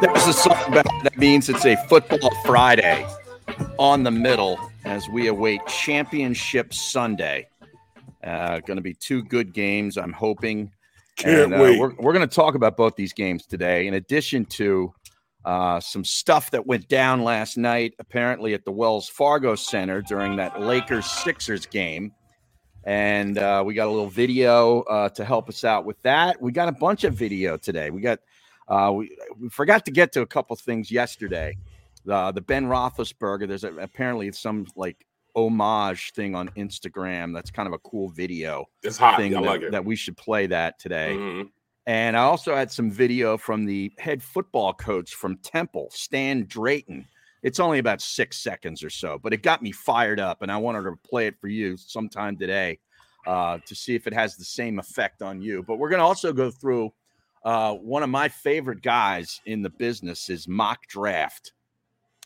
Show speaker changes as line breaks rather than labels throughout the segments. There's a song about that means it's a football Friday on the middle as we await championship Sunday. Uh, going to be two good games. I'm hoping.
Can't
and, uh,
wait.
We're, we're going to talk about both these games today, in addition to uh, some stuff that went down last night, apparently at the Wells Fargo Center during that Lakers Sixers game. And uh, we got a little video uh, to help us out with that. We got a bunch of video today. We got uh, we, we forgot to get to a couple things yesterday. The the Ben Roethlisberger. There's a, apparently some like homage thing on Instagram. That's kind of a cool video
It's hot.
thing
I
that,
like it.
that we should play that today.
Mhm.
And I also had some video from the head football coach from Temple, Stan Drayton. It's only about six seconds or so, but it got me fired up, and I wanted to play it for you sometime today uh, to see if it has the same effect on you. But we're going to also go through uh, one of my favorite guys in the business is mock draft,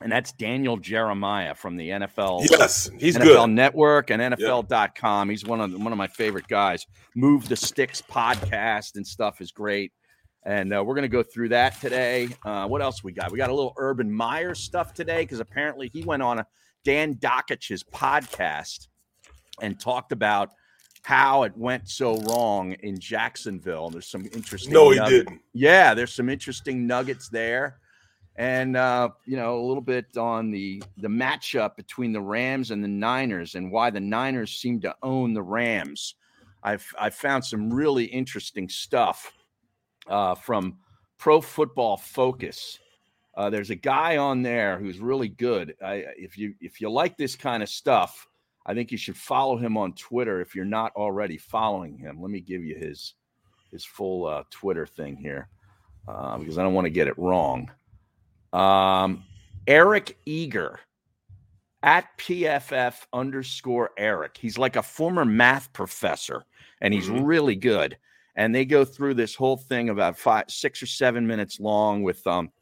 and that's Daniel Jeremiah from the NFL.
Yes, he's
NFL
good.
Network and NFL.com. He's one of one of my favorite guys. Move the Sticks podcast and stuff is great. And uh, we're going to go through that today. Uh, what else we got? We got a little Urban Meyer stuff today because apparently he went on a Dan Dockich's podcast and talked about how it went so wrong in Jacksonville. And there's some interesting.
No, he
nuggets-
didn't.
yeah, there's some interesting nuggets there. And uh, you know, a little bit on the the matchup between the Rams and the Niners and why the Niners seem to own the Rams. I've I found some really interesting stuff uh, from Pro Football Focus. Uh, there's a guy on there who's really good. I, if you if you like this kind of stuff, I think you should follow him on Twitter if you're not already following him. Let me give you his his full uh, Twitter thing here uh, because I don't want to get it wrong. Um, Eric Eager at PFF underscore Eric. He's like a former math professor and he's
Mhm.
really good. And they go through this whole thing about five, six or seven minutes long with um,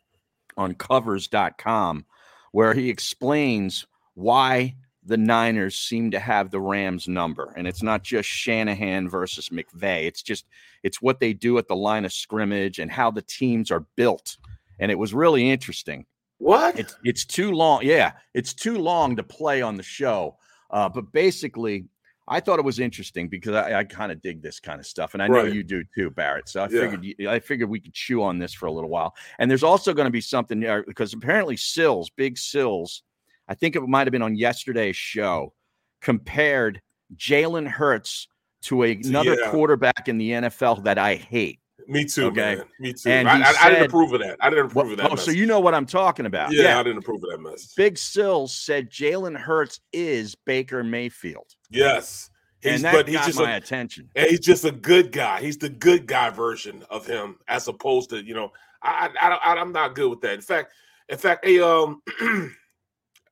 on covers.com where he explains why the Niners seem to have the Rams number. And it's not just Shanahan versus McVay. It's just it's what they do at the line of scrimmage and how the teams are built. And it was really interesting.
What?
It's it's too long. Yeah, it's too long to play on the show. Uh, but basically, I thought it was interesting because I, I kind of dig this kind of stuff, and I know
Right.
you do too, Barrett. So I
Yeah.
figured you, I figured we could chew on this for a little while. And there's also going to be something there because apparently Sills, Big Sills, I think it might have been on yesterday's show, compared Jalen Hurts to a- another
Yeah.
quarterback in the NFL that I hate.
Me too,
Okay.
man. Me too.
And
I,
he
I, I
said-
didn't approve of that. I didn't approve of that.
Oh, so
message.
you know what I'm talking about?
yeah, I didn't approve of that message.
Big Sills said Jalen Hurts is Baker Mayfield.
Yes, he's
and that
but he's
got
just
my
a,
attention.
and he's just a good guy. He's the good guy version of him, as opposed to you know, I, I, I, don't- I I'm not good with that. In fact, in fact, hey, um,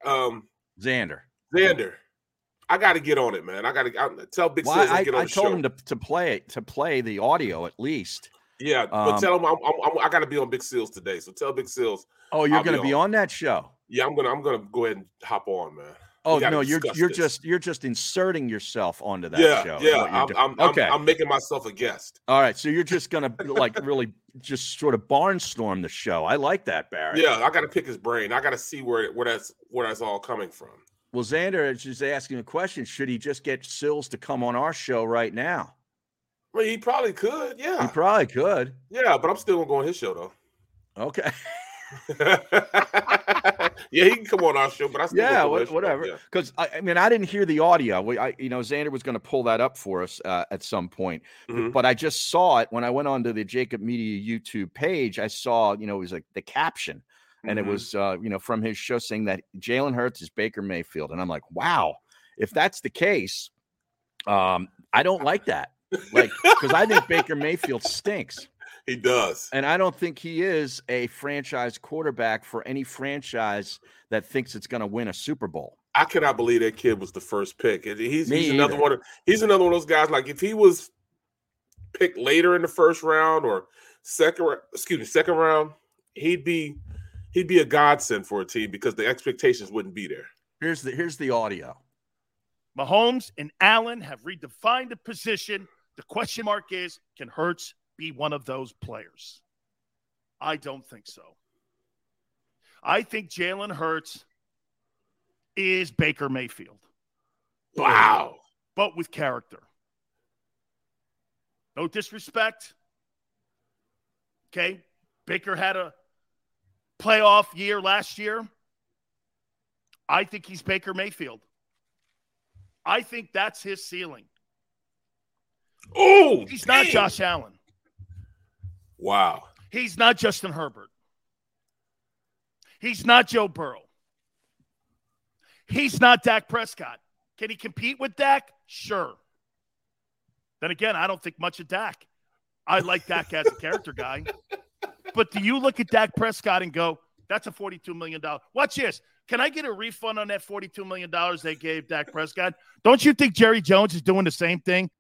um,
Xander.
Xander, I got to get on it, man. I got to I, tell Big
Why
Sis
I,
to get on
I
the
told
show.
him to, to play it to play the audio at least.
yeah, but
um,
tell him I'm, I'm, I'm, I got to be on Big Seals today. So tell Big Seals,
Oh, you're
I'll be
gonna be
on.
on that show.
yeah, I'm gonna I'm gonna go ahead and hop on, man.
Oh
gotta
no, you're
discuss
you're
this.
just you're just inserting yourself onto that
yeah,
show. is
yeah,
what you're
I'm,
doing.
I'm, I'm-
okay.
I'm making myself a guest.
All right. So you're just gonna like really just sort of barnstorm the show. I like that, Barry.
Yeah, I got to pick his brain. I got to see where where that's where that's all coming from.
Well, Xander is just asking a question. Should he just get Sills to come on our show right now?
I mean, he probably could.
He
Yeah,
probably could.
yeah, but I'm still gonna go on his show though.
Okay.
yeah, he can come on our show, but I still gonna
yeah,
go on
wha-
his show. Yeah.
whatever. Because I, I mean, I didn't hear the audio. We, I, you know, Xander was going to pull that up for us uh, at some point,
Mhm.
but I just saw it when I went onto the Jacob Media YouTube page. I saw, you know, it was like the caption, and
Mhm.
it was, uh, you know, from his show saying that Jalen Hurts is Baker Mayfield, and I'm like, wow, if that's the case, um, I don't like that. Like, because I think Baker Mayfield stinks.
He does.
And I don't think he is a franchise quarterback for any franchise that thinks it's going to win a Super Bowl.
I cannot believe that kid was the first pick. And He's,
Me
he's another
either.
one. Of, he's another one of those guys. Like if he was picked later in the first round or second, ra- excuse me, second round, he'd be he'd be a godsend for a team because the expectations wouldn't be there.
Here's the here's the audio.
Mahomes and Allen have redefined the position. The question mark is can Hurts be one of those players? I don't think so. I think Jalen Hurts is Baker Mayfield,
Wow.
but with character. No disrespect. Okay. Baker had a playoff year last year. I think he's Baker Mayfield. I think that's his ceiling.
Oh,
He's not
dang.
Josh Allen.
Wow.
He's not Justin Herbert. He's not Joe Burrow. He's not Dak Prescott. Can he compete with Dak? Sure. Then again, I don't think much of Dak. I like Dak as a character guy. But do you look at Dak Prescott and go, that's a $42 million? Watch this. Can I get a refund on that $42 million they gave Dak Prescott? Don't you think Jerry Jones is doing the same thing?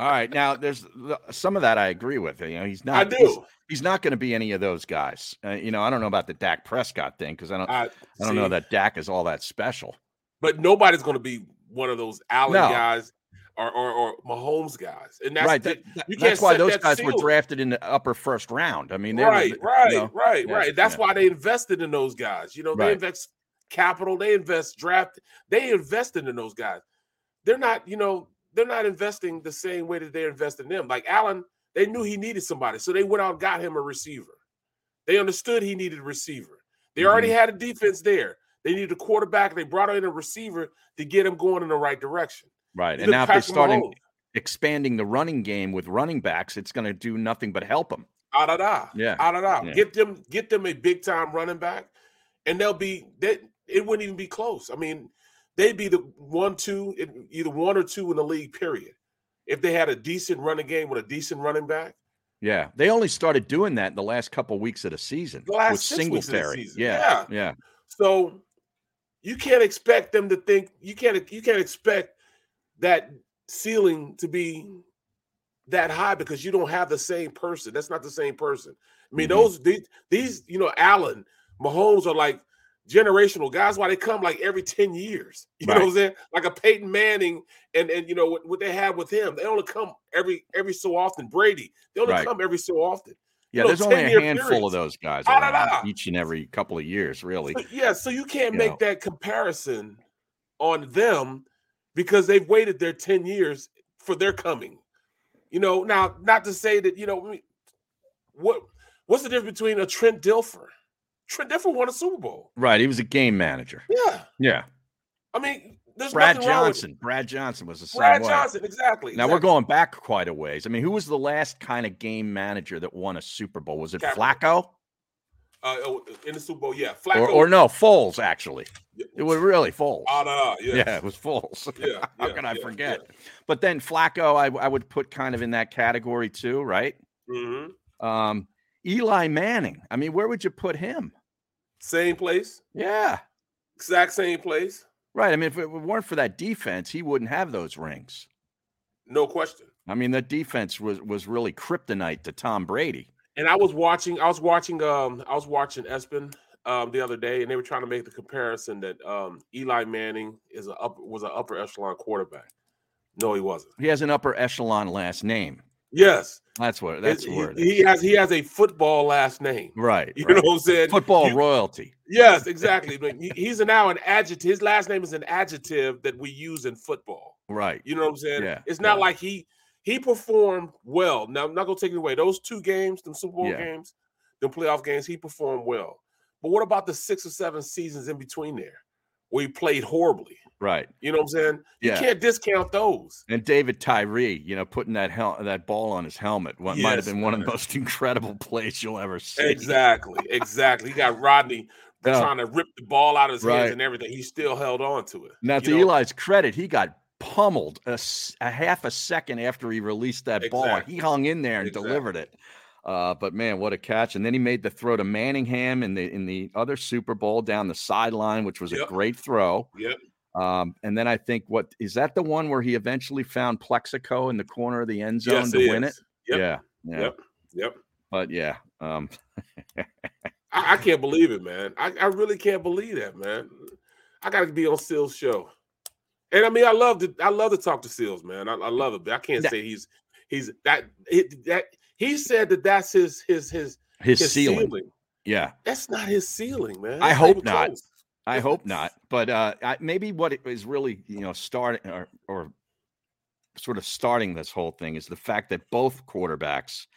All right, now there's the- some of that I agree with. You know, he's not.
I
He's,
do.
he's not going to be any of those guys. Uh, you know, I don't know about the Dak Prescott thing because I don't. I,
I,
don't know
see,
that Dak is all that special.
But nobody's going to be one of those Allen
No.
guys or, or or Mahomes guys. And that's
right.
the-
that- that-
you can't
that's why
set
those
that
guys were
ceiling.
drafted in the upper first round. I mean, they
right,
were,
right,
you know,
right,
yeah,
right. That's
yeah.
why they invested in those guys. You know, they
Right.
invest capital, they invest draft, they invested in those guys. They're not, you know, they're not investing the same way that they invested in them. Like Allen, they knew he needed somebody, so they went out and got him a receiver. They understood he needed a receiver. They
Mm-hmm.
already had a defense there. They needed a quarterback. They brought in a receiver to get him going in the right direction.
right.
Look,
And now if they
Patrick
starting
Mahomes,
expanding the running game with running backs, it's going to do nothing but help them.
Ah da da.
Yeah,
Ah da da.
yeah.
Get them get them a big time running back, and they'll be that it wouldn't even be close. I mean, they'd be the one two in- either one or two in the league, period. If they had a decent running game with a decent running back.
Yeah, they only started doing that in the last couple weeks of the season
The last
with
six weeks of the
Singletary.
season,
Yeah, yeah,
So you can't expect them to think you can't you can't expect that ceiling to be that high because you don't have the same person. That's not the same person. I mean,
Mhm.
those these, these you know Allen, Mahomes are like generational guys. Why they come like every ten years? You know
Right.
what I'm saying? Like a Peyton Manning and and you know what, what they had with him. They only come every every so often. Brady. They only
Right.
come every so often.
yeah.
know,
There's only a
10-year
handful
periods.
of those guys
Ah, da,
around e
da.
each and every couple of years, really.
So- yeah, so you can't
You
make
know.
that comparison on them because they've waited their 10 years for their coming. You know, now not to say that, you know, we- what what's the difference between a Trent Dilfer? Trent Dilfer won a Super Bowl.
Right, he was a game manager.
Yeah.
Yeah,
I mean, there's
Brad
nothing wrong with-
Johnson. Brad Johnson was the same
Brad
way.
Johnson, exactly.
Now we're
exactly.
going back quite a ways. I mean, who was the last kind of game manager that won a Super Bowl? Was it
Kaepernick.
Flacco
uh, oh, in the Super Bowl, yeah.
or,
Flacco
or no Foles? Actually,
Yeah.
it was really Foles.
Ah, da, da,
yeah.
yeah.
it was Foles.
Yeah,
How
yeah,
can I
yeah,
forget? But then Flacco, I, I would put kind of in that category too, right?
Mhm.
Um, Eli Manning. I mean, where would you put him?
Same place,
Yeah,
exact same place,
right. I mean, if it weren't for that defense, he wouldn't have those rings.
no question.
I mean, that defense was was really kryptonite to Tom Brady.
and I was watching, I was watching, um, I was watching Espen um the other day, and they were trying to make the comparison that um Eli Manning is a up was an upper echelon quarterback. No, he wasn't.
He has an upper echelon last name.
Yes,
That's what. That's
he,
the word.
He has he has a football last name.
Right.
You
right.
know what I'm saying?
Football
You-
royalty.
yes, exactly. But he- he's now an adjective. His last name is an adjective that we use in football.
Right.
You know what I'm saying?
Yeah,
It's not
yeah.
like he he performed well. Now I'm not gonna take it away. Those two games, them Super Bowl
Yeah.
games, them playoff games, he performed well. But what about the six or seven seasons in between there where he played horribly?
Right.
You know what I'm saying?
Yeah.
You can't discount those.
And David Tyree, you know, putting that hel- that ball on his helmet what, might have
Yes,
been one of the
man.
most incredible plays you'll ever see.
Exactly. exactly. He got Rodney
Yeah.
trying to rip the ball out of his
Right.
hands and everything. He still held on to it.
Now,
you
to
know?
Eli's credit, he got pummeled a, s- a half a second after he released that ball.
Exactly.
He hung in there and
Exactly.
delivered it. Uh, but man, what a catch! And then he made the throw to Manningham in the in the other Super Bowl down the sideline, which was a
Yep.
great throw.
Yep.
Um, and then I think what is that the one where he eventually found Plexico in the corner of the end zone
Yes,
to
it
win
is.
it?
Yep.
Yeah, yeah.
Yep. Yep.
But yeah, um,
I, I can't believe it, man. I, I really can't believe that, man. I got to be on Seal's show, and I mean, I love to I love to talk to Seals, man. I, I love it, but I can't
That-
say he's he's that it, that he said that that's his his his,
his,
his
ceiling.
ceiling.
Yeah,
That's not his ceiling, man.
I
That's
hope
even
not.
close.
I hope not. But uh, I, maybe what it is really, you know, starting or, or sort of starting this whole thing is the fact that both quarterbacks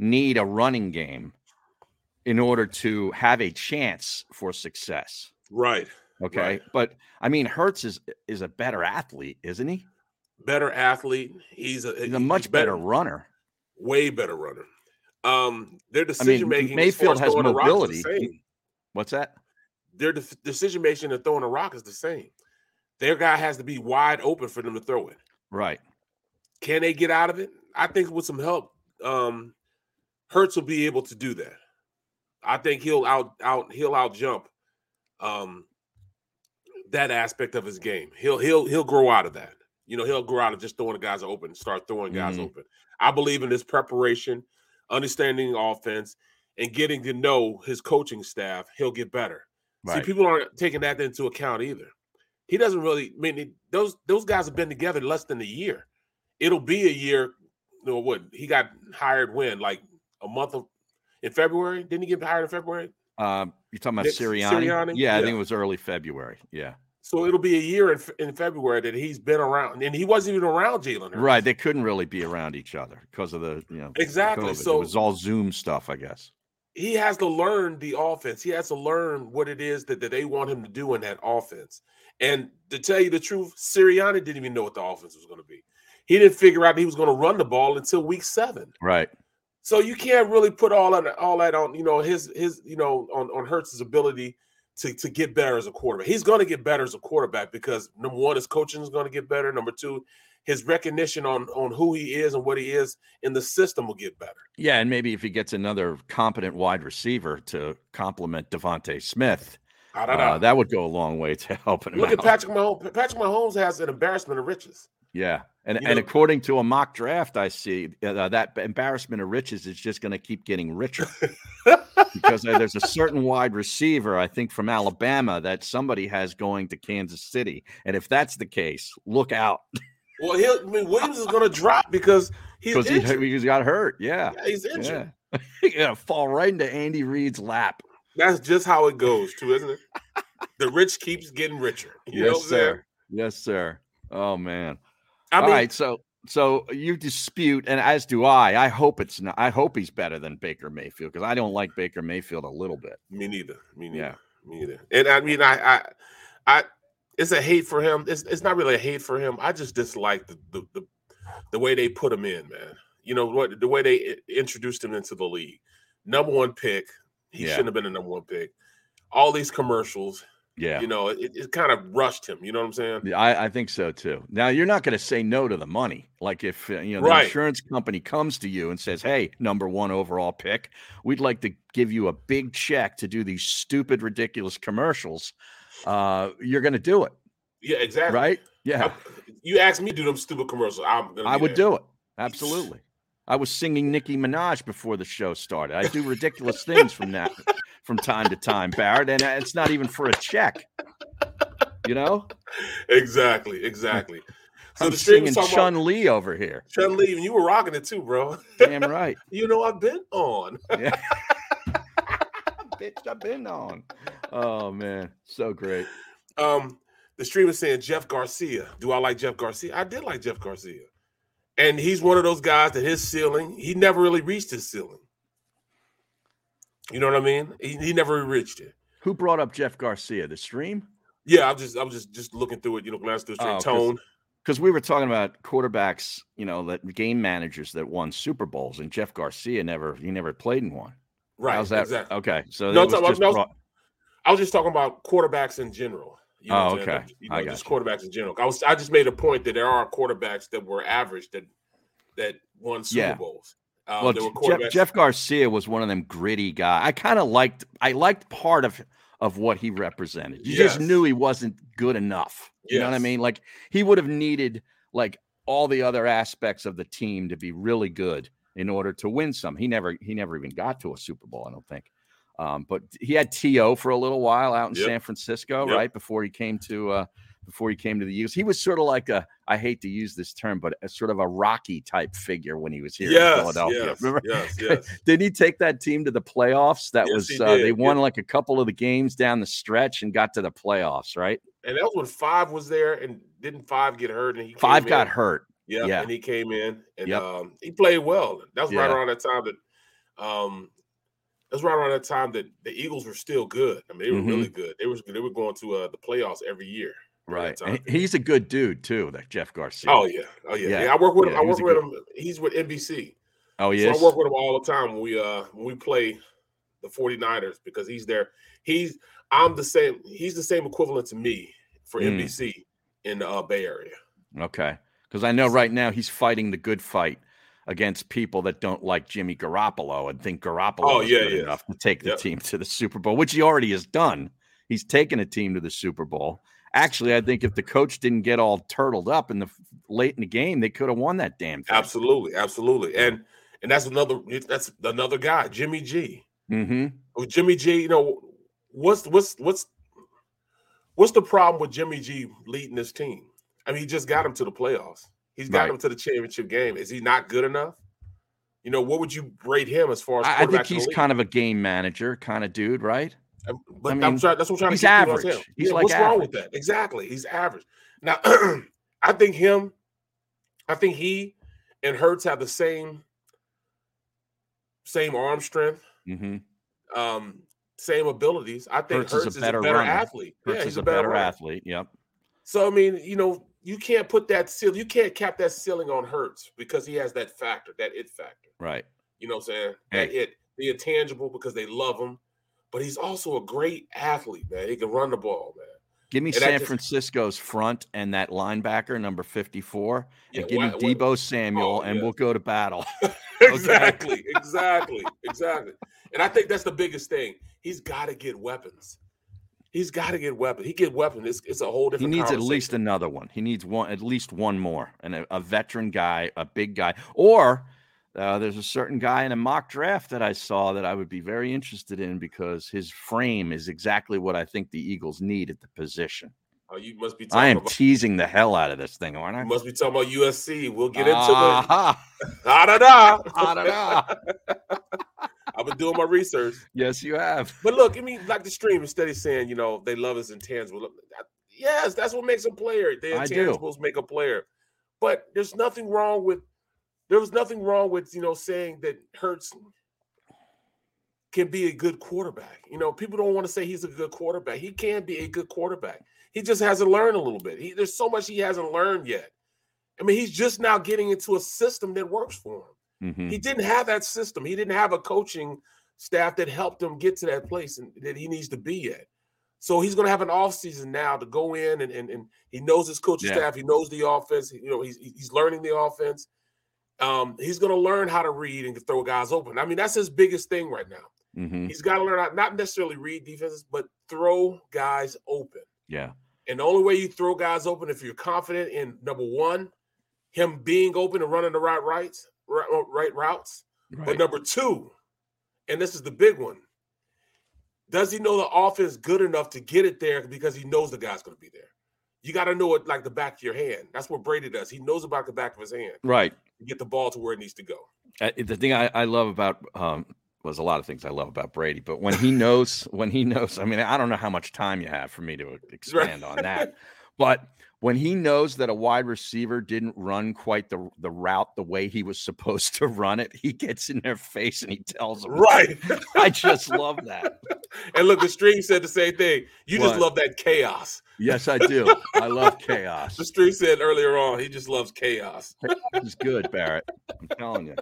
need a running game in order to have a chance for success.
Right.
Okay,
Right.
but I mean, Hertz is is a better athlete, isn't he?
Better athlete. He's a
He's a much better runner.
way better runner. Um, their decision making.
Mayfield has mobility.
The same.
What's that?
Their de- decision making and throwing a rock is the same. Their guy has to be wide open for them to throw it.
Right.
Can they get out of it? I think with some help, um, Hertz will be able to do that. I think he'll out out he'll out jump um, that aspect of his game. He'll he'll he'll grow out of that. You know, he'll grow out of just throwing guys open, start throwing guys
Mhm.
open. I believe in his preparation, understanding offense, and getting to know his coaching staff. He'll get better.
Right.
See, people aren't taking that into account either. He doesn't really. I mean, it- those those guys have been together less than a year. It'll be a year. No, what he got hired when? Like a month of in February? Didn't he get hired in February?
um, you're talking about
Nick
Sirianni?
Sirianni?
Yeah, I
Yeah.
think it was early February. Yeah.
So it'll be a year in, Fe- in February that he's been around, and he wasn't even around Jalen. Hurts.
Right. They couldn't really be around each other because of the, you know,
Exactly.
COVID.
So-
it was all Zoom stuff, I guess.
he has to learn the offense. He has to learn what it is that, that they want him to do in that offense. And to tell you the truth, Sirianni didn't even know what the offense was going to be. He didn't figure out he was going to run the ball until week seven.
Right.
So you can't really put all that all that on you know his his you know on on Hertz's ability to to get better as a quarterback. He's going to get better as a quarterback because number one, his coaching is going to get better. Number two, his recognition on on who he is and what he is in the system will get better.
Yeah. And maybe if he gets another competent wide receiver to complement Devontae Smith,
I don't
uh,
know.
that would go a long way to helping him
Ah, Look at
out.
Patrick Mahomes. Patrick Mahomes has an embarrassment of riches.
Yeah. And,
you
and
know-
according to a mock draft, I see uh, that embarrassment of riches is just going to keep getting richer because uh, there's a certain wide receiver, I think, from Alabama that somebody has going to Kansas City. And if that's the case, look out
Well, he'll, I mean, Williams is going to drop because he's
because he,
injured.
he got hurt. Yeah.
yeah, he's injured.
Yeah. yeah, fall right into Andy Reid's lap.
That's just how it goes, too, isn't it? the rich keeps getting richer. You know what I'm saying?
Yes, sir. Oh man.
I
All
mean,
right. So so you dispute, and as do I. I hope it's not. I hope he's better than Baker Mayfield because I don't like Baker Mayfield a little bit.
Me neither. Me neither.
Yeah.
Me neither. And I mean, I, I, I, it's a hate for him. It's it's not really a hate for him. I just dislike the the the, the way they put him in, man. You know what? The way they i- introduced him into the league, number one pick. He
Yeah.
shouldn't have been a number one pick. All these commercials,
Yeah.
you know, it, it kind of rushed him. You know what I'm saying?
Yeah, I, I think so too. Now you're not going to say no to the money. Like if uh, you know the
Right.
insurance company comes to you and says, "Hey, number one overall pick, we'd like to give you a big check to do these stupid, ridiculous commercials," uh, you're going to do it,
Yeah, exactly.
right? Yeah.
I- you ask me to do them stupid commercials, I'm gonna.
I
be
would
there.
do it. Absolutely. I was singing Nicki Minaj before the show started. I do ridiculous things from that from time to time, Barrett, and uh, it's not even for a check. You know,
Exactly, exactly. So
I'm
the stream
singing
was talking about
Chun Li over here.
Chun Lee, and you were rocking it too, bro.
Damn right.
You know I've been on.
Yeah. Bitch, I've been on. Oh man, so great.
um the streamer saying Jeff Garcia. Do I like Jeff Garcia? I did like Jeff Garcia. And he's one of those guys that his ceiling, he never really reached his ceiling. You know what I mean? He, he never reached it.
Who brought up Jeff Garcia? The stream?
Yeah, I'm just I'm just just looking through it, you know, glancing through the stream.
Oh, 'cause-
tone.
because we were talking about quarterbacks, you know, that game managers that won Super Bowls, and Jeff Garcia never he never played in one.
Right.
How's that?
Exactly.
Okay,
No,
so that
I'm
was
talking
just
about-
brought-
I was just talking about quarterbacks in general. You know
Oh,
what I'm saying?
okay.
You know,
I got
just quarterbacks in general. I was I just made a point that there are quarterbacks that were average that that won Super
Yeah.
Bowls. Uh,
well,
there were
Jeff,
quarterbacks.
Jeff Garcia was one of them gritty guy. I kind of liked. I liked part of of what he represented. You just
Yes.
knew he wasn't good enough. You know what I
Yes.
mean? Like he would have needed like all the other aspects of the team to be really good in order to win some. He never. He never even got to a Super Bowl. I don't think. Um, but he had To for a little while out in
Yep.
San Francisco,
Yep.
right before he came to. Uh, before he came to the Eagles, he was sort of like a. I hate to use this term, but a sort of a Rocky type figure when he was here in
yes,
Philadelphia.
yes,
Remember?
yes, yes.
Didn't he take that team to the playoffs? That
Yes, he
was uh, they
did.
won like a couple of the games down the stretch and got to the playoffs, right?
And that was when five was there, and didn't five get hurt? And he came
Five
in?
got hurt.
Yeah,
Yeah.
and he came in and
Yep.
um, he played well. That was right
Yeah.
around that time that um that was right around that time that the Eagles were still good. I mean, they were
Mhm.
really good. They was they were going to uh, the playoffs every year. during
Right.
that
And
time.
he- he's a good dude too, that Jeff Garcia.
Oh yeah, oh yeah.
Yeah,
yeah. I work with him.
yeah,
I
he was
work
a
with
good-
him. He's with NBC.
Oh, he
So
is?
I work with him all the time when we uh when we play the 49ers because he's there. He's I'm the same. He's the same equivalent to me for
Mm.
NBC in the uh, Bay Area.
Okay. Because I know right now he's fighting the good fight against people that don't like Jimmy Garoppolo and think Garoppolo
Oh,
is
yeah,
good
yeah.
enough to take the
Yep.
team to the Super Bowl, which he already has done. He's taken a team to the Super Bowl. Actually, I think if the coach didn't get all turtled up in the late in the game, they could have won that damn thing.
Absolutely, absolutely. And and that's another that's another guy, Jimmy G.
Mm-hmm.
Well, Jimmy G, you know, what's what's what's what's the problem with Jimmy G leading this team? I mean, he just got him to the playoffs. He's got
Right.
him to the championship game. Is he not good enough? You know, what would you rate him as far as
I, I think
quarterback in the
he's
league?
kind of a game manager kind of dude, right?
Um, But
I
I
mean,
am trying. That's what I'm trying
he's
to get through on
average.
him.
He's
Yeah,
like
what's wrong with that? Exactly. He's average. Now, I think him. I think he and Hertz have the same same arm strength,
Mm-hmm.
um, same abilities. I think
Hertz
Hertz,
is a
is,
better
a better
runner.
athlete.
Hurts
yeah,
is
he's
a better
runner.
athlete. Yep.
So I mean, you know, you can't put that seal. You can't cap that ceiling on Hertz because he has that factor, that it factor.
Right.
You know what I'm saying? That it, the intangible because they love him, but he's also a great athlete, man. He can run the ball, man.
Give me
And I
San
just-
Francisco's front and that linebacker number 54,
Yeah,
and give
why-
me
why-
Debo Samuel,
Oh,
and
yeah.
we'll go to battle. Okay.
exactly, exactly, exactly. And I think that's the biggest thing. He's got to get weapons. He's got to get weapons. He get weapons. It's, it's a whole
he
different.
needs at least another one. He needs one, at least one more, and a, a veteran guy, a big guy, or uh, there's a certain guy in a mock draft that I saw that I would be very interested in because his frame is exactly what I think the Eagles need at the position.
Oh, you must be. Talking
I am
About,
teasing the hell out of this thing, aren't I?
you must be talking about USC. We'll get into it.
Ah-ha.
Ha da da.
Ah-da-da.
I've been doing my research.
yes, you have.
But look, I mean, like the stream instead of saying, you know, they love his intangible. Look, I- Yes, that's what makes a player. The
I do.
intangibles make a player. But there's nothing wrong with there was nothing wrong with you know saying that Hurts can be a good quarterback. You know, people don't want to say he's a good quarterback. He can be a good quarterback. He just hasn't learned a little bit. He, there's so much he hasn't learned yet. I mean, he's just now getting into a system that works for him.
Mhm.
He didn't have that system. He didn't have a coaching staff that helped him get to that place and, that he needs to be at. So he's going to have an offseason now to go in and, and and he knows his coaching
Yeah.
staff. He knows the offense. You know, he's he's learning the offense. Um, he's going to learn how to read and throw guys open. I mean, that's his biggest thing right now.
Mhm.
He's got to learn how not necessarily read defenses, but throw guys open.
Yeah.
And the only way you throw guys open if you're confident in number one, him being open and running the right rights, right, oh, right routes. But
Right.
number two, and this is the big one, does he know the offense good enough to get it there because he knows the guy's going to be there? You got to know it like the back of your hand. That's what Brady does. He knows about the back of his hand
Right.
to get the ball to where it needs to go.
I, Uh, the thing I, I love about um, was a lot of things I love about Brady, but when he knows, when he knows, I mean, I don't know how much time you have for me to expand on that, but when he knows that a wide receiver didn't run quite the the route the way he was supposed to run it, he gets in their face and he tells them,
Right.
I just love that.
and look, the stream said the same thing. You just
What?
love that chaos.
Yes, I do. I love chaos.
The stream said earlier on, he just loves chaos.
It's good, Barrett. I'm telling you.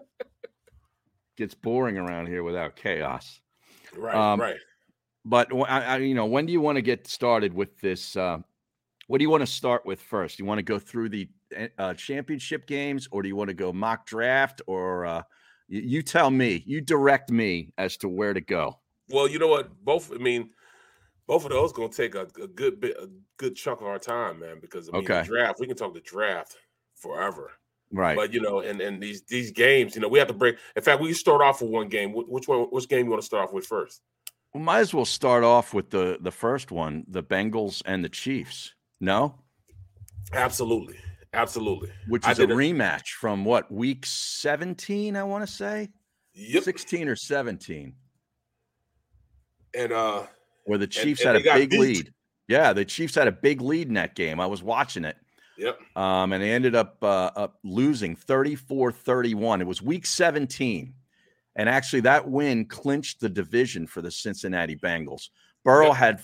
Gets boring around here without chaos.
Right,
Um,
right.
but wh- I, I- you know when do you want to get started with this uh What do you want to start with first? Do you want to go through the uh, championship games, or do you want to go mock draft? Or uh, you, you tell me. You direct me as to where to go.
Well, you know what? Both. I mean, both of those going to take a, a good bit, a good chunk of our time, man. Because I mean, the
Okay.
draft. We can talk the draft forever.
Right.
But you know, and and these these games, you know, we have to break. In fact, we can start off with one game. Wh- Which one? Which game you want to start off with first?
We might as well start off with the the first one, the Bengals and the Chiefs. No,
Absolutely, absolutely.
which
I
is a
did it.
rematch from what week seventeen? I want to say
Yep.
sixteen or seventeen,
And uh,
where the Chiefs
and
had
they got
a big
beat.
lead. Yeah, the Chiefs had a big lead in that game. I was watching it,
yep.
um, and they ended up uh, up losing 34-31. It was week seventeen, and actually that win clinched the division for the Cincinnati Bengals. Burrow
Yeah.
had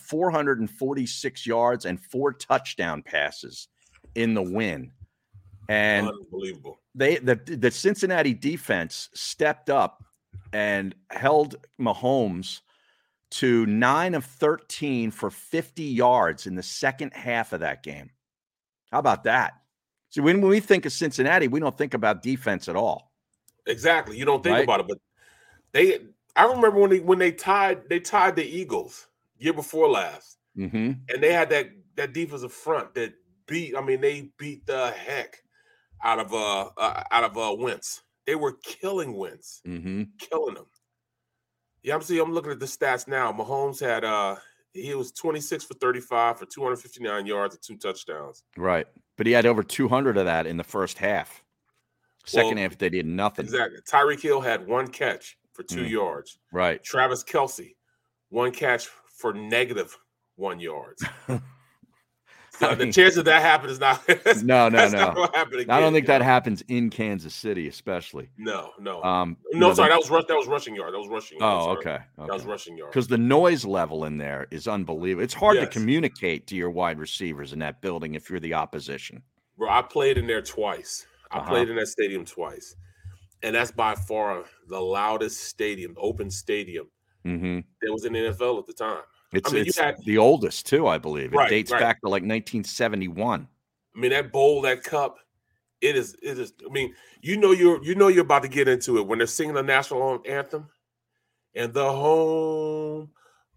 446 yards and four touchdown passes in the win. And
unbelievable.
they the the Cincinnati defense stepped up and held Mahomes to 9 of 13 for 50 yards in the second half of that game. How about that? See, when we think of Cincinnati, we don't think about defense at all.
Exactly. You don't think
Right.
about it, but they. I remember when they when they tied they tied the Eagles year before last,
Mm-hmm.
and they had that that defensive front that beat. I mean, they beat the heck out of uh, uh out of uh Wentz. They were killing Wentz.
Mm-hmm.
killing him. Yeah, I'm see. I'm looking at the stats now. Mahomes had uh he was 26 for 35 for 259 yards and two touchdowns.
Right. But he had over 200 of that in the first half. Second
Well,
half, they did nothing.
Exactly. Tyreek Hill had one catch for two
Mm.
yards.
Right.
Travis Kelsey, one catch for negative one yards. So
I
the
mean-
chance that that happened is not. that's-
No, no,
that's Not
no.
gonna happen again.
I don't think that happens in Kansas City, especially.
No, no,
Um, you
no.
know,
Sorry,
the-
that was rush. That was rushing yard. That was rushing. yard.
Oh,
Sorry.
okay.
That was
okay.
rushing yard.
because the noise level in there is unbelievable. It's hard to
Yes.
communicate to your wide receivers in that building if you're the opposition.
Bro, I played in there twice. I
Uh-huh.
played in that stadium twice. And that's by far the loudest stadium, open stadium
hmm
that was in the NFL at the time.
It's,
mean, you
it's
had-
the oldest too, I believe. It
Right,
dates
right.
back to like 1971.
I mean, that bowl, that cup, it is it is I mean, you know you're you know you're about to get into it when they're singing the national anthem and the home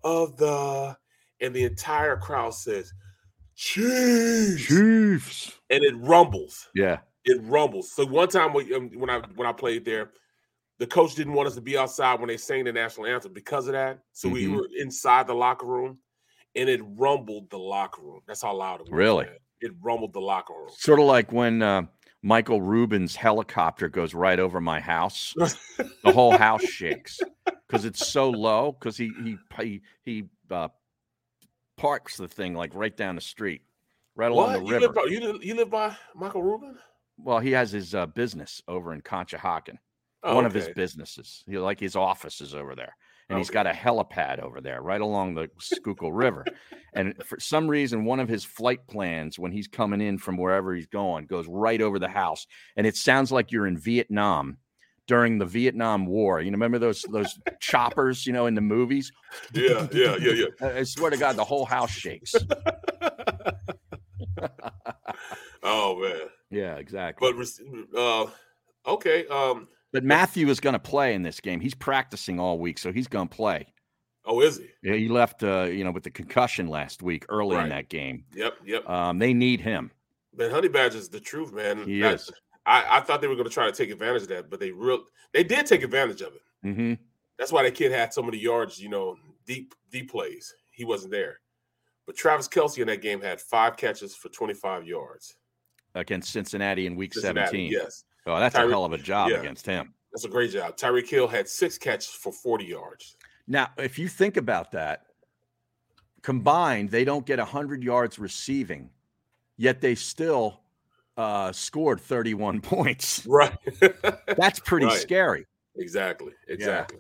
of the and the entire crowd says Chiefs,
Chiefs.
and it rumbles.
Yeah.
it rumbles. So one time when um, when I when I played there, the coach didn't want us to be outside when they sang the national anthem because of that. So we
Mhm.
were inside the locker room, and it rumbled the locker room. That's how loud it was.
Really?
man. It rumbled the locker room.
Sort of like when uh, Michael Rubin's helicopter goes right over my house, the whole house shakes because it's so low. Because he he he he uh, parks the thing like right down the street, right along
What
the
you
river.
live by? You live, you live by Michael Rubin?
Well, he has his uh, business over in Conshohocken. One of his
okay.
businesses. He like his office is over there. And he's
Okay.
got a helipad over there right along the Schuylkill River. And for some reason, one of his flight plans when he's coming in from wherever he's going goes right over the house. And it sounds like you're in Vietnam during the Vietnam War. You know, remember those those choppers, you know, in the movies?
yeah, yeah, yeah, yeah.
I I swear to God, the whole house shakes.
Oh man,
Yeah, exactly.
but rec- uh, okay. Um,
But Matthew is going to play in this game. He's practicing all week, so he's going to play.
oh, is he?
Yeah, he left, uh, you know, with the concussion last week early
Right.
in that game.
Yep, yep. Mm,
Um, they need him.
Man, Honey Badger's the truth, man.
He
I,
is.
I, I thought they were going to try to take advantage of that, but they real they did take advantage of it.
hmm
That's why that kid had so many yards, you know, deep deep plays. He wasn't there. But Travis Kelsey in that game had five catches for 25 yards.
Against Cincinnati in week
Cincinnati,
17.
Yes.
Oh, that's
Tyreek-
a hell of a job
yeah.
against him.
That's a great job. Tyreek Hill had six catches for 40 yards.
Now, if you think about that, combined, they don't get 100 yards receiving, yet they still uh, scored 31 points.
Right.
That's pretty
Right.
scary.
exactly. Exactly.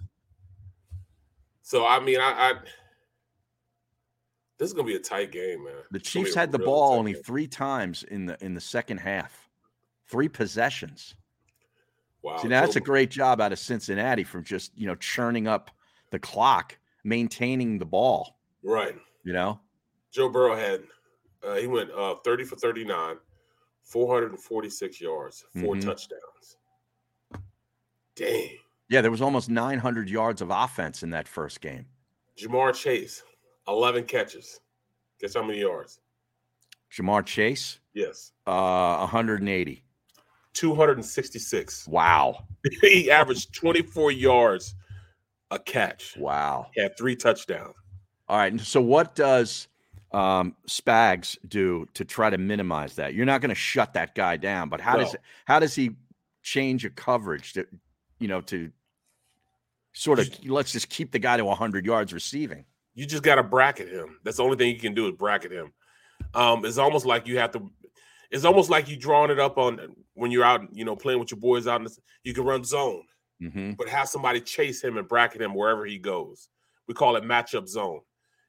So I mean, I, I this is gonna be a tight game, man.
The
It's gonna be
Chiefs
a
had the
real
ball
tight
only
game.
three times in the in the second half, three possessions.
Wow.
See, now that's a
Joe-
great job out of Cincinnati from just you know churning up the clock, maintaining the ball.
right.
You know,
Joe Burrow had a Uh, he went uh, 30 for 39, 446 yards, 4
Mhm.
touchdowns. Damn.
Yeah, there was almost 900 yards of offense in that first game.
Jamar Chase, 11 catches. Guess how many yards?
Jamar Chase,
Yes.
uh, 180.
266.
Wow.
he averaged 24 yards a catch.
Wow.
He had three touchdowns.
All right. and So, what does um, Spags do to try to minimize that? You're not going to shut that guy down, but how does
No.
how does he change your coverage to, you know, to sort of let's just keep the guy to 100 yards receiving?
You just got to bracket him. That's the only thing you can do is bracket him. Um, it's almost like you have to. It's almost like you drawing it up on when you're out, you know, playing with your boys out. In the, you can run zone,
Mm-hmm.
but have somebody chase him and bracket him wherever he goes. We call it matchup zone.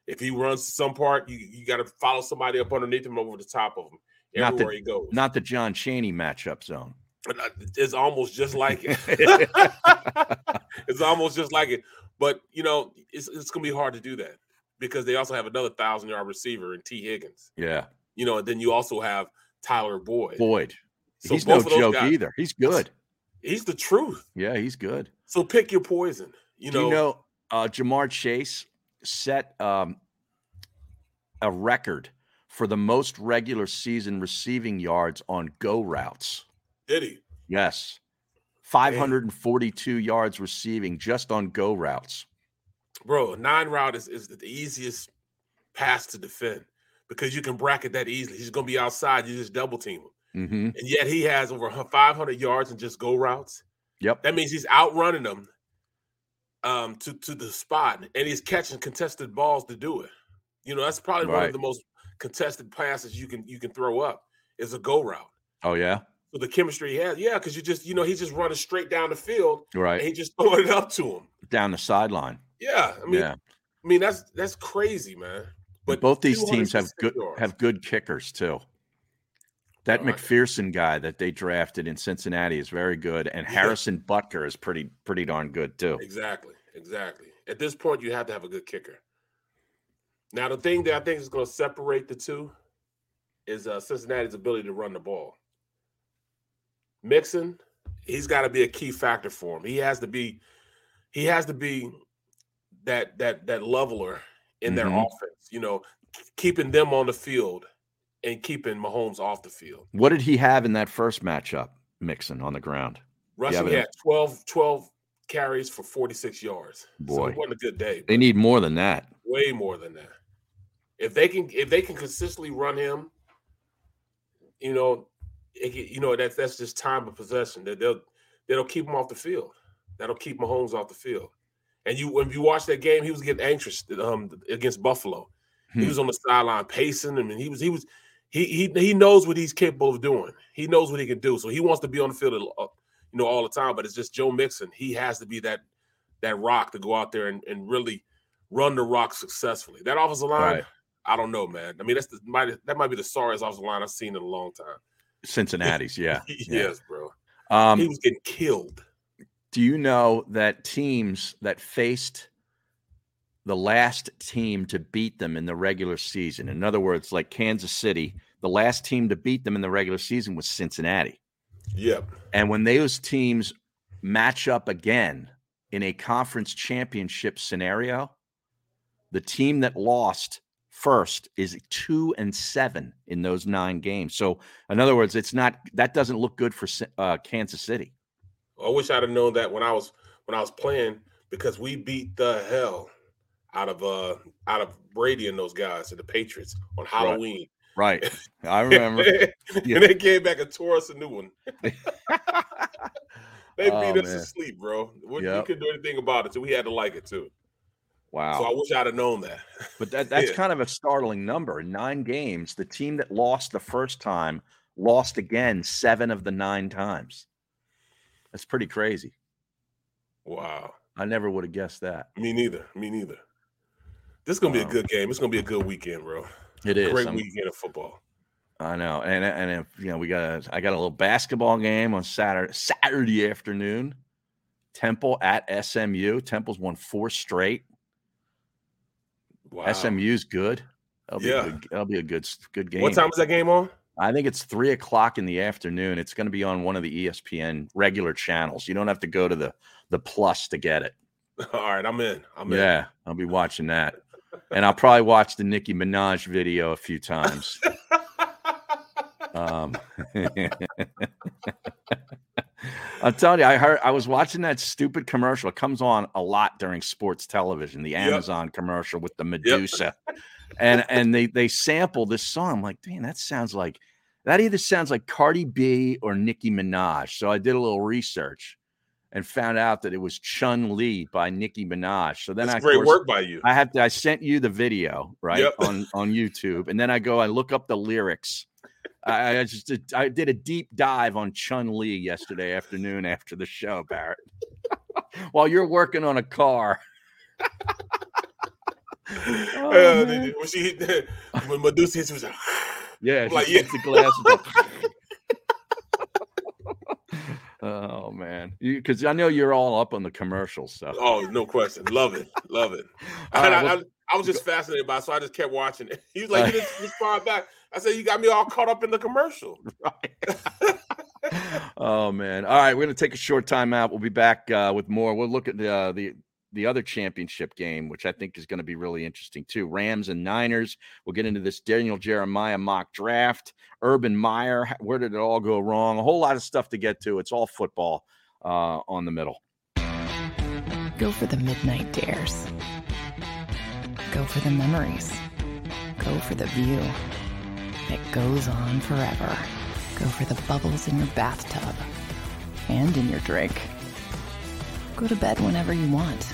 If he runs to some part, you you got to follow somebody up underneath him over the top of him
Not the-
everywhere he goes.
Not the John Cheney matchup zone.
And I- it's almost just like it. it's almost just like it. But you know, it's it's gonna be hard to do that because they also have another thousand yard receiver in T. Higgins.
Yeah.
You know, and then you also have Tyler Boyd.
Boyd.
So
he's no
both of those
joke
guys-
either. He's good.
He's the truth.
Yeah, he's good.
So pick your poison. You
Do
know,
you know uh, Jamar Chase set um, a record for the most regular season receiving yards on go routes?
did he?
Yes. 542 yards receiving just on go routes.
Bro, a nine route is, is the easiest pass to defend because you can bracket that easily. He's gonna be outside, you just double team him.
hmm
And yet he has over 500 yards and just go routes.
Yep.
That means he's outrunning them um, to to the spot, and he's catching contested balls to do it. You know, that's probably one
Right.
of the most contested passes you can you can throw up is a go route.
Oh, yeah.
So the chemistry he has, yeah, because you just you know he's just running straight down the field and
Right.
he just throwing it up to him.
Down the sideline.
Yeah, I mean,
yeah.
I mean that's that's crazy, man.
But both these teams have
266
good
yards.
have good kickers too. That
All right.
McPherson guy that they drafted in Cincinnati is very good, and
Yeah.
Harrison Butker is pretty pretty darn good too.
Exactly, exactly. At this point, you have to have a good kicker. Now, the thing that I think is going to separate the two is uh, Cincinnati's ability to run the ball. Mixon, he's got to be a key factor for him. He has to be, he has to be that that that leveler in their
Mhm.
offense. You know, keeping them on the field and keeping Mahomes off the field.
What did he have in that first matchup, Mixon on the ground?
Rushing,
but-
he had 12, 12 carries for 46 yards. So
Boy.
it wasn't a good day.
They need more than that.
way more than that. If they can, if they can consistently run him, you know, it, can- you know that's that's just time of possession. That they'll that'll keep him off the field. That'll keep Mahomes off the field. And you, when you watch that game, he was getting anxious um, against Buffalo. He
Hmm.
was on the sideline pacing. I mean, he was he was he he he knows what he's capable of doing. He knows what he can do. So he wants to be on the field, uh, you know, all the time. But it's just Joe Mixon. He has to be that that rock to go out there and, and really run the rock successfully. That offensive line,
Right.
I don't know, man. I mean, that's the might that might be the sorriest offensive line I've seen in a long time.
Cincinnati's, yeah. yeah.
yes, bro. he
Um,
was getting killed.
do you know that teams that faced the last team to beat them in the regular season, in other words, like Kansas City, the last team to beat them in the regular season was Cincinnati.
Yep.
And when those teams match up again in a conference championship scenario, the team that lost first is two and seven in those nine games. So, in other words, it's not that doesn't look good for Ci- uh, Kansas City.
I wish I'd have known that when I was when I was playing because we beat the hell out of uh out of Brady and those guys and the Patriots on Halloween.
Right. I Yeah.
and they came back and tore us a new one. they
Oh,
beat us
man.
to sleep, bro. We,
Yep.
couldn't do anything about it, so we had to like it too. So I
wow.
wish I'd have known that.
But that, that's
Yeah.
kind of a startling number. In nine games, the team that lost the first time lost again seven of the nine times. That's pretty crazy.
Wow.
I never would have guessed that.
Me neither. Me neither. This is gonna be
Wow.
a good game. It's gonna be a good weekend, bro.
It is.
Great
I'm-
weekend of football.
I know, and and if, you know we got a, I got a little basketball game on Saturday Saturday afternoon. Temple at SMU. Temple's won four straight.
Wow.
SMU's good. That'll be
Yeah.
a good, that'll be a good s- good game.
What time is that game on?
I think it's three o'clock in the afternoon. It's going to be on one of the E ESPN regular channels. You don't have to go to the the plus to get it.
All right, I'm in. I'm in.
Yeah, I'll be watching that, and I'll probably watch the Nicki Minaj video a few times. Um, I'm telling you, I heard I was watching that stupid commercial. It comes on a lot during sports television, the
Yep.
Amazon commercial with the Medusa, and and they they sample this song. I'm like, dang, that sounds like that either sounds like Cardi B or Nicki Minaj. So I did a little research and found out that it was Chun Li by Nicki Minaj. So then
That's
I of
great
course,
work by you.
I have to. I sent you the video right
Yep.
on on YouTube, and then I go. I look up the lyrics. I, I just did, I did a deep dive on Chun Li yesterday afternoon after the show, Barrett. While you're working on a car,
Uh,
man.
when she when Medusa hits, she was like,
yeah,
Like,
she
yeah.
takes the glasses. off. oh man, because I know you're all up on the commercials, so
"Oh, no question, love it, love it."
All
And
right,
I,
well- Uh,
I, I was just fascinated by, it, so I just kept watching it. He was like, "You didn't respond back." I said, "You got me all caught up in the commercial."
oh man! All right, we're gonna take a short time out. We'll be back uh, with more. We'll look at the uh, the the other championship game, which I think is going to be really interesting too. Rams and Niners. We'll get into this Daniel Jeremiah mock draft. Urban Meyer. h- Where did it all go wrong? A whole lot of stuff to get to. It's all football uh, on the middle.
Go for the midnight dares. Go for the memories. Go for the view that goes on forever. Go for the bubbles in your bathtub and in your drink. Go to bed whenever you want.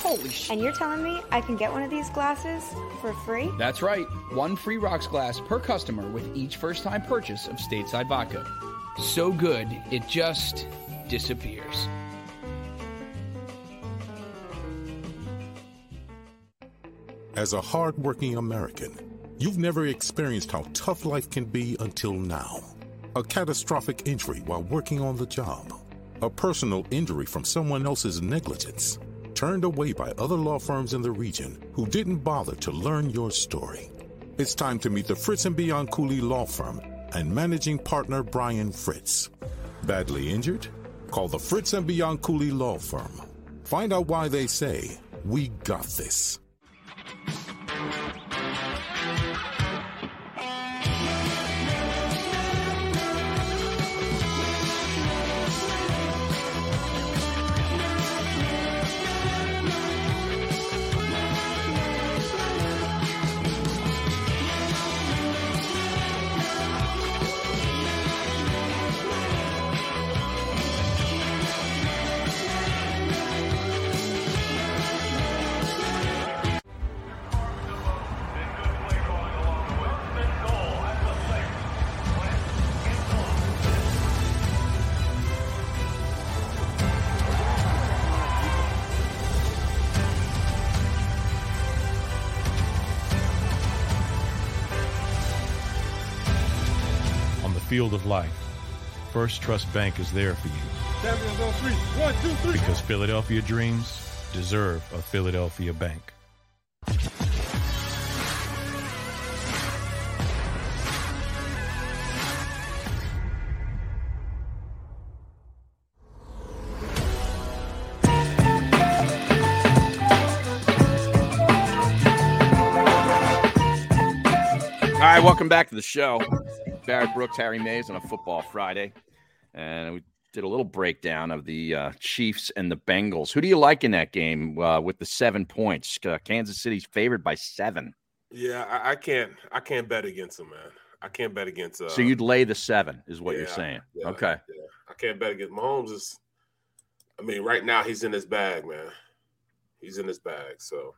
Holy sh!
And you're telling me I can get one of these glasses for free?
That's right. One free rocks glass per customer with each first time purchase of Stateside Vodka. So good, it just disappears.
As a hardworking American, you've never experienced how tough life can be until now. A catastrophic injury while working on the job, a personal injury from someone else's negligence, turned away by other law firms in the region who didn't bother to learn your story. It's time to meet the Fritz and Beyond Cooley Law Firm and managing partner Brian Fritz. Badly injured? Call the Fritz and Beyond Cooley Law Firm. Find out why they say, We got this.
on the field of life, First Trust Bank is there for you because Philadelphia dreams deserve a Philadelphia bank.
All right, welcome back to the show. Barrett Brooks, Harry Mays on a Football Friday, and we did a little breakdown of the uh, Chiefs and the Bengals. Who do you like in that game uh, with the seven points? Uh, Kansas City's favored by seven,
Yeah, I, I can't. I can't bet against him, man. I can't bet against. Uh,
so you'd lay the seven, is what you're
yeah,
saying?
yeah,
okay,
yeah. I can't bet against Mahomes. Is, I mean, right now he's in his bag, man. He's in his bag. So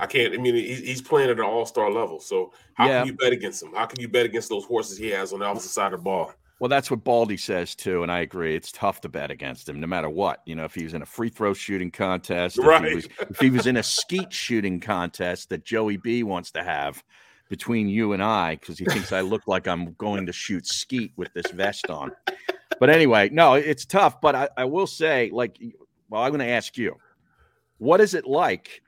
I can't. I mean, he, he's playing at an all star level. So how
Yeah.
can you bet against him? How can you bet against those horses he has on the opposite side of the ball?
Well, that's what Baldy says too, and I agree. It's tough to bet against him, no matter what. You know, if he was in a free throw shooting contest, if,
Right.
he was, if he was in a skeet shooting contest that Joey B wants to have between you and I, because he thinks I look like I'm going to shoot skeet with this vest on. But anyway, no, it's tough. But I, I will say, like, well, I'm going to ask you, what is it like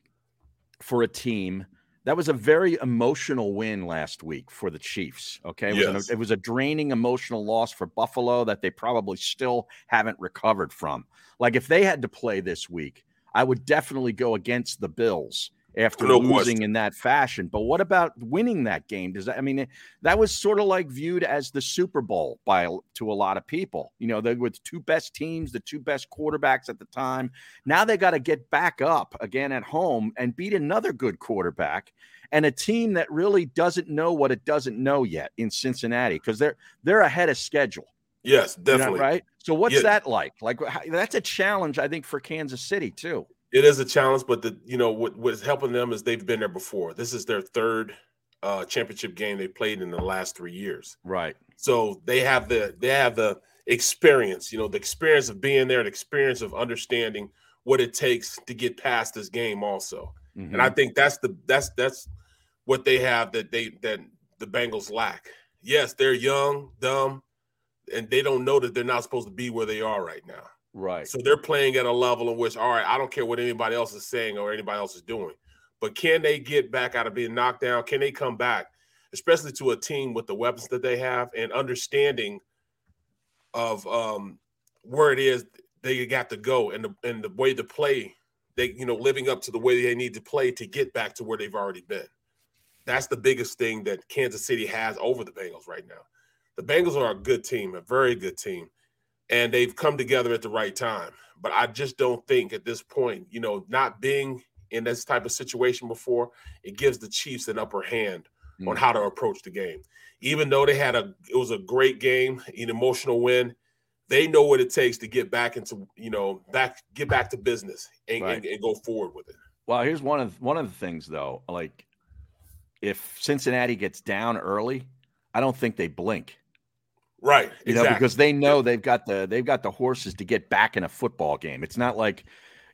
for a team? That was a very emotional win last week for the Chiefs. Okay. It was, an-
Yes.
it was a draining emotional loss for Buffalo that they probably still haven't recovered from. Like, if they had to play this week, I would definitely go against the Bills after
No
losing
question.
in that fashion. But what about winning that game? Does that, I mean, that was sort of like viewed as the Super Bowl by to a lot of people. You know, they were the two best teams, the two best quarterbacks at the time. Now they got to get back up again at home and beat another good quarterback and a team that really doesn't know what it doesn't know yet in Cincinnati because they're they're ahead of schedule.
Yes,
you know,
definitely.
right. So what's
Yeah.
that like? Like how, that's a challenge, I think, for Kansas City too.
it is a challenge, but the you know what what's helping them is they've been there before. This is their third uh, championship game they played in the last three years,
Right.
so they have the they have the experience. You know, the experience of being there, the experience of understanding what it takes to get past this game, also. And I think that's the that's that's what they have that they that the Bengals lack. Yes, they're young, dumb, and they don't know that they're not supposed to be where they are right now.
right.
So they're playing at a level in which, all right, I don't care what anybody else is saying or anybody else is doing, but can they get back out of being knocked down? Can they come back, especially to a team with the weapons that they have and understanding of um, where it is they got to go and the and the way to play, they you know living up to the way they need to play to get back to where they've already been. That's the biggest thing that Kansas City has over the Bengals right now. The Bengals are a good team, a very good team and they've come together at the right time. But I just don't think at this point, you know, not being in this type of situation before, it gives the Chiefs an upper hand on
Mm.
how to approach the game. Even though they had a it was a great game, an emotional win, they know what it takes to get back into, you know, back get back to business and,
Right.
and, and go forward with it.
Well, here's one of one of the things though. Like, if Cincinnati gets down early, I don't think they blink.
Right.
You know, because they know they've got the they've got the horses to get back in a football game. It's not like,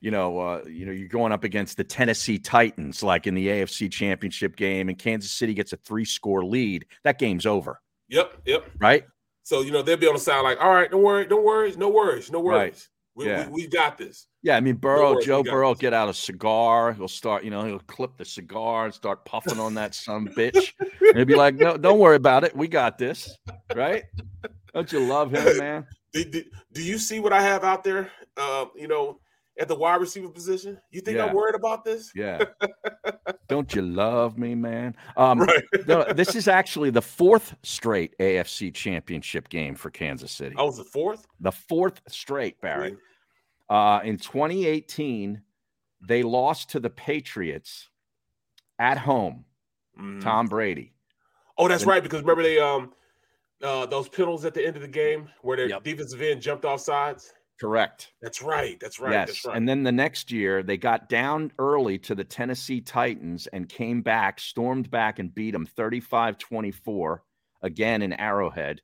you know, uh, you know, you're going up against the Tennessee Titans like in the AFC Championship game, and Kansas City gets a three score lead. That game's over,
Yep, yep.
right?
So, you know, they'll be on the side like, all right, don't worry, don't worry, no worries, no worries.
Right.
We,
Yeah.
we, we got this.
Yeah, I mean Burrow,
worries,
Joe
we got
Burrow,
this.
get out a cigar. He'll start, you know, he'll clip the cigar and start puffing on that some bitch. And he'll be like, "No, don't worry about it. We got this." Right? Don't you love him, man?
Do, do, do you see what I have out there? Uh, you know, at the wide receiver position. You think
Yeah.
I'm worried about this?
Yeah. Don't you love me, man? Um,
Right.
no, this is actually the fourth straight AFC Championship game for Kansas City.
I was Oh, the fourth.
The fourth straight, Barry. Uh, in 2018, they lost to the Patriots at home.
Mm.
Tom Brady.
Oh, that's right. Because remember they um uh those penalties at the end of the game where their
Yep.
defensive end jumped off sides.
Correct.
That's right. That's right.
yes.
That's right.
And then the next year, they got down early to the Tennessee Titans and came back, stormed back, and beat them 35 24 again in Arrowhead.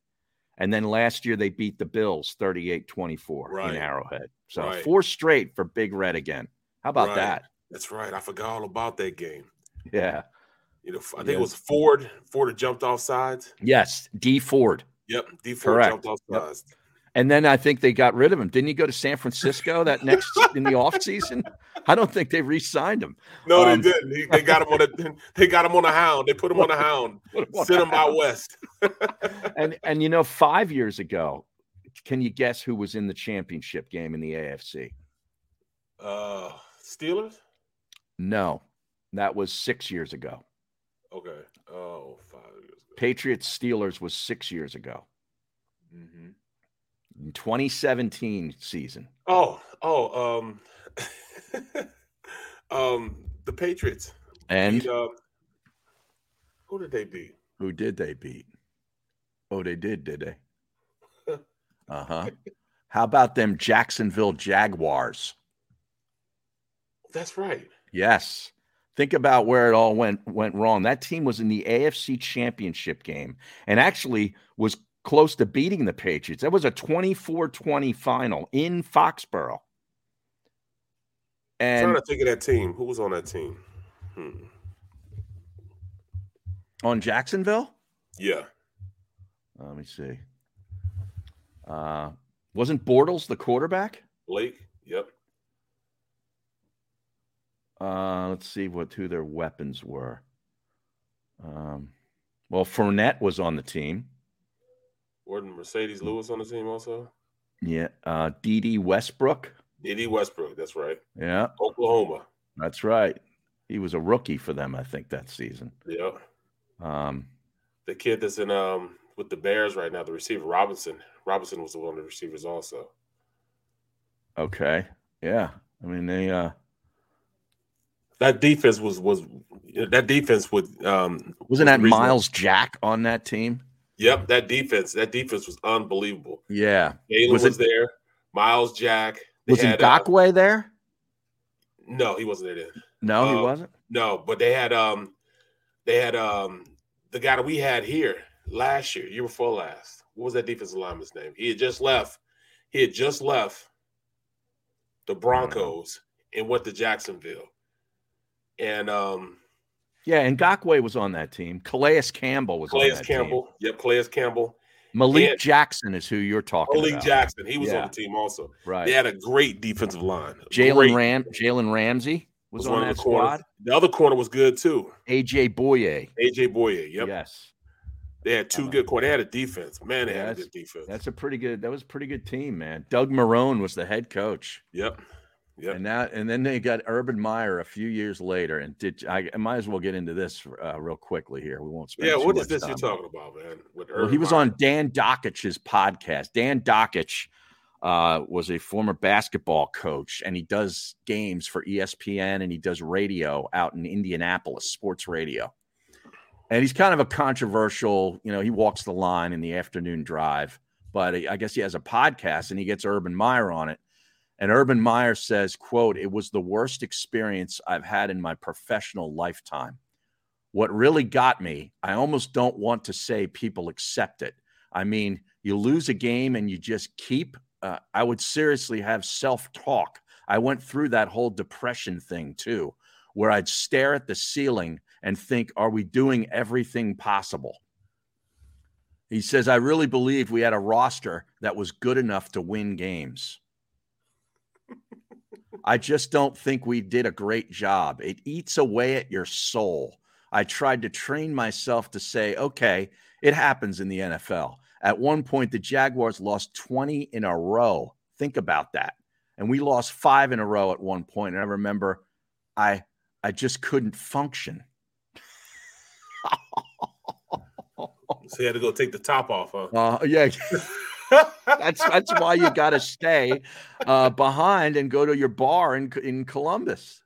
And then last year, they beat the Bills 38 24
Right.
in Arrowhead. So
Right.
four straight for Big Red again. How about
Right.
that?
that's right. I forgot all about that game.
Yeah.
You know, I think
Yeah.
it was Ford. Ford had jumped off sides.
Yes. D Ford.
Yep. D Ford
Correct.
jumped off
Yep.
sides.
And then I think they got rid of him. Didn't he go to San Francisco that next in the offseason? I don't think they re signed him.
No,
Um,
they didn't. He- they got him on a they got him on a hound. They put him on a hound. Sent him out west.
and and you know, five years ago, can you guess who was in the championship game in the AFC?
Uh Steelers?
No, that was six years ago.
Okay. Oh, five years ago.
Patriots Steelers was six years ago,
hmm
in 2017 season.
Oh, oh, um, um, the Patriots.
And
beat, um, who did they beat?
who did they beat? Oh, they did, did they? Uh huh. How about them Jacksonville Jaguars?
That's right.
Yes, Think about where it all went went wrong. That team was in the AFC Championship game and actually was close to beating the Patriots. That was a 24-20 final in Foxborough.
I'm
And
trying to think of that team. Who was on that team? Hmm.
on Jacksonville?
Yeah.
Let me see. Uh, wasn't Bortles the quarterback?
Blake. Yep.
Uh, let's see what who their weapons were. Um, well, Fournette was on the team.
Wasn't Mercedes Lewis on the team also?
Yeah. Uh, D.D. Westbrook.
D.D. Westbrook. That's right.
Yeah,
Oklahoma.
that's right. He was a rookie for them, I think, that season.
Yeah.
Um,
The kid that's in um with the Bears right now, the receiver Robinson. Robinson was one of the receivers also.
okay. Yeah. I mean, they. Uh,
That defense was was that defense would um
wasn't that
was reasonable.
Miles Jack on that team?
Yep, that defense. That defense was unbelievable.
Yeah.
Jalen was,
Was it-
there. Miles Jack. They
Was
had, uh,
Ngakwe there?
no, he wasn't there. Then.
No, he
uh,
wasn't.
No, but they had um they had um the guy that we had here last year, year before last. What was that defensive lineman's name? He had just left. He had just left
Mm-hmm.
the Broncos and went to Jacksonville. And um
Yeah, Ngakwe was on that team. Calais Campbell was on
Clayus
that
Campbell. Yep, Clayus Campbell.
team. Malik
and-
Jackson is who you're talking
Malik
about.
Jackson. He was
Yeah.
on the team also.
Right.
They had a great defensive line. Great.
Jalen Ram Jalen Ramsey was, on
one of
that
the corners.
squad.
The other corner was good too.
AJ Boye.
AJ Boyer. Yep.
Yes.
They had two good corners. They had a defense. Man, they
Yeah,
had a
that's-
good defense.
That's a pretty good that was a pretty good team, man. Doug Marone was the head coach.
Yep. Yep.
And now and then they got Urban Meyer a few years later and did I, I might as well get into this uh, real quickly here. We won't spend
yeah,
too
what is
much
this
time.
you're talking about, man? With
Well, he
Urban
was
Meyer.
on Dan Dockich's podcast. Dan Dockich uh, was a former basketball coach, and he does games for E ESPN and he does radio out in Indianapolis, sports radio. And he's kind of a controversial, you know, he walks the line in the afternoon drive, but I guess he has a podcast and he gets Urban Meyer on it. And Urban Meyer says, quote, it was the worst experience I've had in my professional lifetime. What really got me, I almost don't want to say people accept it. I mean, you lose a game and you just keep. Uh, I would seriously have self talk. I went through that whole depression thing too, where I'd stare at the ceiling and think, are we doing everything possible? He says, I really believe we had a roster that was good enough to win games. I just don't think we did a great job. It eats away at your soul. I tried to train myself to say, okay, it happens in the NFL. At one point, the Jaguars lost 20 in a row. Think about that. And we lost five in a row at one point. And I remember I I just couldn't function.
So he had to go take the top off, huh?
Uh, yeah, that's that's why you got to stay uh, behind and go to your bar in in Columbus.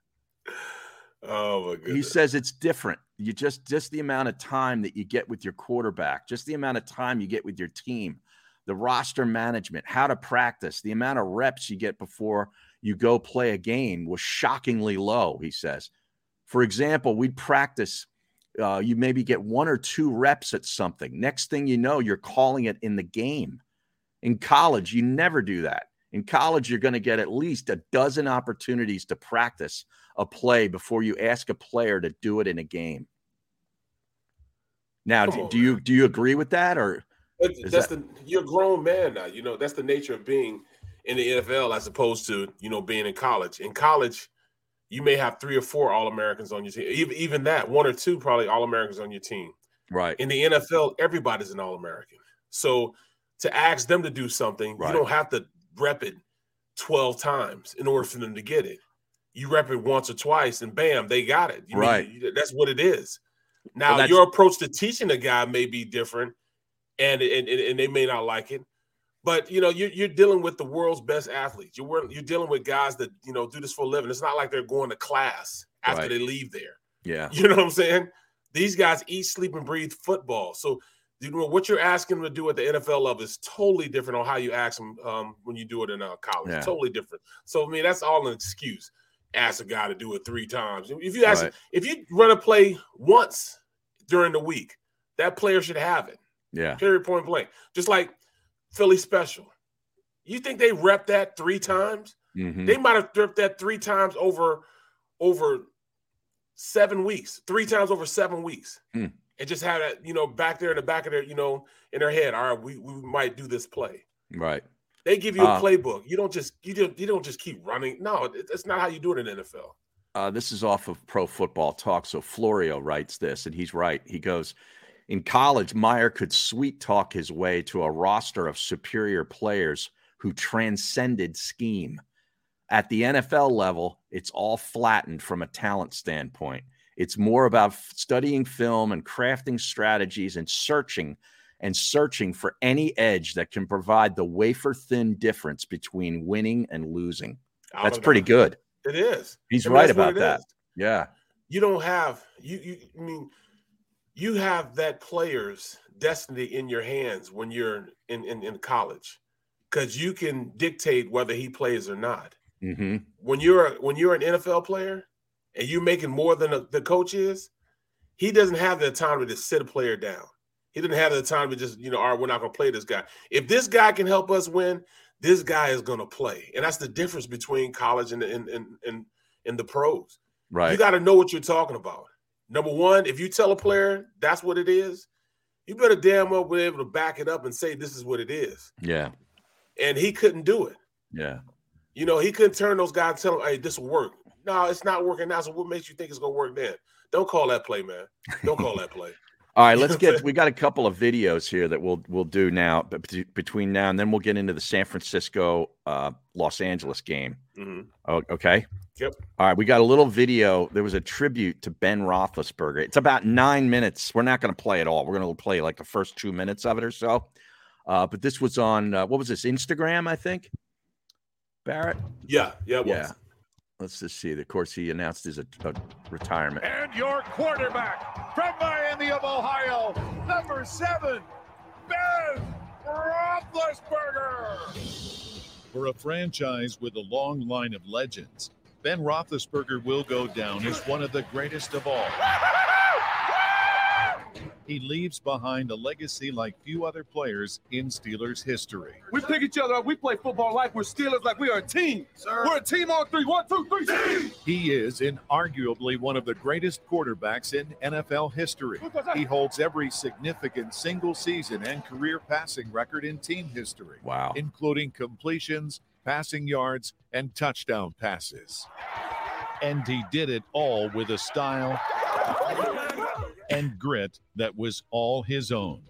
oh my
he
goodness.
says it's different you just just the amount of time that you get with your quarterback just the amount of time you get with your team the roster management how to practice the amount of reps you get before you go play a game was shockingly low he says for example we'd practice uh, you maybe get one or two reps at something next thing you know you're calling it in the game in college you never do that in college you're going to get at least a dozen opportunities to practice a play before you ask a player to do it in a game. Now,
Come
do,
on,
do you do you agree with that or
But
is
that's the you're a grown man now. You know that's the nature of being in the NFL as opposed to you know being in college. In college, you may have three or four All Americans on your team. Even even that, one or two probably All Americans on your team.
right?
In the NFL, everybody's an All American. So to ask them to do something,
Right.
you don't have to rep it 12 times in order for them to get it. You rep it once or twice and bam, they got it. You mean,
Right.
you- that's what it is. Now,
that's-
your approach to teaching a guy may be different and and, and, and they may not like it. But you know you're, you're dealing with the world's best athletes. You're wor- you're dealing with guys that you know do this for a living. It's not like they're going to class after
Right.
they leave there.
Yeah,
You know what I'm saying? These guys eat, sleep, and breathe football. So you know what you're asking them to do at the NFL level is totally different on how you ask them um, when you do it in uh, college.
Yeah.
Totally different. So I mean, that's all an excuse. ask a guy to do it three times. If you ask,
Right.
if you run a play once during the week, that player should have it.
Yeah.
Period. Point blank. Just like Philly special. You think they rep that three times?
Mhm.
They might have ripped that three times over over seven weeks, three times over seven weeks,
Hmm.
and just have that you know back there in the back of their you know in their head. All right, we, we might do this play.
Right.
They give you a
Uh,
playbook. You don't just you don't you don't just keep running. No, it- that's not how you do it in the NFL.
Uh, this is off of Pro Football Talk. So Florio writes this, and he's right. He goes, In college, Meyer could sweet talk his way to a roster of superior players who transcended scheme. At the NFL level, it's all flattened from a talent standpoint. It's more about f- studying film and crafting strategies and searching and searching for any edge that can provide the wafer thin difference between winning and losing.
I
That's
don't know.
pretty good.
It is.
He's
I mean,
right
that's what
about
it
that.
is.
Yeah.
You don't have you you I mean you have that player's destiny in your hands when you're in in, in college because you can dictate whether he plays or not.
Mm-hmm.
When you're a, when you're an NFL player and you're making more than the the coach is, he doesn't have the autonomy to sit a player down. He didn't have the time to just, you know, all right, we're not going to play this guy. If this guy can help us win, this guy is going to play. And that's the difference between college and and and and, and the pros.
Right.
You got to know what you're talking about. Number one, if you tell a player that's what it is, you better damn well be able to back it up and say this is what it is.
Yeah.
And he couldn't do it.
Yeah.
You know, he couldn't turn those guys and tell them, hey, this will work. No, it's not working now. So what makes you think it's going to work then? Don't call that play, man. Don't call that play.
All right, let's get. We got a couple of videos here that we'll we'll do now, but bet- between now and then we'll get into the San Francisco, uh, Los Angeles game.
Mhm.
Oh, okay.
Yep.
All right, we got a little video. There was a tribute to Ben Roethlisberger. It's about nine minutes. We're not going to play it all. We're going to play like the first two minutes of it or so. Uh, but this was on uh, what was this Instagram? I think Barrett.
Yeah, yeah, it was.
yeah. Let's just see. Of course, he announced his uh, uh, retirement.
And your quarterback from Miami of Ohio, number seven, Ben Roethlisberger.
For a franchise with a long line of legends, Ben Roethlisberger will go down as one of the greatest of all. He leaves behind a legacy like few other players in Steelers history.
We pick each other up. We play football like we're Steelers, like we are a team. We're a team on three. One, two, three. Team.
He is inarguably one of the greatest quarterbacks in NFL history. He holds every significant single season and career passing record in team history.
Wow.
Including completions, passing yards, and touchdown passes. And he did it all with a style and grit that was all his own.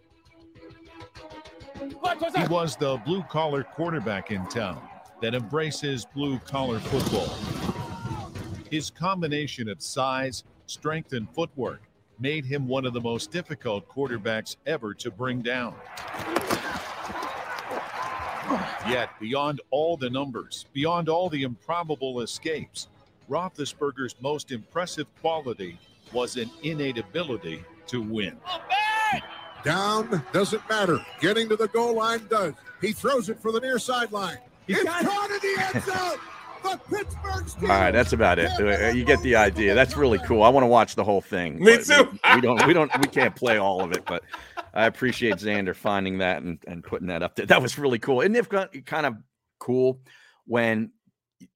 He was the blue collar quarterback in town that embraces blue collar football. His combination of size, strength, and footwork made him one of the most difficult quarterbacks ever to bring down. Yet, beyond all the numbers, beyond all the improbable escapes, Roethlisberger's most impressive quality was an innate ability to win.
Down doesn't matter. Getting to the goal line does. He throws it for the near sideline. it's caught in the end zone. The Pittsburgh
All
Steelers.
right, that's about it. Uh, You get the idea. That's really cool. I want to watch the whole thing.
Me
but
too.
We, we don't. We don't. We can't play all of it, but I appreciate Xander finding that and, and putting that up there. That was really cool. Isn't it kin- kind of cool when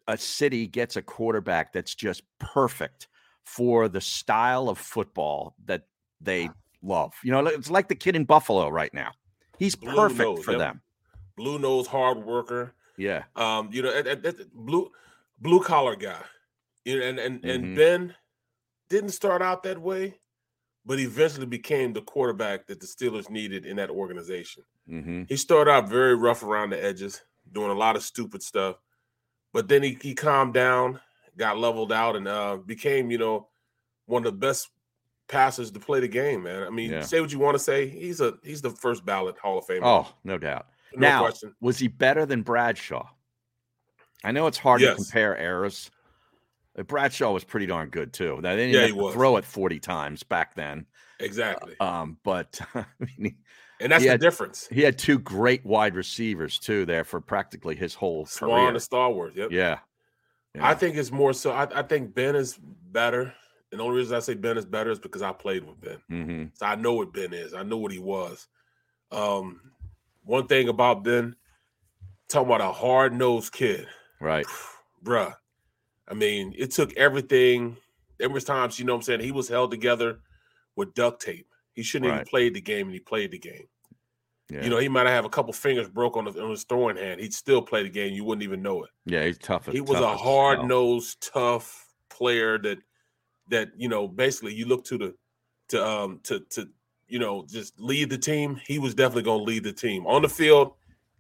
a city gets a quarterback that's just perfect for the style of football that they love? You know, it's like the kid in Buffalo right now. He's
Blue
perfect
nose,
for
yep.
them.
Blue nose, hard worker.
Yeah.
Um, you know, that, that blue blue collar guy. You know, and and
Mhm.
and Ben didn't start out that way, but eventually became the quarterback that the Steelers needed in that organization.
Mm-hmm.
He started out very rough around the edges, doing a lot of stupid stuff, but then he, he calmed down, got leveled out, and uh, became you know one of the best passers to play the game. Man, I mean,
Yeah.
say what you want to say, he's a he's the first ballot Hall of Famer.
Oh, no doubt.
No
now,
question.
was he better than Bradshaw? I know it's hard
Yes.
to compare eras. but Bradshaw was pretty darn good too. Now, they didn't
Yeah,
have
he
to
was.
throw it forty times back then.
Exactly.
Um, but I mean, he-
And that's
he
the
had-
difference.
He had two great wide receivers too there for practically his whole
Swan
career.
to Star Wars. Yep.
Uh, Yeah,
I think it's more so. I, I think Ben is better. And the only reason I say Ben is better is because I played with Ben.
Mm-hmm.
So I know what Ben is. I know what he was. Um, one thing about Ben, talking about a hard nosed kid,
Right.
bruh. I mean, it took everything. There was times, you know what I'm saying, he was held together with duct tape. He shouldn't
Right.
even played the game, and he played the game.
Yeah.
You know, he might have a couple fingers broke on, the, on his throwing hand. He'd still play the game. You wouldn't even know it.
Yeah, he's tough. as-
He was
tough
a
as
hard
hell.
nosed, tough player that that you know basically you look to the to um to to you know just lead the team. He was definitely going to lead the team on the field.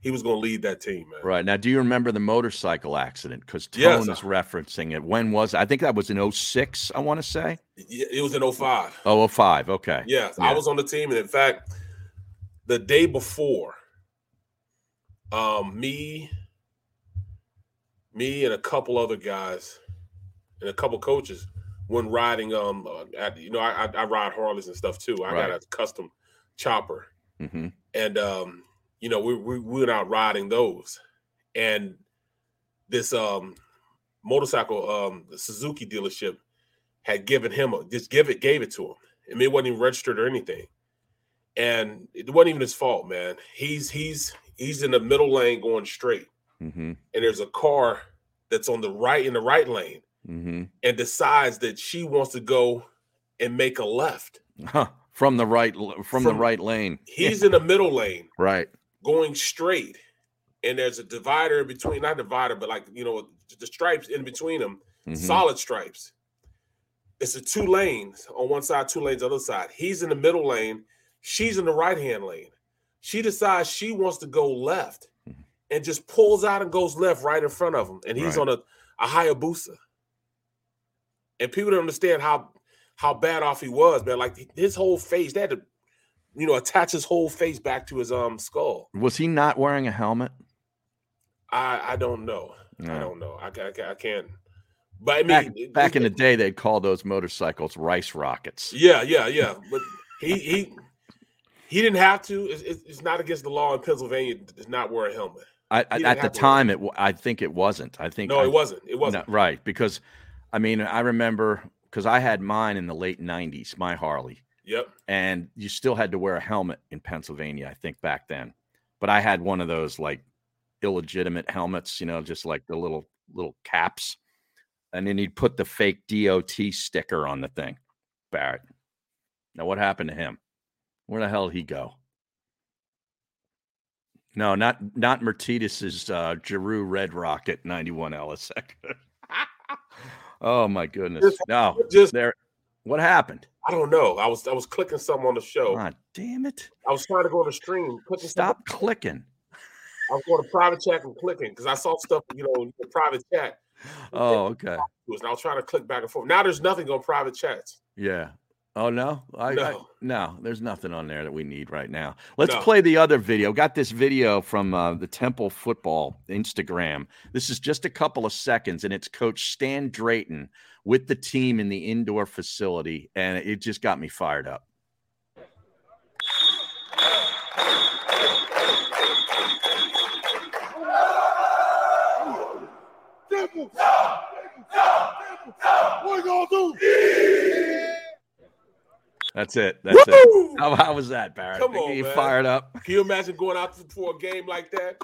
He was going to lead that team, man.
Right. Now, do you remember the motorcycle accident? Because Tone
Yes.
is referencing it. When was I think that was in 06, I want to say.
Yeah, It was in 05.
Oh, 05. Okay.
Yes, I was on the team, and in fact, the day before, um, me, me, and a couple other guys, and a couple coaches, when riding, um, uh, at, you know, I, I I ride Harleys and stuff too. I got
Right.
a custom chopper,
Mm-hmm.
and um, you know, we, we we went out riding those, and this um motorcycle um Suzuki dealership had given him a just give it gave it to him. I mean, it wasn't even registered or anything, and it wasn't even his fault, man. He's he's he's in the middle lane going straight,
Mm-hmm.
and there's a car that's on the right in the right lane,
Mm-hmm.
and decides that she wants to go and make a left.
from the right l- from, the right lane.
He's in the middle lane.
right.
going straight, and there's a divider in between, not divider, but like you know, the stripes in between them,
Mhm.
solid stripes. It's a two lanes on one side, two lanes other side. He's in the middle lane, she's in the right hand lane. She decides she wants to go left and just pulls out and goes left right in front of him. And he's on
Right.
a, a Hayabusa. And people don't understand how how bad off he was, man. Like his whole face, they had to, you know, attach his whole face back to his um skull.
Was he not wearing a helmet?
I I don't know. I
No.
don't know. I, ca- I, ca- I can't. But I mean,
Back,
it-
back in the day, they'd call those motorcycles rice rockets.
yeah, yeah, yeah. But he he he didn't have to. It's, it's it's not against the law in Pennsylvania to not wear a helmet.
I, I-
didn't
at the
have to
time, it wa- I think it wasn't. I think
No,
I-
it wasn't. It wasn't.
No, right because, I mean, I remember because I had mine in the late '90s, my Harley,
Yep.
and you still had to wear a helmet in Pennsylvania, I think back then. But I had one of those like illegitimate helmets, you know, just like the little little caps, and then you'd put the fake DOT sticker on the thing. Barrett. Now, what happened to him? Where the hell did he go? No, not not Mertidis's uh Giroux Red Rocket 91 LSX. oh my goodness. No.
Just
there what happened?
I don't know. I was I was clicking something on the show.
God damn it!
I was trying to go on the stream. Clicking
Stop clicking.
I was going to private chat and clicking because I saw stuff, you know, in the private chat.
Oh, okay.
And I was trying to click back and forth. Now there's nothing on private chats.
Yeah. Oh no. I, no. I
No.
no, there's nothing on there that we need right now. Let's
No.
play the other video. Got this video from uh, the Temple Football Instagram. This is just a couple of seconds and it's coach Stan Drayton with the team in the indoor facility and it just got me fired up.
Temple. What you gonna do?
That's it. That's
Woo!
it. How, how was that, Barrett?
Come
Think
on,
you
man.
fired up.
Can you imagine going out for a game like that?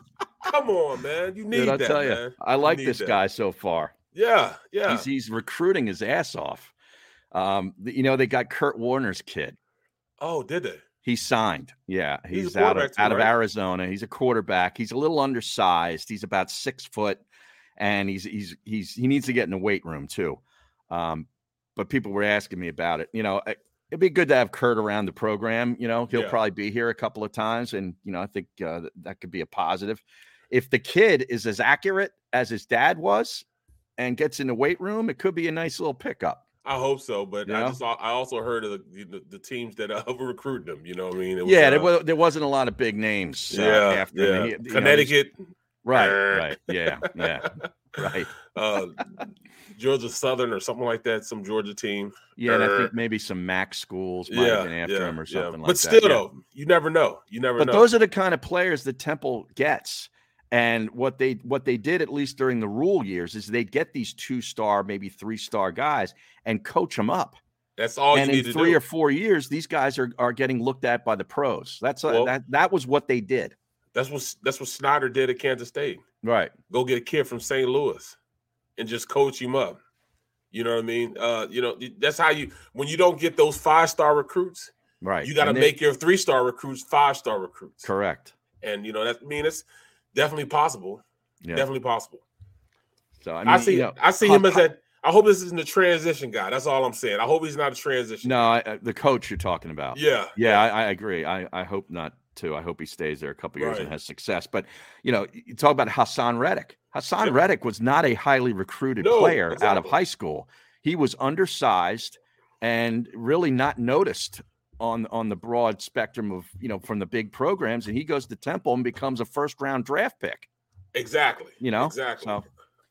Come on, man. You need
Dude, I'll
that.
tell you,
man.
I
You
like
need
this
that.
guy so far.
Yeah, yeah.
He's, he's recruiting his ass off. Um, th- you know, they got Kurt Warner's kid.
Oh, did they?
He signed. Yeah,
He's a
he's, out of
quarterback too,
out of
right?
Arizona. He's a quarterback. He's a little undersized. He's about six foot, and he's he's he's he needs to get in the weight room too. Um, but people were asking me about it. You know, I- it'd be good to have Kurt around the program. You know, he'll
Yeah.
probably be here a couple of times, and you know, I think uh, th- that could be a positive. If the kid is as accurate as his dad was, and gets in the weight room, it could be a nice little pickup.
I hope so, but I
Yeah.
just al- I also heard of the, the, the teams that uh, were recruiting them. You know what I mean? It
yeah, there,
uh,
was, there wasn't a lot of big names. uh,
yeah,
after him.
yeah.
He- you know, he's-
Connecticut,
Right,
Er.
right, yeah, yeah, right.
uh, Georgia Southern or something like that. Some Georgia team.
Yeah, and I
Er.
think maybe some MAC schools might have been after him or
yeah.
something like
But
that.
still,
yeah.
though, you never know. You never
But
know.
those are the kind of players that Temple gets. And what they what they did at least during the rule years is they'd get these two star, maybe three star guys and coach them up.
That's all
and
you
in
need to
three
do.
or four years, these guys are are getting looked at by the pros. That's uh,
Well-
that that was what they did.
That's what that's what Snyder did at Kansas State.
Right.
Go get a kid from St. Louis and just coach him up. You know what I mean? Uh, you know, that's how you when you don't get those five star recruits,
Right.
you gotta
And they-
make your three star recruits five star recruits.
correct.
And you know, that I mean it's definitely possible.
Yeah.
Definitely possible.
So I
I,
mean,
see
you know,
I see
co-
him as that. I hope this isn't a transition guy. That's all I'm saying. I hope he's not a transition.
No, I, I- the coach you're talking about.
Yeah,
yeah, I, I agree. I, I hope not too. I hope he stays there a couple years and
Right.
has success. But you know, you talk about Hassan Reddick. Hassan Reddick was not a highly recruited
No,
player out of
exactly.
high school. He was undersized and really not noticed on on the broad spectrum of you know from the big programs. And he goes to Temple and becomes a first round draft pick.
Exactly.
You know?
Exactly.
So-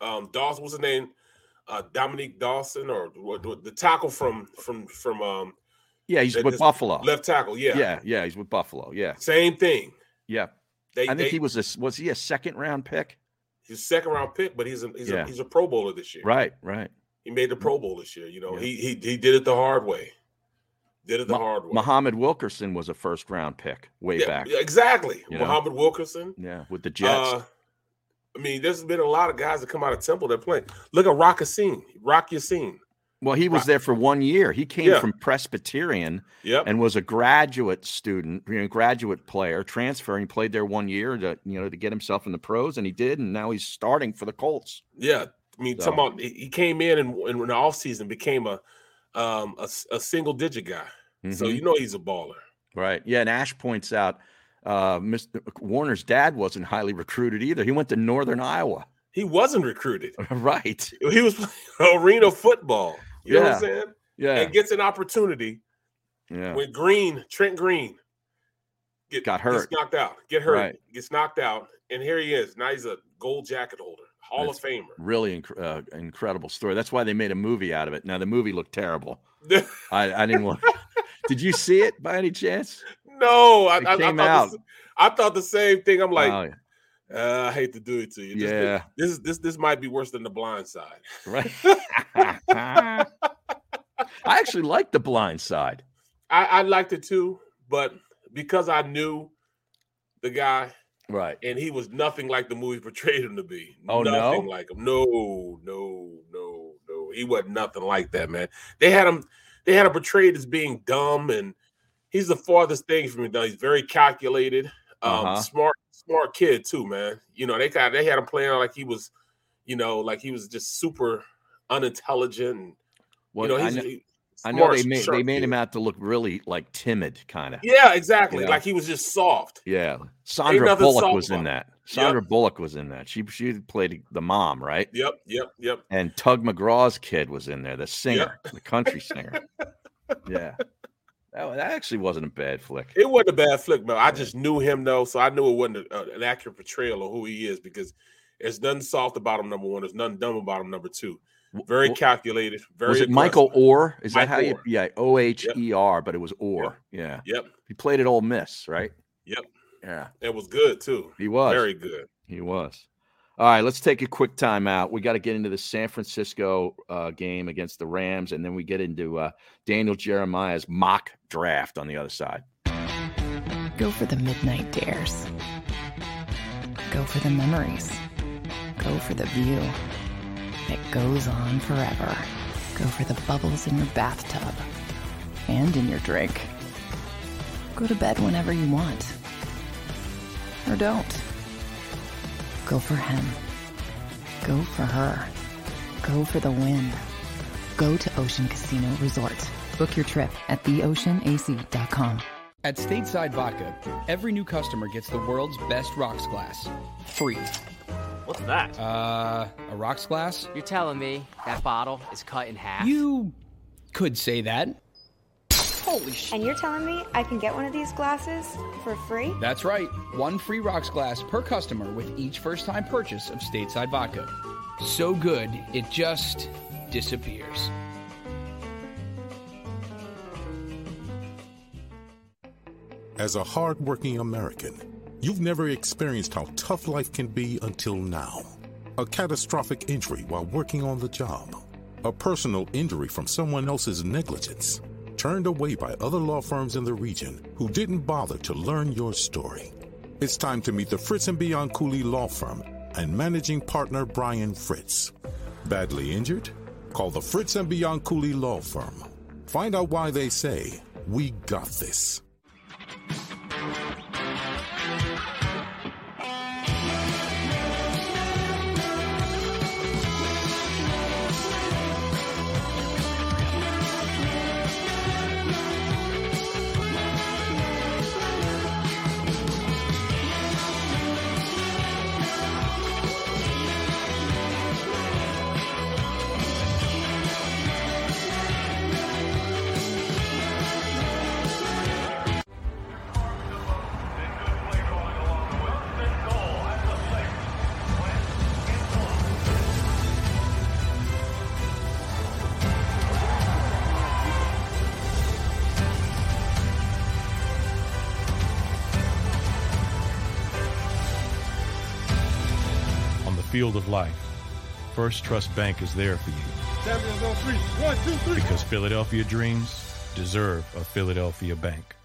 Um, Dawson, what's his name? Uh, Dominique Dawson, or what, what- the tackle from from from um,
Yeah, he's
that-
with
this
Buffalo.
Left tackle. Yeah.
yeah, yeah. He's with Buffalo. Yeah,
Same thing.
yeah.
They-
I think
they-
he was a s- was he a second round pick?
He's a second round pick, but he's a he's,
Yeah.
a he's a Pro Bowler this year.
Right, Mm-hmm. right.
He made the Pro Bowl this year. You know, he he he did it the hard way. Did it the
Ma-
hard way.
Muhammad Wilkerson was a first round pick way
yeah,
back.
yeah, exactly.
you know?
Muhammad Wilkerson.
Yeah, with the Jets.
Uh, I mean, there's been a lot of guys that come out of Temple that play. Look at Rock Yassine. Rock Yassine.
well, he was there for one year. He came
Yeah.
from Presbyterian
Yep.
and was a graduate student, you know, graduate player, transferring, played there one year to, you know, to get himself in the pros, and he did, and now he's starting for the Colts.
Yeah, I mean,
So-
come on. He he came in and, and in the offseason became a um a, s- a single digit guy. So
Mhm.
you know he's a baller.
Right. Yeah, and Ash points out uh Mr. Warner's dad wasn't highly recruited either. He went to Northern Iowa.
He wasn't recruited.
right.
He was playing arena football. You know what
Yeah.
I'm saying?
Yeah.
And gets an opportunity
Yeah.
when Green, Trent Green, get,
Got
gets
hurt.
knocked out, get hurt,
Right.
gets knocked out, and here he is. Now he's a gold jacket holder, Hall
That's
of Famer.
Really inc- uh, incredible story. That's why they made a movie out of it. Now the movie looked terrible. I, I didn't want. Did you see it by any chance?
No, I,
It
I- I
came
thought the
out.
s- I thought the same thing. I'm like,
Wow, yeah.
uh, I hate to do it to you. This-
Yeah.
This, is this this might be worse than the blind side.
right. I actually like The Blind Side.
I, I liked it too, but because I knew the guy
Right.
and he was nothing like the movie portrayed him to be.
Oh, no?
nothing like him. No, no, no, no. He wasn't nothing like that, man. They had him they had him portrayed as being dumb and he's the farthest thing from it though. He's very calculated, um,
Uh-huh.
smart, smart kid too, man. You know, they got they had him playing out like he was, you know, like he was just super unintelligent and
Well,
you know,
I
he's
know,
he-
I know
smart,
they made they
sharp
made
kid.
him out to look really like timid, kind of.
Yeah, exactly.
Yeah.
Like he was just soft.
Yeah. Sandra
nothing
Bullock
soft
was in
about
that. Sandra Bullock was in that. She she played the mom, right?
Yep, yep, yep.
And Tug McGraw's kid was in there, the singer, the country singer. yeah. That, that actually wasn't a bad flick.
It wasn't a bad flick, man. I just knew him though, so I knew it wasn't a, a- an accurate portrayal of who he is because there's nothing soft about him. Number one, there's nothing dumb about him. Number two, very
wh-
calculated. Very
was it
aggressive.
Michael Orr? Is that
Mike
how you?
Orr.
Yeah, O H E R, but it was Orr. Yeah.
Yep.
He played at Ole Miss, right?
Yep.
Yeah.
It was good too.
He was
very good.
He was. All right, let's take a quick timeout. We got to get into the San Francisco uh, game against the Rams, and then we get into uh, Daniel Jeremiah's mock draft on the other side.
Go for the midnight dares. Go for the memories. Go for the view that goes on forever. Go for the bubbles in your bathtub and in your drink. Go to bed whenever you want. Or don't. Go for him. Go for her. Go for the win. Go to Ocean Casino Resort. Book your trip at theoceanac.com.
At Stateside Vodka, every new customer gets the world's best rocks glass, free.
What's that?
Uh, a rocks glass?
You're telling me that bottle is cut in half?
You could say that. Holy sh!
And you're telling me I can get one of these glasses for free?
That's right, one free rocks glass per customer with each first-time purchase of Stateside Vodka. So good, it just disappears.
As a hardworking American, You've never experienced how tough life can be until now. A catastrophic injury while working on the job, a personal injury from someone else's negligence, turned away by other law firms in the region who didn't bother to learn your story. It's time to meet the Fritz and Bianculli Law Firm and managing partner Brian Fritz. Badly injured? Call the Fritz and Bianculli Law Firm. Find out why they say, We got this.
On the field of life, First Trust Bank is there for you
Champions on three. One, two, three.
because Philadelphia dreams deserve a Philadelphia bank.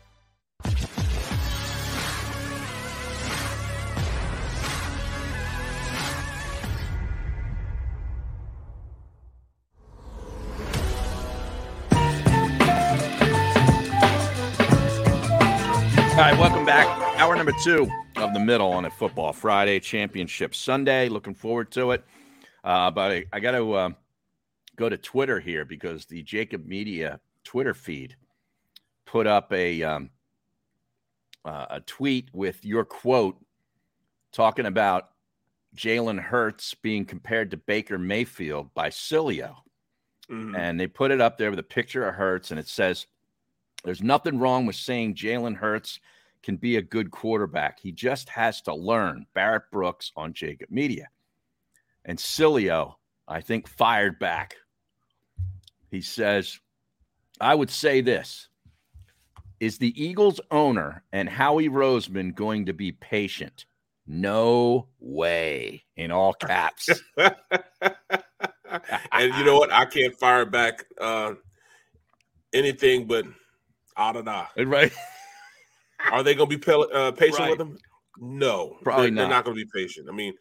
All right, welcome back. Hour number two of the middle on a football Friday championship Sunday. Looking forward to it. Uh, but I, I got to uh, go to Twitter here because the Jacob Media Twitter feed put up a um, uh, a tweet with your quote talking about Jalen Hurts being compared to Baker Mayfield by Cilio
Mm-hmm.
and they put it up there with a picture of Hurts, and it says, "There's nothing wrong with saying Jalen Hurts can be a good quarterback. He just has to learn." Barrett Brooks on Jacob Media, and Cilio, I think, fired back. He says, "I would say this." Is the Eagles owner and Howie Roseman going to be patient? No way, in all caps.
and you know what? I can't fire back uh, anything but ah da da.
Right?
Are they going to be pel- uh, patient
Right.
with them? No,
Probably
they're,
not.
They're not going to be patient. I mean,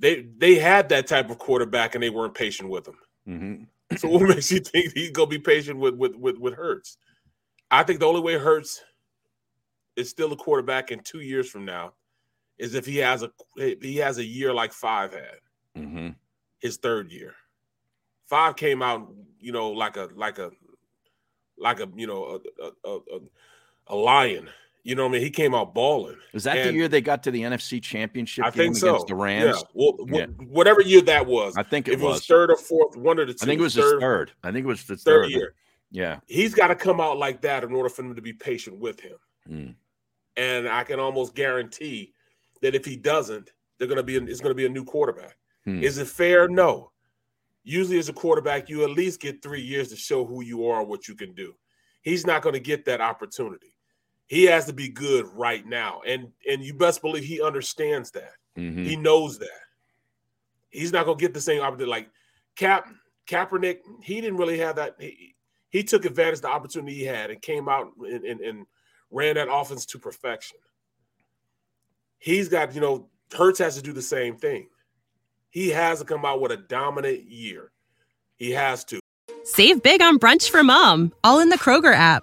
they they had that type of quarterback and they weren't patient with him.
Mm-hmm.
So what makes you think he's gonna be patient with with with with Hurts? I think the only way Hurts is still a quarterback in two years from now is if he has a if he has a year like Five had
Mm-hmm.
his third year. Five came out, you know, like a like a like a you know a a, a, a lion. You know what I mean? He came out balling.
Was that the
And
year they got to the NFC Championship
I
game
think so.
against the Rams?
Yeah. Well, wh-
Yeah.
whatever year that was,
I think it
if
was.
third or fourth, one of the two.
I think it was his third. I think it was the
third
third,
year.
Yeah.
He's got to come out like that in order for them to be patient with him.
Mm.
And I can almost guarantee that if he doesn't, they're going to be it's going to be a new quarterback.
Hmm.
Is it fair? No. Usually, as a quarterback, you at least get three years to show who you are and what you can do. He's not going to get that opportunity. He has to be good right now, and and you best believe he understands that.
Mhm.
He knows that. He's not going to get the same opportunity. Like Cap Kaepernick, he didn't really have that. He, he took advantage of the opportunity he had and came out and, and, and ran that offense to perfection. He's got, you know, Hurts has to do the same thing. He has to come out with a dominant year. He has to.
Save big on brunch for mom, all in the Kroger app.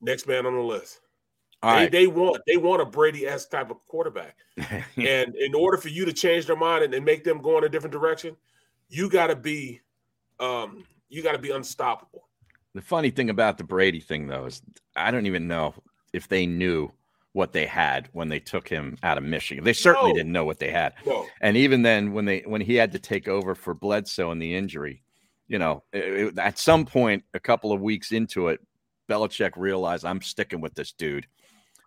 Next man on the list.
All
they,
right.
they want they want a Brady S type of quarterback. and in order for you to change their mind and, and make them go in a different direction, you gotta be um you gotta be unstoppable.
The funny thing about the Brady thing, though, is I don't even know if they knew what they had when they took him out of Michigan. They certainly
No.
didn't know what they had.
No.
And even then, when they when he had to take over for Bledsoe and the injury, you know, it- it- at some point, a couple of weeks into it, Belichick realized I'm sticking with this dude.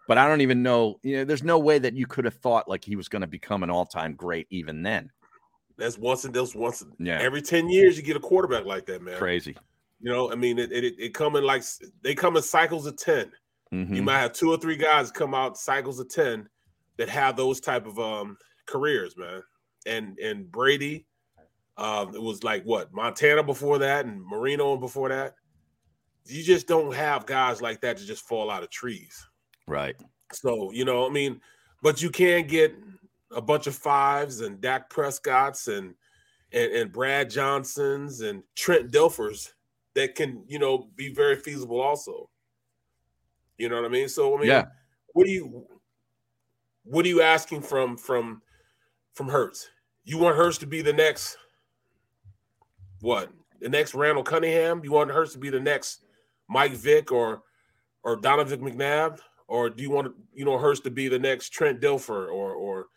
But I don't even know. You know, there's no way that you could have thought like he was going to become an all-time great even then.
That's once and that's once. in-
Yeah.
Every ten years, you get a quarterback like that, man.
Crazy.
You know, I mean, it, it, it come in like s- they come in cycles of 10 You
Mhm.
might have two or three guys come out cycles of ten that have those type of um careers, man. And and Brady, um, it was like what Montana before that, and Marino before that. You just don't have guys like that to just fall out of trees.
Right.
So, you know, I mean, but you can get a bunch of fives and Dak Prescott's and and, and Brad Johnson's and Trent Dilfers that can, you know, be very feasible also. You know what I mean? So I mean,
Yeah.
what do you what are you asking from from from Hurts? You want Hurts to be the next what? The next Randall Cunningham? You want Hurts to be the next Mike Vick or or Donovan McNabb? Or do you want you know Hurst to be the next Trent Dilfer or or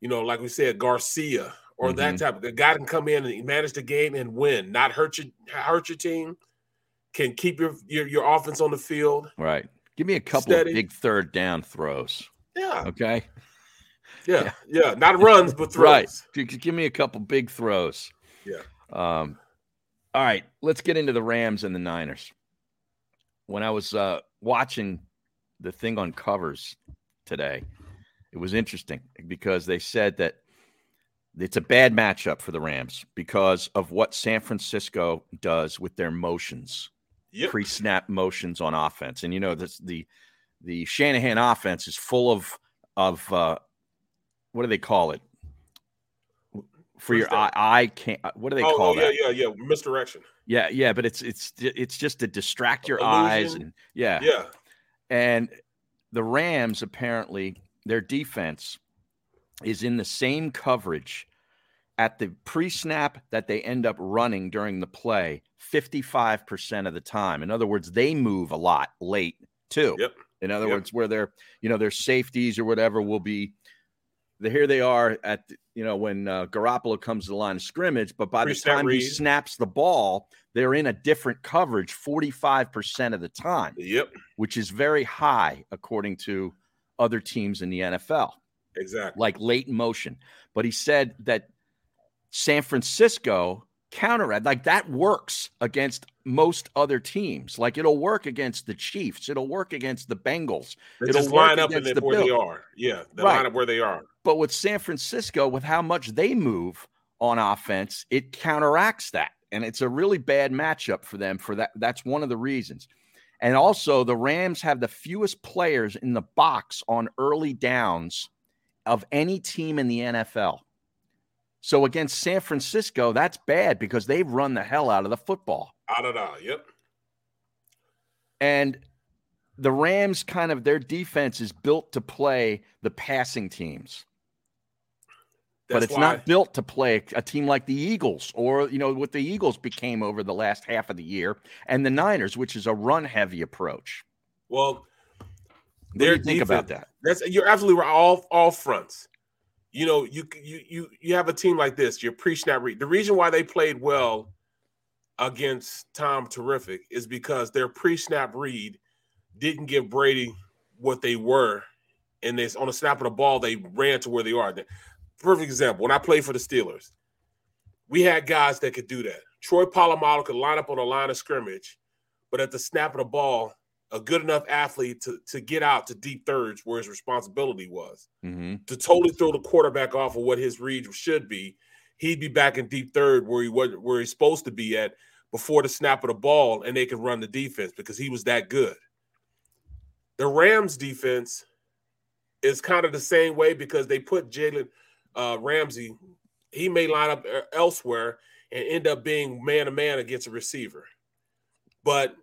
you know, like we said, Garcia or that
Mhm.
type of the guy can come in and manage the game and win, not hurt your hurt your team, can keep your your, your offense on the field.
Right. Give me a couple
Steady.
of big third down throws.
Yeah.
Okay.
Yeah, yeah, not runs, but
Right.
throws.
G- g- Give me a couple big throws.
Yeah.
Um, all right, let's get into the Rams and the Niners. When I was uh, watching the thing on covers today, it was interesting because they said that it's a bad matchup for the Rams because of what San Francisco does with their motions,
Yep.
pre-snap motions on offense. And you know this the the Shanahan offense is full of of uh, what do they call it for your eye, eye can't. What do they
oh,
call
oh,
that?
yeah, yeah, yeah, misdirection.
Yeah, yeah, but it's it's it's just to distract your eyes
Illusion.
and yeah.
Yeah.
And the Rams apparently their defense is in the same coverage at the pre-snap that they end up running during the play 55% of the time. In other words, they move a lot late too.
Yep.
In other
Yep.
words, where their you know their safeties or whatever will be the, here they are at the- you know when uh, Garoppolo comes to the line of scrimmage, but by the
Pre-snap
time he
read.
snaps the ball, they're in a different coverage 45% of the time.
Yep.
Which is very high according to other teams in the NFL.
Exactly.
Like late motion. But he said that San Francisco counter like that works against most other teams. Like it'll work against the Chiefs, it'll work against the Bengals.
They
it'll
just
work
line up and
against
then
the
where they
Bills.
are. Yeah, they
Right.
line up where they are.
But with San Francisco, with how much they move on offense, it counteracts that. And it's a really bad matchup for them for that. That's one of the reasons. And also, the Rams have the fewest players in the box on early downs of any team in the NFL. So against San Francisco, that's bad because they've run the hell out of the football.
Out of out. Ah, Yep.
And the Rams kind of their defense is built to play the passing teams. but
That's
it's
why-
not built to play a team like the Eagles or you know what the Eagles became over the last half of the year and the Niners, which is a run heavy approach.
Well,
What do you
their
think about
defense-
that?
That's you're absolutely right. All all fronts. You know, you you you you have a team like this. Your pre-snap read. The reason why they played well against Tom Terrific is because their pre-snap read didn't give Brady what they were, and they on the snap of the ball they ran to where they are. Perfect example. When I played for the Steelers, we had guys that could do that. Troy Polamalu could line up on the line of scrimmage, but at the snap of the ball, a good enough athlete to, to get out to deep thirds where his responsibility was
Mm-hmm.
to totally throw the quarterback off of what his read should be. He'd be back in deep third where he was where he's supposed to be at before the snap of the ball, and they could run the defense because he was that good. The Rams defense is kind of the same way because they put Jalen uh, Ramsey. He may line up e- elsewhere and end up being man to man against a receiver. But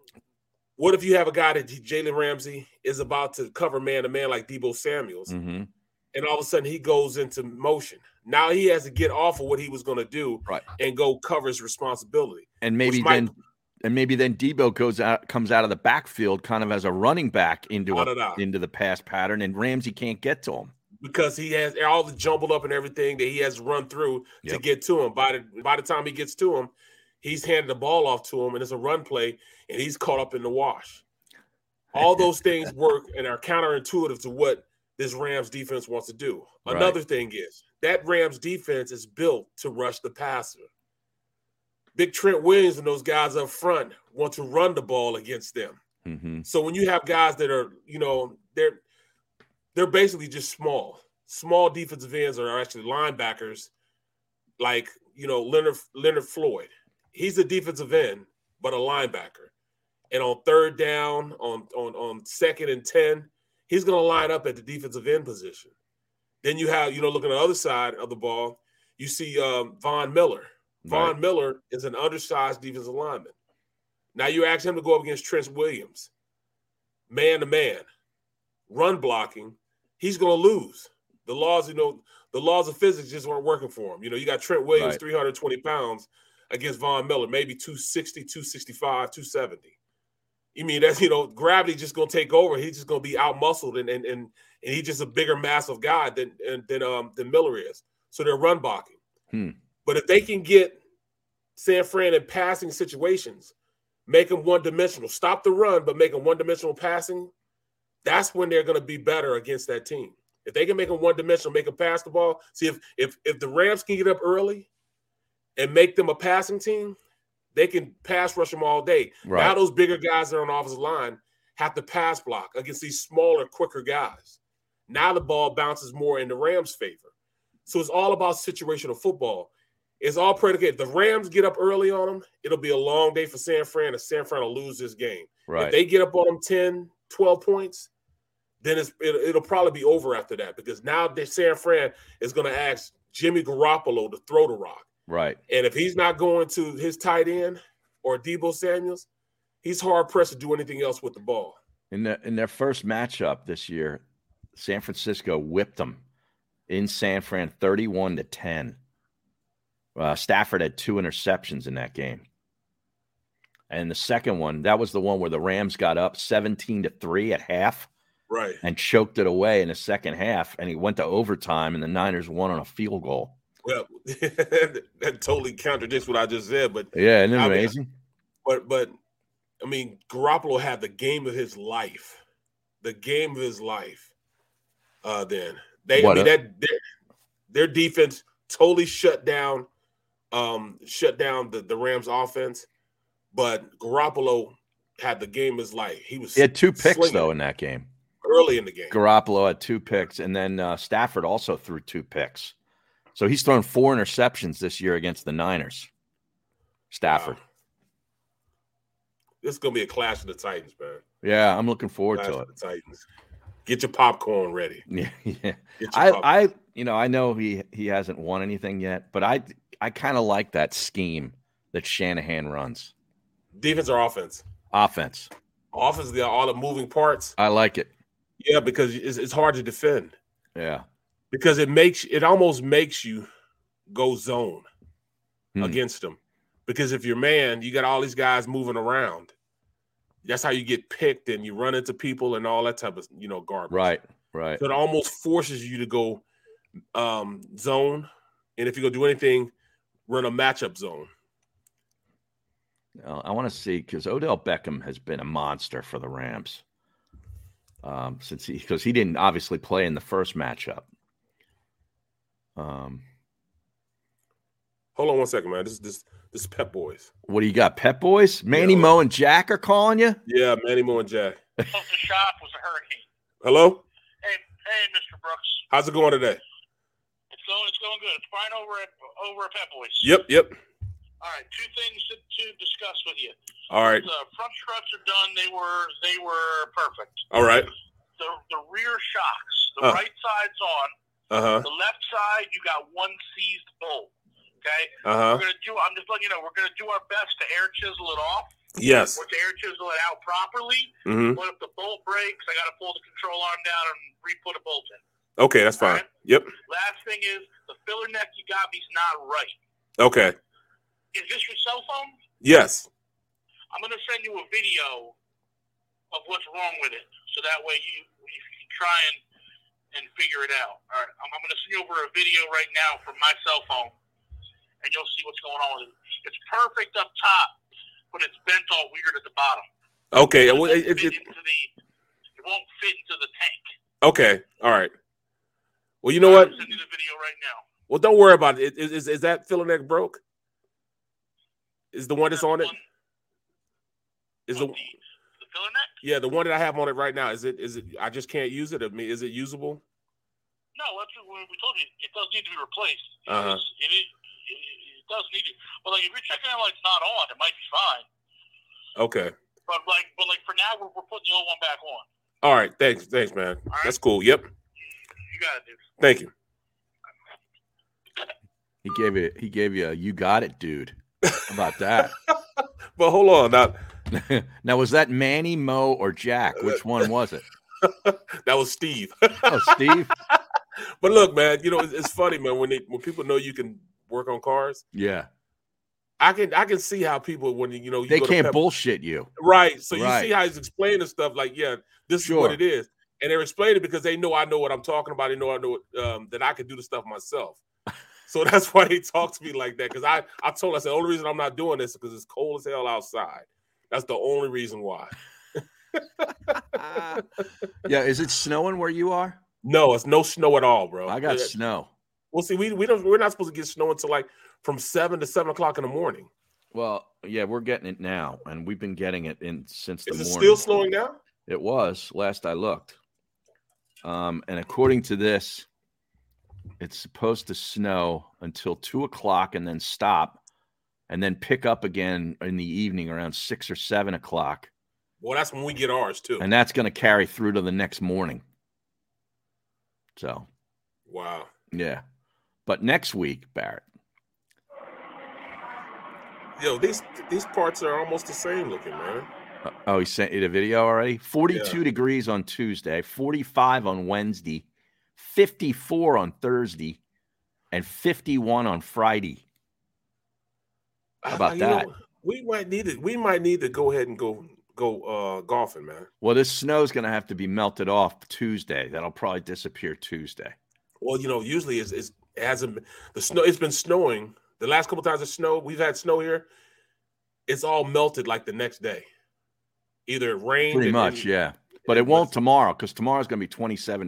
what if you have a guy that Jalen Ramsey is about to cover man to man like Debo Samuel's?
Mm-hmm.
and all of a sudden he goes into motion. Now he has to get off of what he was going to do
Right.
and go cover his responsibility.
And maybe
Which might-
then and maybe then Debo goes out, comes out of the backfield, kind of as a running back into
Out and
a,
out.
into the pass pattern, and Ramsey can't get to him.
because he has all the jumbled up and everything that he has run through to
Yep.
get to him. By the by the time he gets to him, he's handed the ball off to him, and it's a run play, and he's caught up in the wash. All those things work and are counterintuitive to what this Rams defense wants to do.
Right.
Another thing is that Rams defense is built to rush the passer. Big Trent Williams and those guys up front want to run the ball against them.
Mm-hmm.
So when you have guys that are, you know, they're they're basically just small. Small defensive ends are actually linebackers, like you know Leonard Leonard Floyd. He's a defensive end, but a linebacker. And on third down, on on on second and ten, he's going to line up at the defensive end position. Then you have, you know, look at the other side of the ball. You see um, Von Miller. Von
Right.
Miller is an undersized defensive lineman. Now you ask him to go up against Trent Williams, man to man, run blocking. He's going to lose. The laws, you know, the laws of physics just weren't working for him. You know, you got Trent Williams,
Right.
320 pounds, against Von Miller, maybe 260, 265, 270. You mean that's you know gravity just gonna take over? He's just gonna be out muscled and and and and he's just a bigger, massive guy than and, than um than Miller is. So they're run blocking.
Hmm.
But if they can get San Fran in passing situations, make them one dimensional, stop the run, but make them one dimensional passing. That's when they're gonna be better against that team. If they can make them one dimensional, make them pass the ball. See if if if the Rams can get up early and make them a passing team, they can pass rush them all day. Now
Right.
those bigger guys that are on the offensive line have to pass block against these smaller, quicker guys. Now the ball bounces more in the Rams' favor. So it's all about situational football. It's all predicated. The Rams get up early on them, it'll be a long day for San Fran, and San Fran will lose this game.
Right.
If they get up on them 10, 12 points, then it's, it, it'll probably be over after that because now that San Fran is going to ask Jimmy Garoppolo to throw the rock.
Right.
And if he's not going to his tight end or Debo Samuels, he's hard pressed to do anything else with the ball.
In their in their first matchup this year, San Francisco whipped them in San Fran, thirty-one to ten. Uh, Stafford had two interceptions in that game, and the second one that was the one where the Rams got up seventeen to three at half
Right.
and choked it away in the second half, and it went to overtime, and the Niners won on a field goal.
Well, that totally contradicts what I just said, but
Yeah, isn't it
I mean,
amazing?
but but I mean, Garoppolo had the game of his life, the game of his life. Uh, then they,
What
I mean,
a-
that their, their defense totally shut down, um, shut down the, the Rams' offense. But Garoppolo had the game of his life. He was
he had two picks
slinging
though in that game.
early in the game.
Garoppolo had two picks, and then uh, Stafford also threw two picks. So he's thrown four interceptions this year against the Niners. Stafford.
This is gonna be a clash of the Titans, man.
Yeah, I'm looking forward
Clash
to it.
of the Titans. Get your popcorn ready.
Yeah, yeah.
Get your
I,
pop-
I, you know, I know he he hasn't won anything yet, but I, I kind of like that scheme that Shanahan runs.
Defense or offense?
Offense.
Offense, they are all the moving parts.
I like it.
Yeah, because it's, it's hard to defend.
Yeah.
Because it makes it almost makes you go zone
Hmm.
against them. Because if you're man, you got all these guys moving around. That's how you get picked and you run into people and all that type of you know garbage.
Right. Right.
So it almost forces you to go um, zone, and if you go do anything, run a matchup zone.
Uh, I want to see because Odell Beckham has been a monster for the Rams um, since he because he didn't obviously play in the first matchup. Um,
Hold on one second, man. This is this this is Pep Boys.
what do you got, Pet Boys? Manny Moe and Jack are calling you.
Yeah, Manny Moore and Jack.
The shop was a hurricane.
Hello,
Hey, hey, Mr. Brooks.
how's it going today?
It's going, it's going good. It's fine over at over at Pep Boys.
Yep, yep.
All right, two things to, to discuss with you.
All right,
The front struts are done. They were they were perfect.
all right.
The the rear shocks, the
Uh.
right side's on.
Uh-huh.
The left side, you got one seized bolt. Okay.
Uh-huh.
We're gonna do. I'm just letting you know. We're gonna do our best to air chisel it off.
Yes.
Or to air chisel it out properly.
Mhm.
But if the bolt breaks, I got to pull the control arm down and re-put a bolt in.
Okay, that's fine. Yep.
Last thing is the filler neck you got me's not right.
Okay.
Is this your cell phone?
Yes.
I'm going to send you a video of what's wrong with it, so that way you, you can try and and figure it out. All right, I'm, I'm going to send you over a video right now from my cell phone, and you'll see what's going on with it. It's perfect up top, but it's bent all weird at the bottom.
Okay. well, it- it- it-
Into the, it won't fit into the tank.
okay. All right. Well, you know what?
I'm sending the video right now.
Well, don't worry about it. Is, is, is that filler neck broke? Is the one that's on it? Is the, yeah the one that I have on it right now? Is it is it? I just can't use it. I mean, is it usable?
No, that's what we we told you. It does need to be replaced.
Uh huh.
It is. It, it does need to. Well, like if you're checking out, like it's not on, it might be fine.
Okay.
But like, but like for now, we're, we're putting the old one back on.
All right. Thanks. Thanks, man. That's cool. Yep.
You got it, dude.
Thank you.
He gave you he gave you a you got it, dude. How about that?
but hold on
now. now was that Manny, Mo, or Jack? Which one was it?
That was Steve.
Oh, Steve.
but look, man, you know it's, it's funny, man. When they, when people know you can work on cars,
Yeah.
I can I can see how people when you know you
They
go to
can't
Pep-
bullshit you.
Right. So
Right.
you see how he's explaining stuff like, yeah, this is
Sure.
what it is. And they're explaining because they know I know what I'm talking about. They know I know um, that I can do the stuff myself. So that's why they talk to me like that. Because I, I told them, I said, the only reason I'm not doing this is because it's cold as hell outside. That's the only reason why.
Yeah. Is it snowing where you are?
No, it's no snow at all, bro.
I got
Yeah.
snow.
Well, see, we, we don't we're not supposed to get snow until like from seven to seven o'clock in the morning.
Well, yeah, we're getting it now, and we've been getting it in since the
Is it
morning.
still snowing now?
It was last I looked. Um, and according to this, it's supposed to snow until two o'clock and then stop and then pick up again in the evening around six or seven o'clock.
Well, that's when we get ours too.
And that's going to carry through to the next morning. So,
Wow.
yeah. But next week, Barrett,
Yo, these these parts are almost the same looking, man.
Uh, Oh, he sent you the video already. 42
Yeah.
degrees on Tuesday, 45 on Wednesday, 54 on Thursday, and 51 on Friday. How about
You know,
that?
we might need it. We might need to go ahead and go go uh golfing, man.
Well, this snow's going to have to be melted off Tuesday. That'll probably disappear Tuesday.
Well, you know, usually it's, it's it hasn't been, the snow. It's been snowing the last couple times it snowed. We've had snow here. It's all melted like the next day. Either it rained
Pretty
and then-
much, yeah. But it won't tomorrow because tomorrow's going to be 27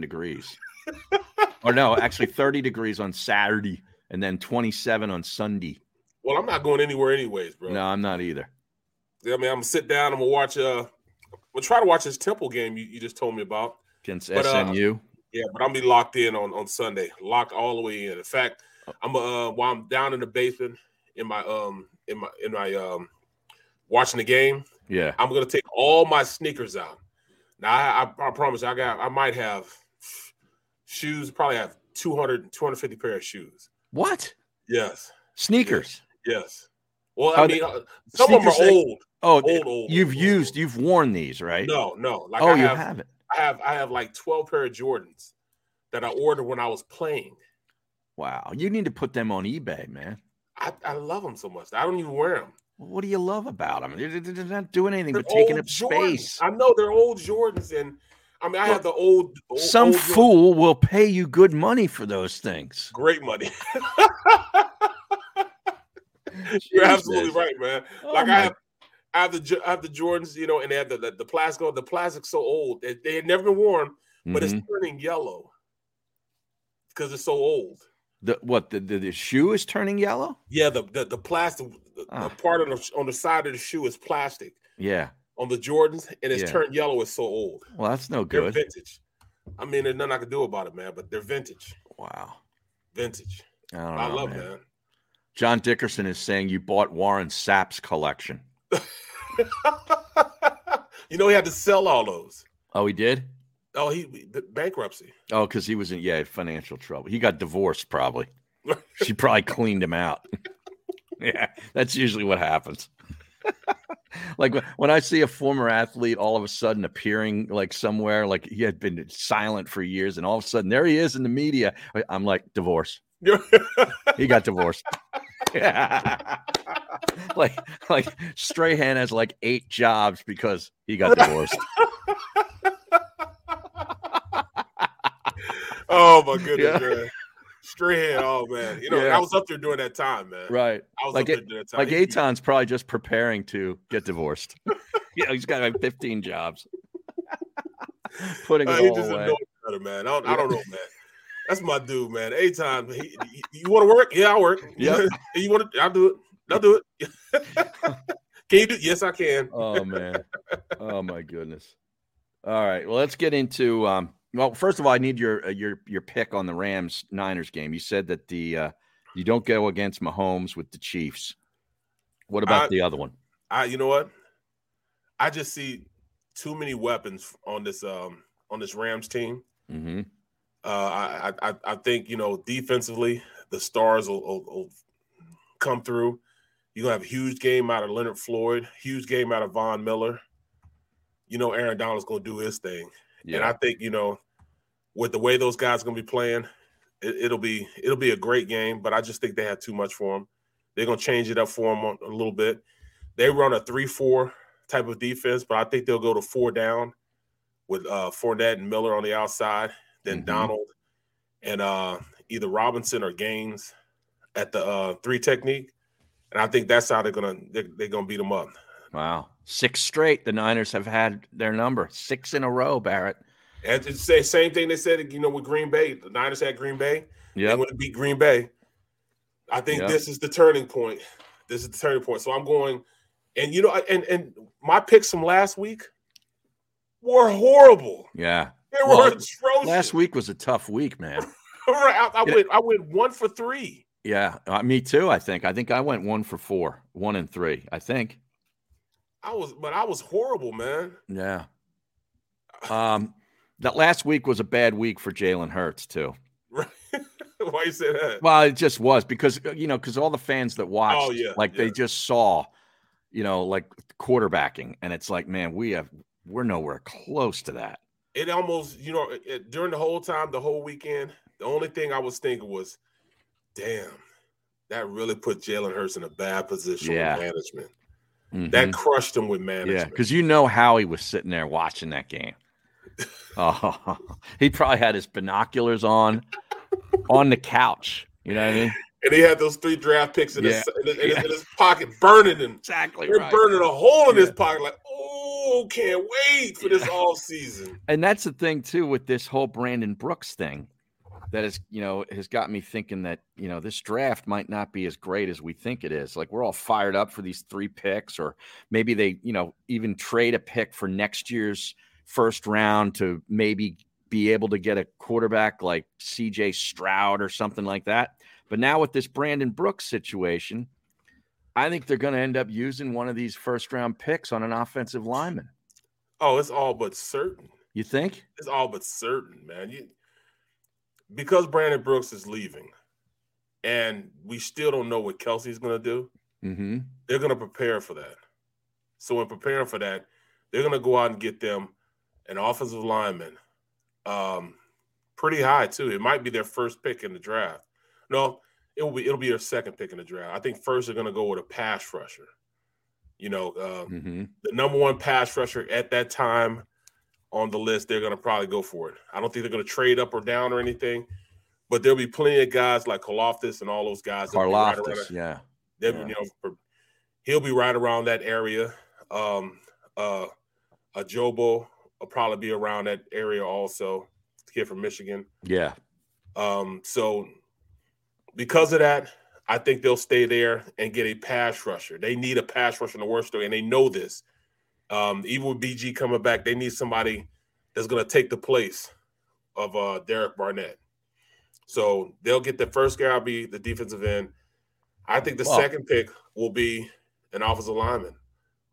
degrees. or no, actually 30 degrees on Saturday and then 27 on Sunday.
Well, I'm not going anywhere anyways, bro.
No, I'm not either.
I mean, I'm gonna sit down. I'm gonna watch. Uh, I'm gonna try to watch this Temple game you, you just told me about.
Against
But, uh,
SMU.
Yeah, but I'm gonna be locked in on, on Sunday, locked all the way in. In fact, I'm uh while I'm down in the basement in my um in my in my um watching the game,
yeah.
I'm gonna take all my sneakers out. Now I, I, I promise I got I might have shoes, probably have 200 250 pair of shoes.
What?
Yes,
Sneakers.
yes. Well, I
Are
mean,
they-
uh, some of them
Oh, Sneakers
are
that-
old.
Oh,
old, old.
You've used, you've worn these, right?
No, no. Like
oh,
I
you
have,
haven't.
I have I have like 12 pair of Jordans that I ordered when I was playing.
Wow, you need to put them on eBay, man.
I, I love them so much. I don't even wear them.
What do you love about them? They're, they're- they're not doing anything
They're
but taking
old
up
Jordans.
space.
I know they're old Jordans, and I mean I have the old, old
Some
old Jordans.
fool will pay you good money for those things.
Great money. You're absolutely
Jesus.
right, man.
Oh
Like
my-
I have, I have the Jo- I have the Jordans, you know, and they have the the, the plastic. on- The plastic's so old; they, they had never been worn, but it's
Mhm.
turning yellow because it's so old.
The what? The, the, the shoe is turning yellow.
Yeah, the the, the plastic, the,
Ah.
the part on the on the side of the shoe is plastic
Yeah.
on the Jordans, and it's
Yeah.
turned yellow. It's so old.
Well, that's no
They're
good.
vintage. I mean, there's nothing I can do about it, man. But they're vintage.
Wow.
Vintage.
I, don't
I
know,
love
man.
that.
John Dickerson is saying you bought Warren Sapp's collection.
You know, he had to sell all those.
Oh, he did.
Oh, he the bankruptcy.
Oh, because he was in yeah financial trouble. He got divorced probably. she probably cleaned him out. yeah, that's usually what happens. like wh- when I see a former athlete all of a sudden appearing like somewhere, like he had been silent for years, and all of a sudden there he is in the media. I- I'm like divorce. he got divorced. like like Strahan has like eight jobs because he got divorced.
Oh my goodness,
Yeah.
man. Strahan, oh man. You know,
Yeah.
I was up there during that time, man.
Right.
I was
Like,
up
it-
there during that time.
like
He-
Aton's probably just preparing to get divorced. yeah, he's got like 15 jobs. Putting
Uh,
it
he
all
just
away.
annoyed better, man. I don't, I don't know, man. That's my dude, man. A time. He, he- you want to work? Yeah, I work.
Yeah.
you want to? I'll do it. I'll do it. can you do? Yes, I can.
oh man. Oh my goodness. All right. Well, let's get into um well, first of all, I need your uh, your your pick on the Rams Niners game. You said that the uh you don't go against Mahomes with the Chiefs. What about
I-
the other one?
I, you know what? I just see too many weapons on this um on this Rams team.
Mhm.
Uh, I, I- I I think you know defensively the stars will, will, will come through. You're gonna have a huge game out of Leonard Floyd, huge game out of Von Miller. You know Aaron Donald's gonna do his thing, and
Yeah.
I think you know with the way those guys are gonna be playing, it, it'll be it'll be a great game. But I just think they have too much for them. They're gonna change it up for them a little bit. They run a three-four type of defense, but I think they'll go to four down with uh Fournette and Miller on the outside, then Donald and uh either Robinson or Gaines at the uh three technique. And I think that's how they're gonna they're, they're gonna beat them up.
Wow. Six straight the Niners have had their number. Six in a row, Barrett.
And to say same thing they said, you know, with Green Bay, the Niners had Green Bay.
Yeah.
They would beat Green Bay. I think
Yeah.
this is the turning point. This is the turning point. So I'm going, and you know, and and my picks from last week were horrible.
Yeah.
They were atrocious.
Last week was a tough week, man.
right? I, I
Yeah.
went I went one for three.
Yeah, uh, me too. I think. I think I went one for four, one and three. I think.
I was, but I was horrible, man.
Yeah. Um, that last week was a bad week for Jalen Hurts too.
Why you say that?
Well, it just was because uh, you know because all the fans that watched,
Oh, yeah,
like
yeah.
they just saw, you know, like quarterbacking, and it's like, man, we have we're nowhere close to that.
it almost you know it- it- during the whole time the whole weekend the only thing i was thinking was damn that really put jalen hurts in a bad position
Yeah.
with management
Mhm.
that crushed him with
Yeah,
management
because you know Howie was sitting there watching that game. Oh, he probably had his binoculars on on the couch. You know what I mean?
and he had those three draft picks in, his,
Yeah.
in, his, in, his, in his pocket burning him
exactly
they're
right.
burning a hole in his pocket like oh can't wait for this all season
And that's the thing too with this whole Brandon Brooks thing that is, you know, has got me thinking that, you know, this draft might not be as great as we think it is. Like we're all fired up for these three picks or maybe they, you know, even trade a pick for next year's first round to maybe be able to get a quarterback like CJ Stroud or something like that. But now with this Brandon Brooks situation, I think they're going to end up using one of these first round picks on an offensive lineman.
oh it's all but certain
You think?
it's all but certain, man. You, because Brandon Brooks is leaving, and we still don't know what Kelsey's going to do.
Mm-hmm.
They're going to prepare for that. So in preparing for that, they're going to go out and get them an offensive lineman, um, pretty high too. It might be their first pick in the draft. No, it will be. It'll be their second pick in the draft. I think first they're going to go with a pass rusher. You know, uh,
Mm-hmm.
the number one pass rusher at that time on the list, they're going to probably go for it. I don't think they're going to trade up or down or anything, but there'll be plenty of guys like Karloftis and all those guys. that'll be right around
Karlaftis,
that-
yeah.
they'll be,
yeah.
you know, for- he'll be right around that area. Um, uh, a Jobo will probably be around that area also. Kid from Michigan.
Yeah.
Um, so because of that, I think they'll stay there and get a pass rusher. They need a pass rusher in the worst story, and they know this. Um, even with BG coming back, they need somebody that's going to take the place of uh, Derek Barnett. So they'll get the first guy will be the defensive end. I think the
Wow.
second pick will be an offensive lineman.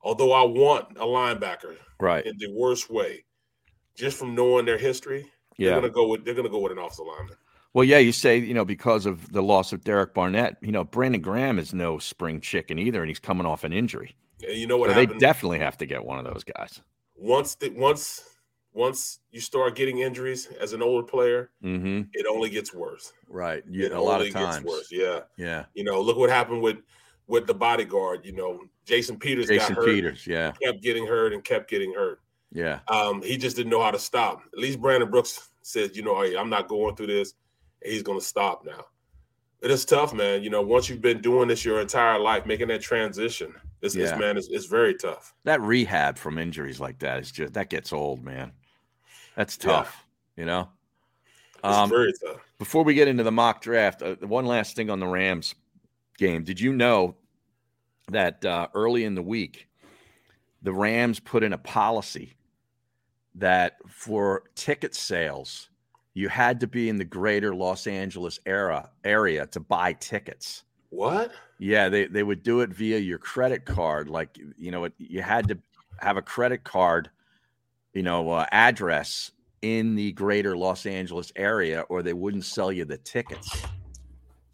Although I want a linebacker
Right.
in the worst way, just from knowing their history,
Yeah.
they're gonna go with they're gonna go with an offensive lineman.
Well, yeah, you say, you know, because of the loss of Derek Barnett, you know, Brandon Graham is no spring chicken either, and he's coming off an injury.
And you know what
So they
happened
definitely have to get one of those guys.
once the once once you start getting injuries as an older player,
Mm-hmm.
it only gets worse.
Right. You,
It
a lot
only
of times.
worse. Yeah.
Yeah.
You know, look what happened with with the bodyguard. You know, Jason Peters
Jason
got hurt,
Peters. Yeah.
kept getting hurt and kept getting hurt.
Yeah.
Um, he just didn't know how to stop. At least Brandon Brooks said, you know, hey, I'm not going through this. and He's going to stop now. It is tough, man. You know, once you've been doing this your entire life, making that transition, this, this
Yeah.
man is it's very tough.
That rehab from injuries like that is just that gets old, man. That's
Yeah.
tough. You know. Um,
It's very tough.
Before we get into the mock draft, uh, one last thing on the Rams game. Did you know that uh, early in the week, the Rams put in a policy that for ticket sales, you had to be in the greater Los Angeles era area to buy tickets.
What?
Yeah, they, they would do it via your credit card. Like, you know, it, you had to have a credit card, you know, uh, address in the greater Los Angeles area, or they wouldn't sell you the tickets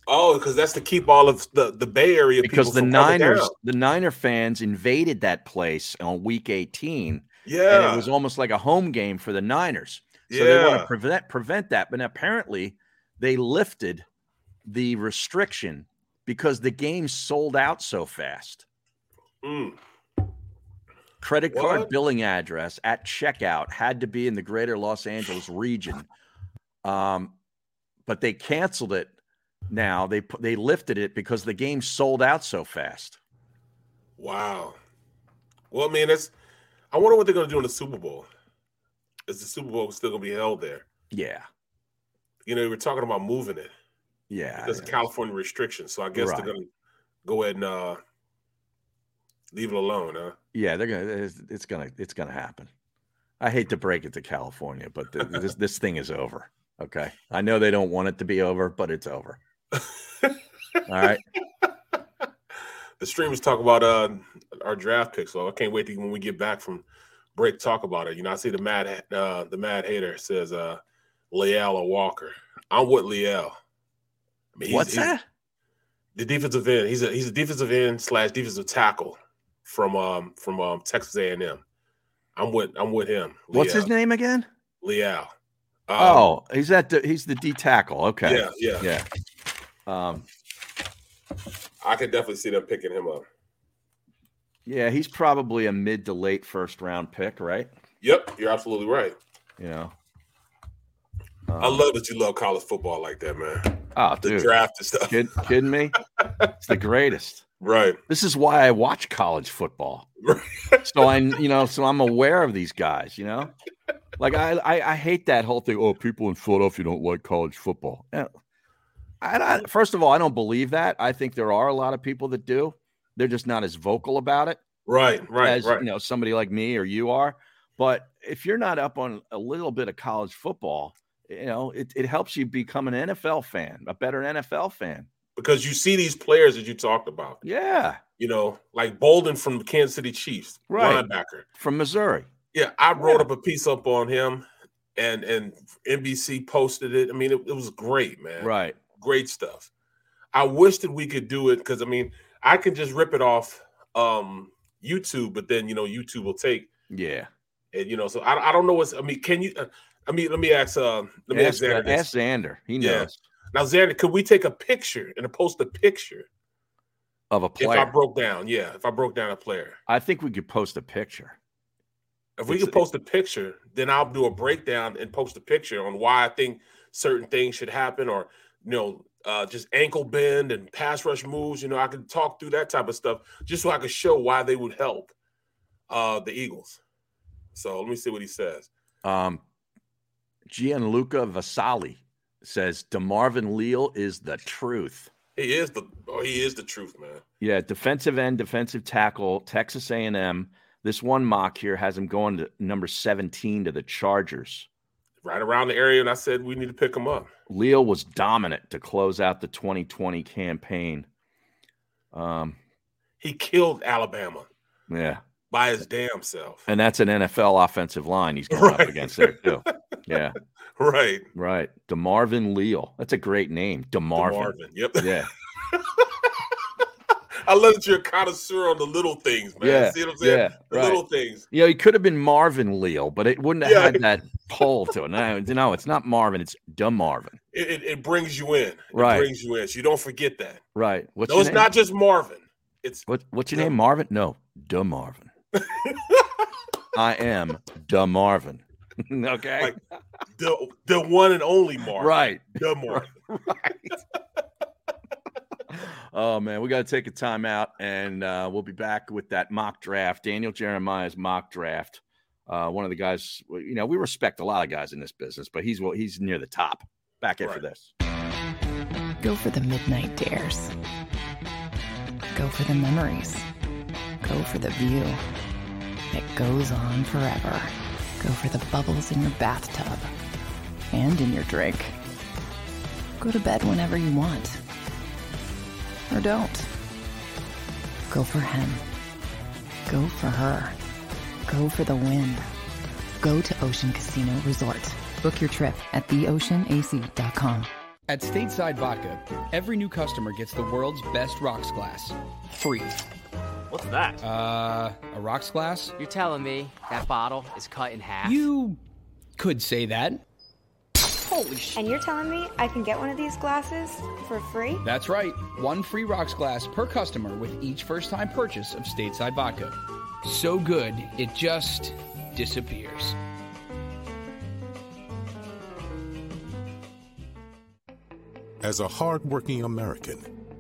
Oh, because that's to keep all of the, the Bay Area
because
people
the
from coming
Niners,
down.
the Niner fans invaded that place on week 18. And
Yeah.
it was almost like a home game for the Niners. So they want
Yeah.
to prevent prevent that. But apparently they lifted the restriction because the game sold out so fast.
Mm.
Credit card
What?
billing address at checkout had to be in the greater Los Angeles region. Um, but they canceled it now. They pu- they lifted it because the game sold out so fast.
Wow. Well, I mean, it's. I wonder what they're going to do in the Super Bowl. Is the Super Bowl still going to be held there?
Yeah.
You know, we were talking about moving it.
Yeah.
There's California restrictions, so I guess
Right.
they're going to go ahead and uh, leave it alone, huh?
Yeah, they're gonna. It's, it's gonna. It's gonna happen. I hate to break it to California, but th- this this thing is over. Okay, I know they don't want it to be over, but it's over. All right.
The streamers talk about uh, our draft picks, so I can't wait to when we get back from break talk about it. You know, I see the mad uh, the mad hater says uh, Leal or Walker. I'm with Leal. I mean, he's-
What's
he's-
that?
the defensive end. He's a he's a defensive end slash defensive tackle from um from um Texas A and M. I'm with I'm with him.
What's his
Leal.
name again?
Leal. Um,
oh, he's at the, he's the D tackle. Okay.
Yeah, yeah.
Yeah. Um.
I could definitely see them picking him up.
Yeah, he's probably a mid to late first round pick, right?
Yep, you're absolutely right.
You know.
I
Um,
love that you love college football like that, man.
Oh,
The
dude.
draft and stuff.
Kid, kidding me? It's the greatest.
Right.
This is why I watch college football. so I, you know, so I'm aware of these guys. You know, like I, I, I hate that whole thing. Oh, people in Philadelphia don't like college football. Yeah. I, don't- first of all, I don't believe that. I think there are a lot of people that do. They're just not as vocal about it.
Right, right,
as,
right.
You know, somebody like me or you are. But if you're not up on a little bit of college football, you know, it, it helps you become an NFL fan, a better NFL fan.
Because you see these players that you talked about.
Yeah.
You know, like Bolden from the Kansas City Chiefs,
Right.
linebacker.
From Missouri.
Yeah, I wrote up a piece up on him and and NBC posted it. I mean, it, it was great, man.
Right.
Great stuff. I wish that we could do it because I mean, I can just rip it off um YouTube, but then you know, YouTube will take
Yeah.
and you know, so I, I don't know what's I mean, can you uh, I mean, let me ask uh let me ask,
Ask, uh,
Xander this.
ask Xander. He knows
Yeah. Now, Xander, could we take a picture and post a picture
of a player.
if I broke down? Yeah, if I broke down a player.
I think we could post a picture.
If we could post a picture, then I'll do a breakdown and post a picture on why I think certain things should happen, or you know, uh, just ankle bend and pass rush moves. You know, I can talk through that type of stuff just so I could show why they would help uh, the Eagles. So let me see what he says.
Um, Gianluca Vasali says DeMarvin Leal is the truth.
He is the oh, he is the truth, man.
Yeah, defensive end, defensive tackle, Texas A&M. This one mock here has him going to number 17 to the Chargers.
Right around the area, and I said we need to pick him up.
Leal was dominant to close out the 2020 campaign. Um,
He killed Alabama
yeah,
by his damn self.
and that's an NFL offensive line he's going up against there too. Yeah,
Right.
right. Demarvin Leal. That's a great name, Demarvin.
DeMarvin, Yep.
Yeah.
I love that you're a connoisseur on the little things, man.
Yeah,
See what I'm saying?
yeah,
the
right.
little things.
You know, he could have been Marvin Leal, but it wouldn't have
Yeah.
had that pull to it. No, no, it's not Marvin. It's dumb Marvin.
It, it, it brings you in. It
Right.
brings you in. So you don't forget that.
Right. What's
no,
your
it's
name?
not just Marvin. It's
What, what's your name, Marvin? No, dumb Marvin. I am dumb Marvin. okay.
like the the one and only Marvin.
Right.
The Marvin.
Oh man, we got to take a timeout, and uh, we'll be back with that mock draft. Daniel Jeremiah's mock draft. Uh, one of the guys, you know, we respect a lot of guys in this business, but he's well, he's near the top. Back after this.
Go for the midnight dares. Go for the memories. Go for the view that goes on forever. Go for the bubbles in your bathtub and in your drink. Go to bed whenever you want. Or don't. Go for him. Go for her. Go for the win. Go to Ocean Casino Resort. Book your trip at theoceanac.com.
At Stateside Vodka, every new customer gets the world's best rocks glass, free.
What's that?
Uh, a rocks glass?
You're telling me that bottle is cut in half?
You could say that. Holy sh!
And you're telling me I can get one of these glasses for free?
That's right, one free rocks glass per customer with each first-time purchase of Stateside Vodka. So good, it just disappears.
As a hardworking American,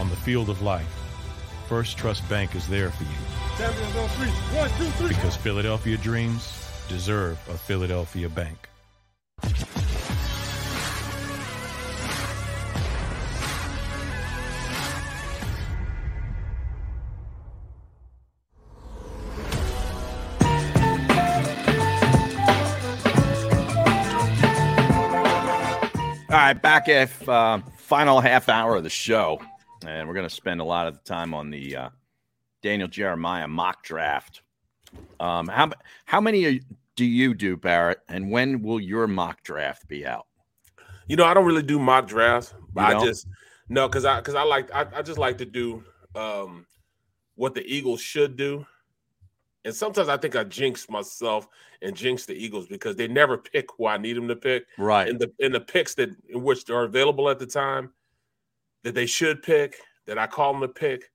On the field of life, First Trust Bank is there for you
Champions on three. One, two, three.
because Philadelphia dreams deserve a Philadelphia bank.
All right, back at uh, final half hour of the show, and we're going to spend a lot of the time on the uh, Daniel Jeremiah mock draft. Um, how how many do you do, Barrett? And when will your mock draft be out?
You know, I don't really do mock drafts.
You
But I
don't?
just no, because I because I like I, I just like to do um what the Eagles should do. And sometimes I think I jinx myself and jinx the Eagles because they never pick who I need them to pick.
Right.
And the in the picks that in which are available at the time that they should pick, that I call them to pick,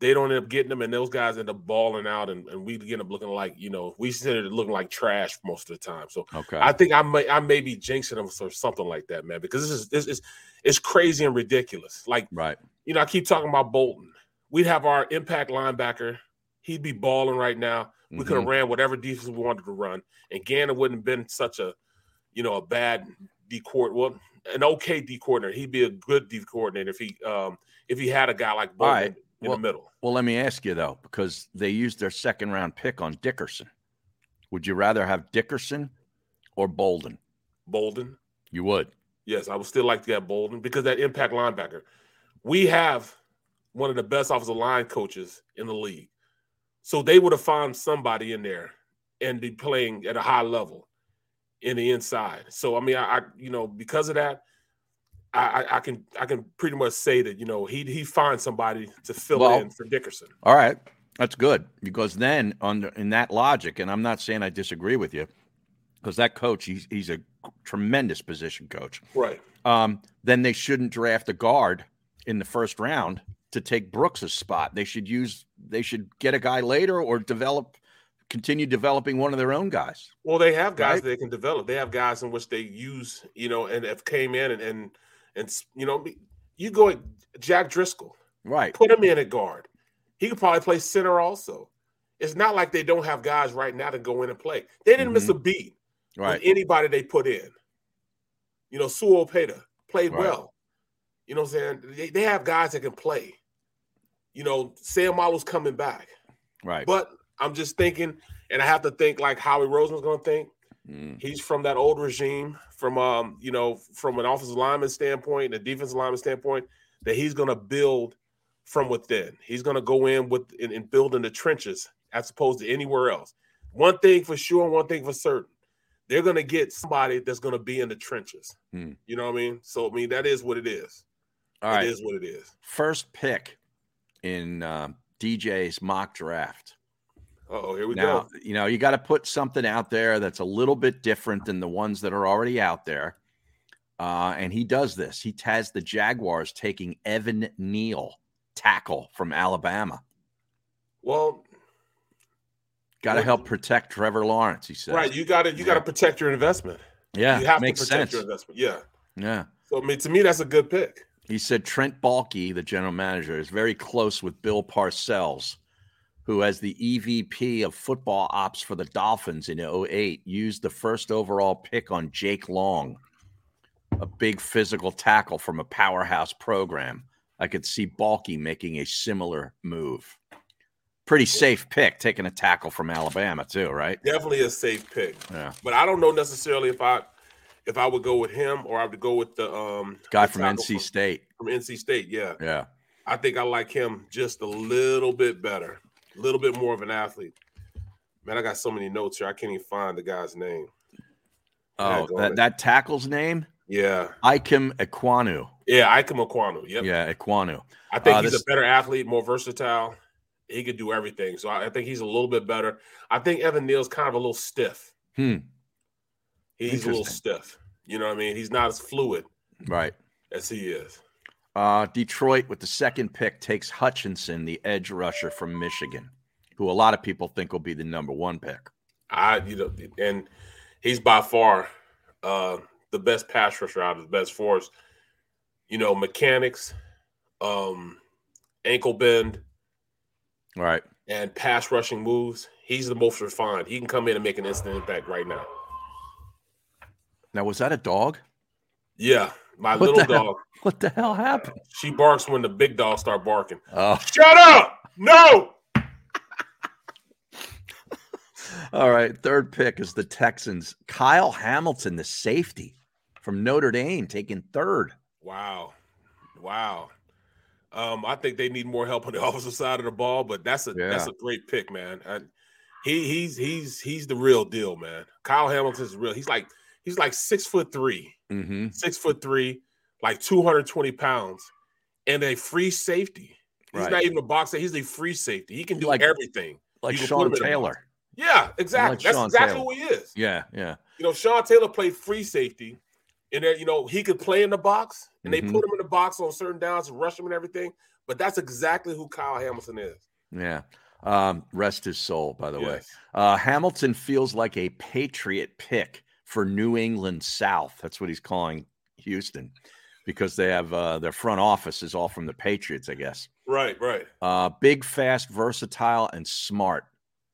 they don't end up getting them, and those guys end up balling out, and, and we end up looking like you know we ended up looking like trash most of the time. So
Okay.
I think I may I may be jinxing them or something like that, man, because this is this is it's crazy and ridiculous. Like
right,
you know, I keep talking about Bolton. We'd have our impact linebacker. He'd be balling right now. We could have
Mhm.
ran whatever defense we wanted to run, and Gannon wouldn't have been such a you know a bad D court. Well, an okay D coordinator. He'd be a good D coordinator if he um if he had a guy like
All
Bolton
right.
in
well,
the middle.
Well, let me ask you though, because they used their second round pick on Dickerson. Would you rather have Dickerson or Bolden?
Bolden.
You would.
Yes, I would still like to have Bolden because that impact linebacker. We have one of the best offensive line coaches in the league. So they would have found somebody in there and be playing at a high level in the inside. So I mean, I, I you know, because of that, I, I, I can I can pretty much say that you know he he finds somebody to fill
Well-
in for Dickerson.
All right, that's good because then on in that logic, and I'm not saying I disagree with you, because that coach he's he's a tremendous position coach.
Right.
Um, then they shouldn't draft a guard in the first round to take Brooks's spot. They should use they should get a guy later or develop continue developing one of their own guys.
Well, they have guys
Right.
they can develop. They have guys in which they use, you know, and have came in and and, and s- you know, you go at Jack Driscoll,
right?
Put him in at guard. He could probably play center also. It's not like they don't have guys right now to go in and play. They didn't miss a beat
Mm-hmm. Right.
with anybody they put in. You know, Suo Peta played
Right.
well. You know what I'm saying? They, they have guys that can play. You know, Sam Malu's coming back.
Right.
But I'm just thinking, and I have to think like Howie Roseman's going to think.
Mm.
He's from that old regime, from um, you know, from an offensive lineman standpoint, and a defensive lineman standpoint, that he's going to build from within. He's going to go in with and, and build in the trenches as opposed to anywhere else. One thing for sure, and one thing for certain, they're going to get somebody that's going to be in the trenches.
Hmm.
You know what I mean? So I mean that is what it is.
All
It
right.
is what it is.
First pick in um DJ's mock draft.
Oh, here we
now,
go.
you know, you got to put something out there that's a little bit different than the ones that are already out there. Uh, and he does this. He has the Jaguars taking Evan Neal, tackle from Alabama.
Well,
Got to
What-
help protect Trevor Lawrence, he says.
right, you got to you got to protect your investment.
Yeah,
you have
makes
to protect
sense.
your investment. Yeah.
Yeah.
So I mean, to me, that's a good pick.
He said Trent Baalke, the general manager, is very close with Bill Parcells, who, as the EVP of football ops for the Dolphins in 08, used the first overall pick on Jake Long, a big physical tackle from a powerhouse program. I could see Balky making a similar move. Pretty safe pick, taking a tackle from Alabama, too, right?
Definitely a safe pick.
Yeah.
But I don't know necessarily if I if I would go with him or I would go with the um
Guy
the
from
tackle
NC State.
from NC State. Yeah.
Yeah.
I think I like him just a little bit better, a little bit more of an athlete. Man, I got so many notes here. I can't even find the guy's name.
Oh,
go
that,
on.
that tackle's name?
Yeah.
Ikem Ekwanu.
Yeah, Ike Aquano. Yep.
Yeah, Ekwanu.
I think
Uh,
he's
this-
a better athlete, more versatile. He could do everything. So I, I think he's a little bit better. I think Evan Neal's kind of a little stiff.
Hmm.
He's a little
Interesting.
stiff. You know what I mean? He's not as fluid
Right.
as he is.
Uh, Detroit with the second pick takes Hutchinson, the edge rusher from Michigan, who a lot of people think will be the number one pick.
I you know, and he's by far uh the best pass rusher out of the best fours. You know, mechanics, um, ankle bend,
Right.
and pass rushing moves. He's the most refined. He can come in and make an instant impact right now.
Now, was that a dog?
Yeah, my
What
little
the hell-
dog.
What the hell happened?
She barks when the big dogs start barking.
Oh,
Shut up! No.
all right. Third pick is the Texans. Kyle Hamilton, the safety from Notre Dame, taking third.
Wow, wow. Um, I think they need more help on the offensive side of the ball, but that's a that's
Yeah.
a great pick, man. I, he he's he's he's the real deal, man. Kyle Hamilton's real. He's like he's like six foot three,
Mm-hmm.
six foot three, like two hundred twenty pounds, and a free safety. He's
Right.
not even a boxer. He's a free safety. He can do
Like-
everything.
Like
You can put
Sean
him in a box.
Taylor.
Yeah, exactly. that's
Sean
exactly
Taylor.
who he is.
Yeah. Yeah.
You know, Sean Taylor played free safety, and then you know he could play in the box, and
Mhm.
they put him in the box on certain downs, and rush him and everything. But that's exactly who Kyle Hamilton is.
Yeah. Um, rest his soul, by the way.
Yes.
Uh, Hamilton feels like a patriot pick for New England South. That's what he's calling Houston because they have uh, their front office is all from the Patriots, I guess.
Right, right.
Uh, big, fast, versatile, and smart.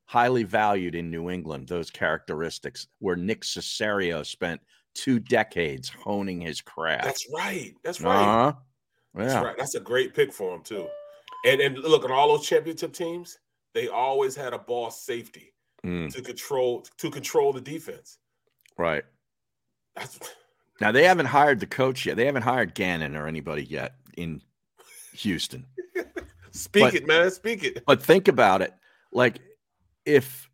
Highly valued in New England, those characteristics where Nick Cesario spent two decades honing his craft.
That's right. That's right.
Uh-huh. Yeah.
That's right. That's a great pick for him too. And and look at all those championship teams. They always had a ball safety
Mm,
to control to control the defense.
right.
That's
Now they haven't hired the coach yet. They haven't hired Gannon or anybody yet in Houston.
speak
But-
it, man. Speak it.
But think about it. Like if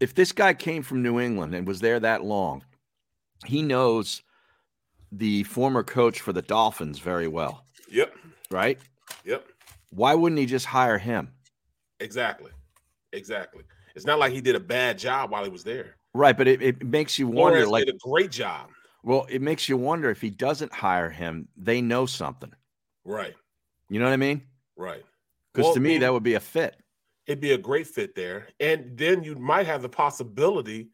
if this guy came from New England and was there that long, he knows the former coach for the Dolphins very well.
Yep.
Right?
Yep.
Why wouldn't he just hire him?
Exactly. Exactly. It's not like he did a bad job while he was there.
Right, but it, it makes you wonder
Flores
like
did a great job.
well, it makes you wonder if he doesn't hire him, they know something.
Right.
You know what I mean?
Right.
Because
Well,
to me
and-
that would be a fit.
it'd be a great fit there. And then you might have the possibility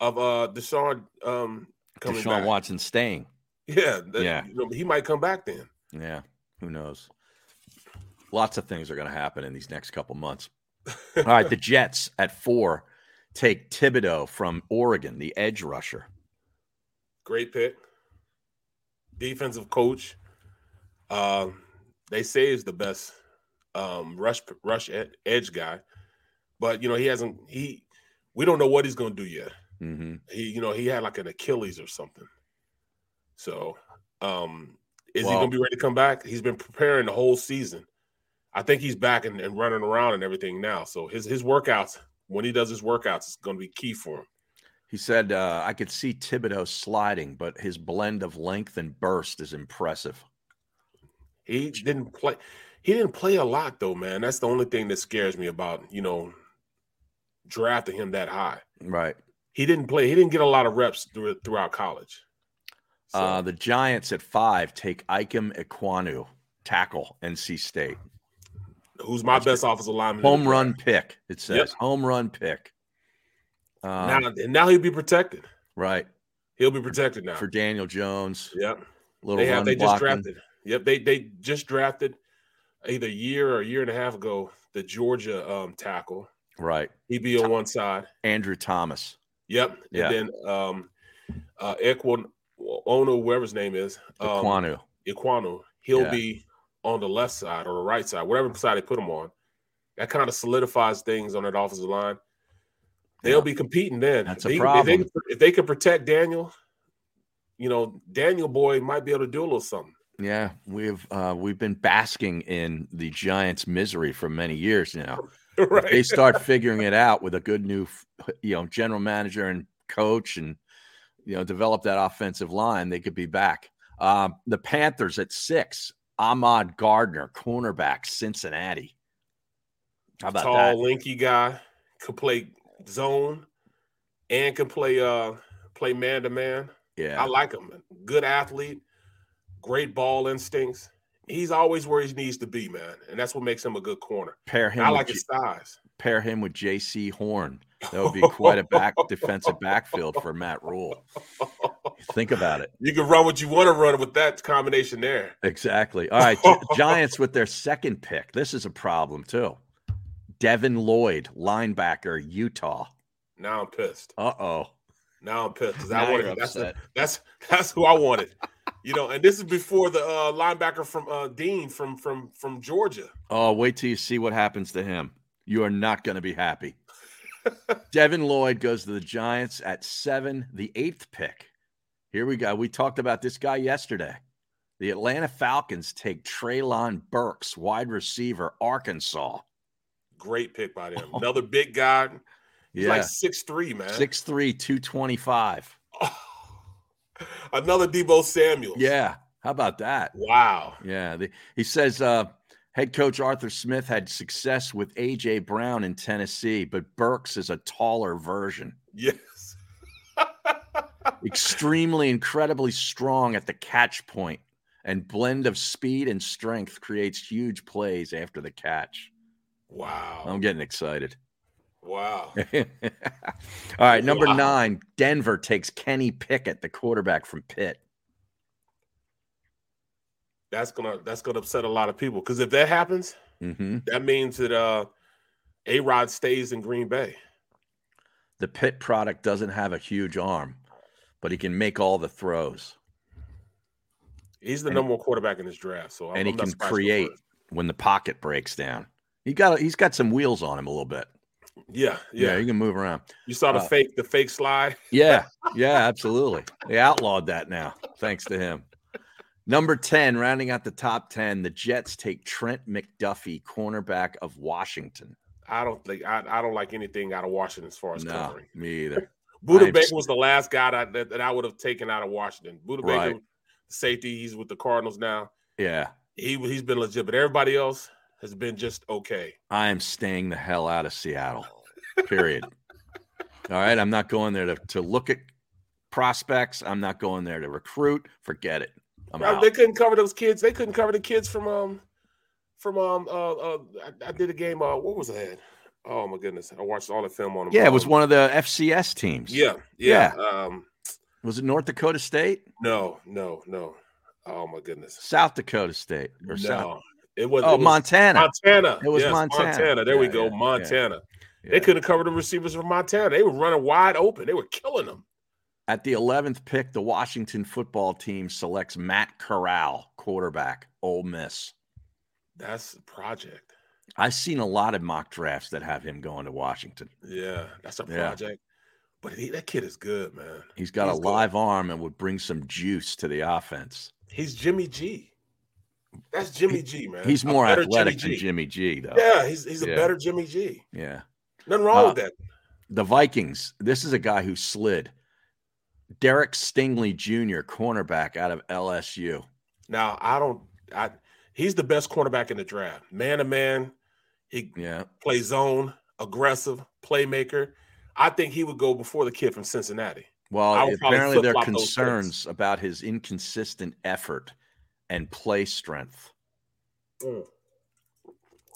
of uh Deshaun um coming
Deshaun
back.
Watson staying.
Yeah, that-
Yeah.
you know, he might come back then.
Yeah. Who knows? Lots of things are going to happen in these next couple months. All right. The Jets at four take Thibodeau from Oregon, the edge rusher.
Great pick. Defensive coach. Um, they say is the best um rush rush ed- edge guy, but you know he hasn't he. We don't know what he's going to do yet.
Mm-hmm.
He you know he had like an Achilles or something. So um is he
Well-
going to be ready to come back? He's been preparing the whole season. I think he's back and, and running around and everything now. So his his workouts when he does his workouts is going to be key for him.
He said, uh, I could see Thibodeau sliding, but his blend of length and burst is impressive.
He didn't play. He didn't play a lot though, man. That's the only thing that scares me about you know drafting him that high.
Right.
He didn't play. He didn't get a lot of reps through, throughout college.
Uh, the Giants at five take Ikem Iquanu, tackle, NC State.
Who's my best offensive lineman? in the
Home
draft.
run pick, it says.
Yep.
Home run pick. Um,
now, and now he'll be protected.
right.
He'll be protected now.
For Daniel Jones.
Yep.
Little
they
run
have. They just
blocking.
drafted. Yep. They they just drafted either a year or a year and a half ago the Georgia um, tackle.
Right.
He'd be on one side.
Andrew Thomas.
Yep.
Yeah.
And then um uh Equin Ono, whoever his name is. Um,
Iquanu.
Iquanu. He'll
Yeah.
be on the left side or the right side, whatever side they put him on. That kind of solidifies things on that offensive line. They'll be competing then.
That's a
They- If
problem.
they, if they can protect Daniel, you know, Daniel boy might be able to do a little something.
Yeah, we've uh, we've been basking in the Giants' misery for many years now. If
Right.
they start figuring it out with a good new, you know, general manager and coach, and you know, develop that offensive line, they could be back. Um, the Panthers at six. Ahmad Gardner, cornerback, Cincinnati. How about
Tall,
that?
lanky guy, can play zone and can play uh play man to man.
Yeah.
I like him. Good athlete, great ball instincts. He's always where he needs to be, man, and that's what makes him a good corner.
Pair him
I
with
like
J-
his size.
pair him with J.C. Horn. That would be quite a back defensive backfield for Matt Rule. Think about it.
You can run what you want to run with that combination there.
Exactly. All right. Gi- Giants with their second pick. This is a problem, too. Devin Lloyd, linebacker, Utah.
Now I'm pissed.
Uh oh.
Now I'm pissed because
Now
I wanted
you're
that's, the-
upset.
that's that's who I wanted. You know, and this is before the uh, linebacker from uh, Dean from from from Georgia.
Oh, wait till you see what happens to him. You are not going to be happy. Devin Lloyd goes to the Giants at seven, the eighth pick. Here we go. We talked about this guy yesterday. The Atlanta Falcons take Traylon Burks, wide receiver, Arkansas.
Great pick by them. Another big guy. He's like
Yeah.
six three, man.
6'3, 225.
Another Debo Samuel.
Yeah. How about that?
Wow.
Yeah, the, he says uh, head coach Arthur Smith had success with A.J. Brown in Tennessee, but Burks is a taller version.
Yes.
Extremely, incredibly strong at the catch point, and blend of speed and strength creates huge plays after the catch.
Wow.
I'm getting excited.
Wow.
All right, number
Wow.
nine, Denver takes Kenny Pickett, the quarterback from Pitt.
That's gonna that's gonna upset a lot of people. Cause if that happens,
hmm
that means that uh A Rod stays in Green Bay.
The Pitt product doesn't have a huge arm, but he can make all the throws.
He's the
And-
number one quarterback in this draft. So I'm,
and he
I'm not
can
surprised so
create when the pocket breaks down. He got he's got some wheels on him a little bit.
far. Yeah, yeah.
he can move around.
You saw the
Uh,
fake the fake slide.
Yeah, yeah, absolutely. They outlawed that now, thanks to him. Number ten, rounding out the top ten, the Jets take Trent McDuffie, cornerback of Washington.
I don't think I, I don't like anything out of Washington as far as
No,
covering.
me either.
Buda
I'm
Baker
s-
was the last guy that, that, that I would have taken out of Washington. Buda
Right.
Baker safety. He's with the Cardinals now.
Yeah.
He he's been legit, but everybody else has been just okay.
I am staying the hell out of Seattle. Period. All right. I'm not going there to, to look at prospects. I'm not going there to recruit. Forget it. I'm
Rob,
out.
They couldn't cover those kids. They couldn't cover the kids from um from um uh, uh I, I did a game uh what was that? Oh my goodness. I watched all the film on them. Um,
Yeah, it was one of the FCS teams.
Yeah, yeah. Um
Was it North Dakota State?
no, no, no. Oh my goodness.
South Dakota State
No.
or South?
It was
Oh,
it was
Montana.
Montana.
It was
Yes,
Montana.
There we
Yeah,
go.
yeah, yeah.
Montana. They couldn't cover the receivers from Montana. They were running wide open. They were killing them.
At the 11th pick, the Washington football team selects Matt Corral, quarterback, Ole Miss.
That's the project.
I've seen a lot of mock drafts that have him going to Washington.
Yeah, that's a
Yeah.
project. But he, that kid is good, man.
He's got a live arm and would bring some juice to the offense.
He's Jimmy G. That's Jimmy G, man.
He's
A
more
better
athletic
Jimmy
than Jimmy G, though.
Yeah, he's he's a
Yeah.
better Jimmy G.
Yeah.
Nothing wrong
Uh,
with that.
The Vikings. This is a guy who slid. Derek Stingley Jr., cornerback out of LSU.
Now I don't. I he's the best cornerback in the draft. Man to man, he
yeah.
plays zone, aggressive, playmaker. I think he would go before the kid from Cincinnati. I
Well,
would probably
apparently there are
flip-flop those picks.
concerns about his inconsistent effort and play strength.
Mm.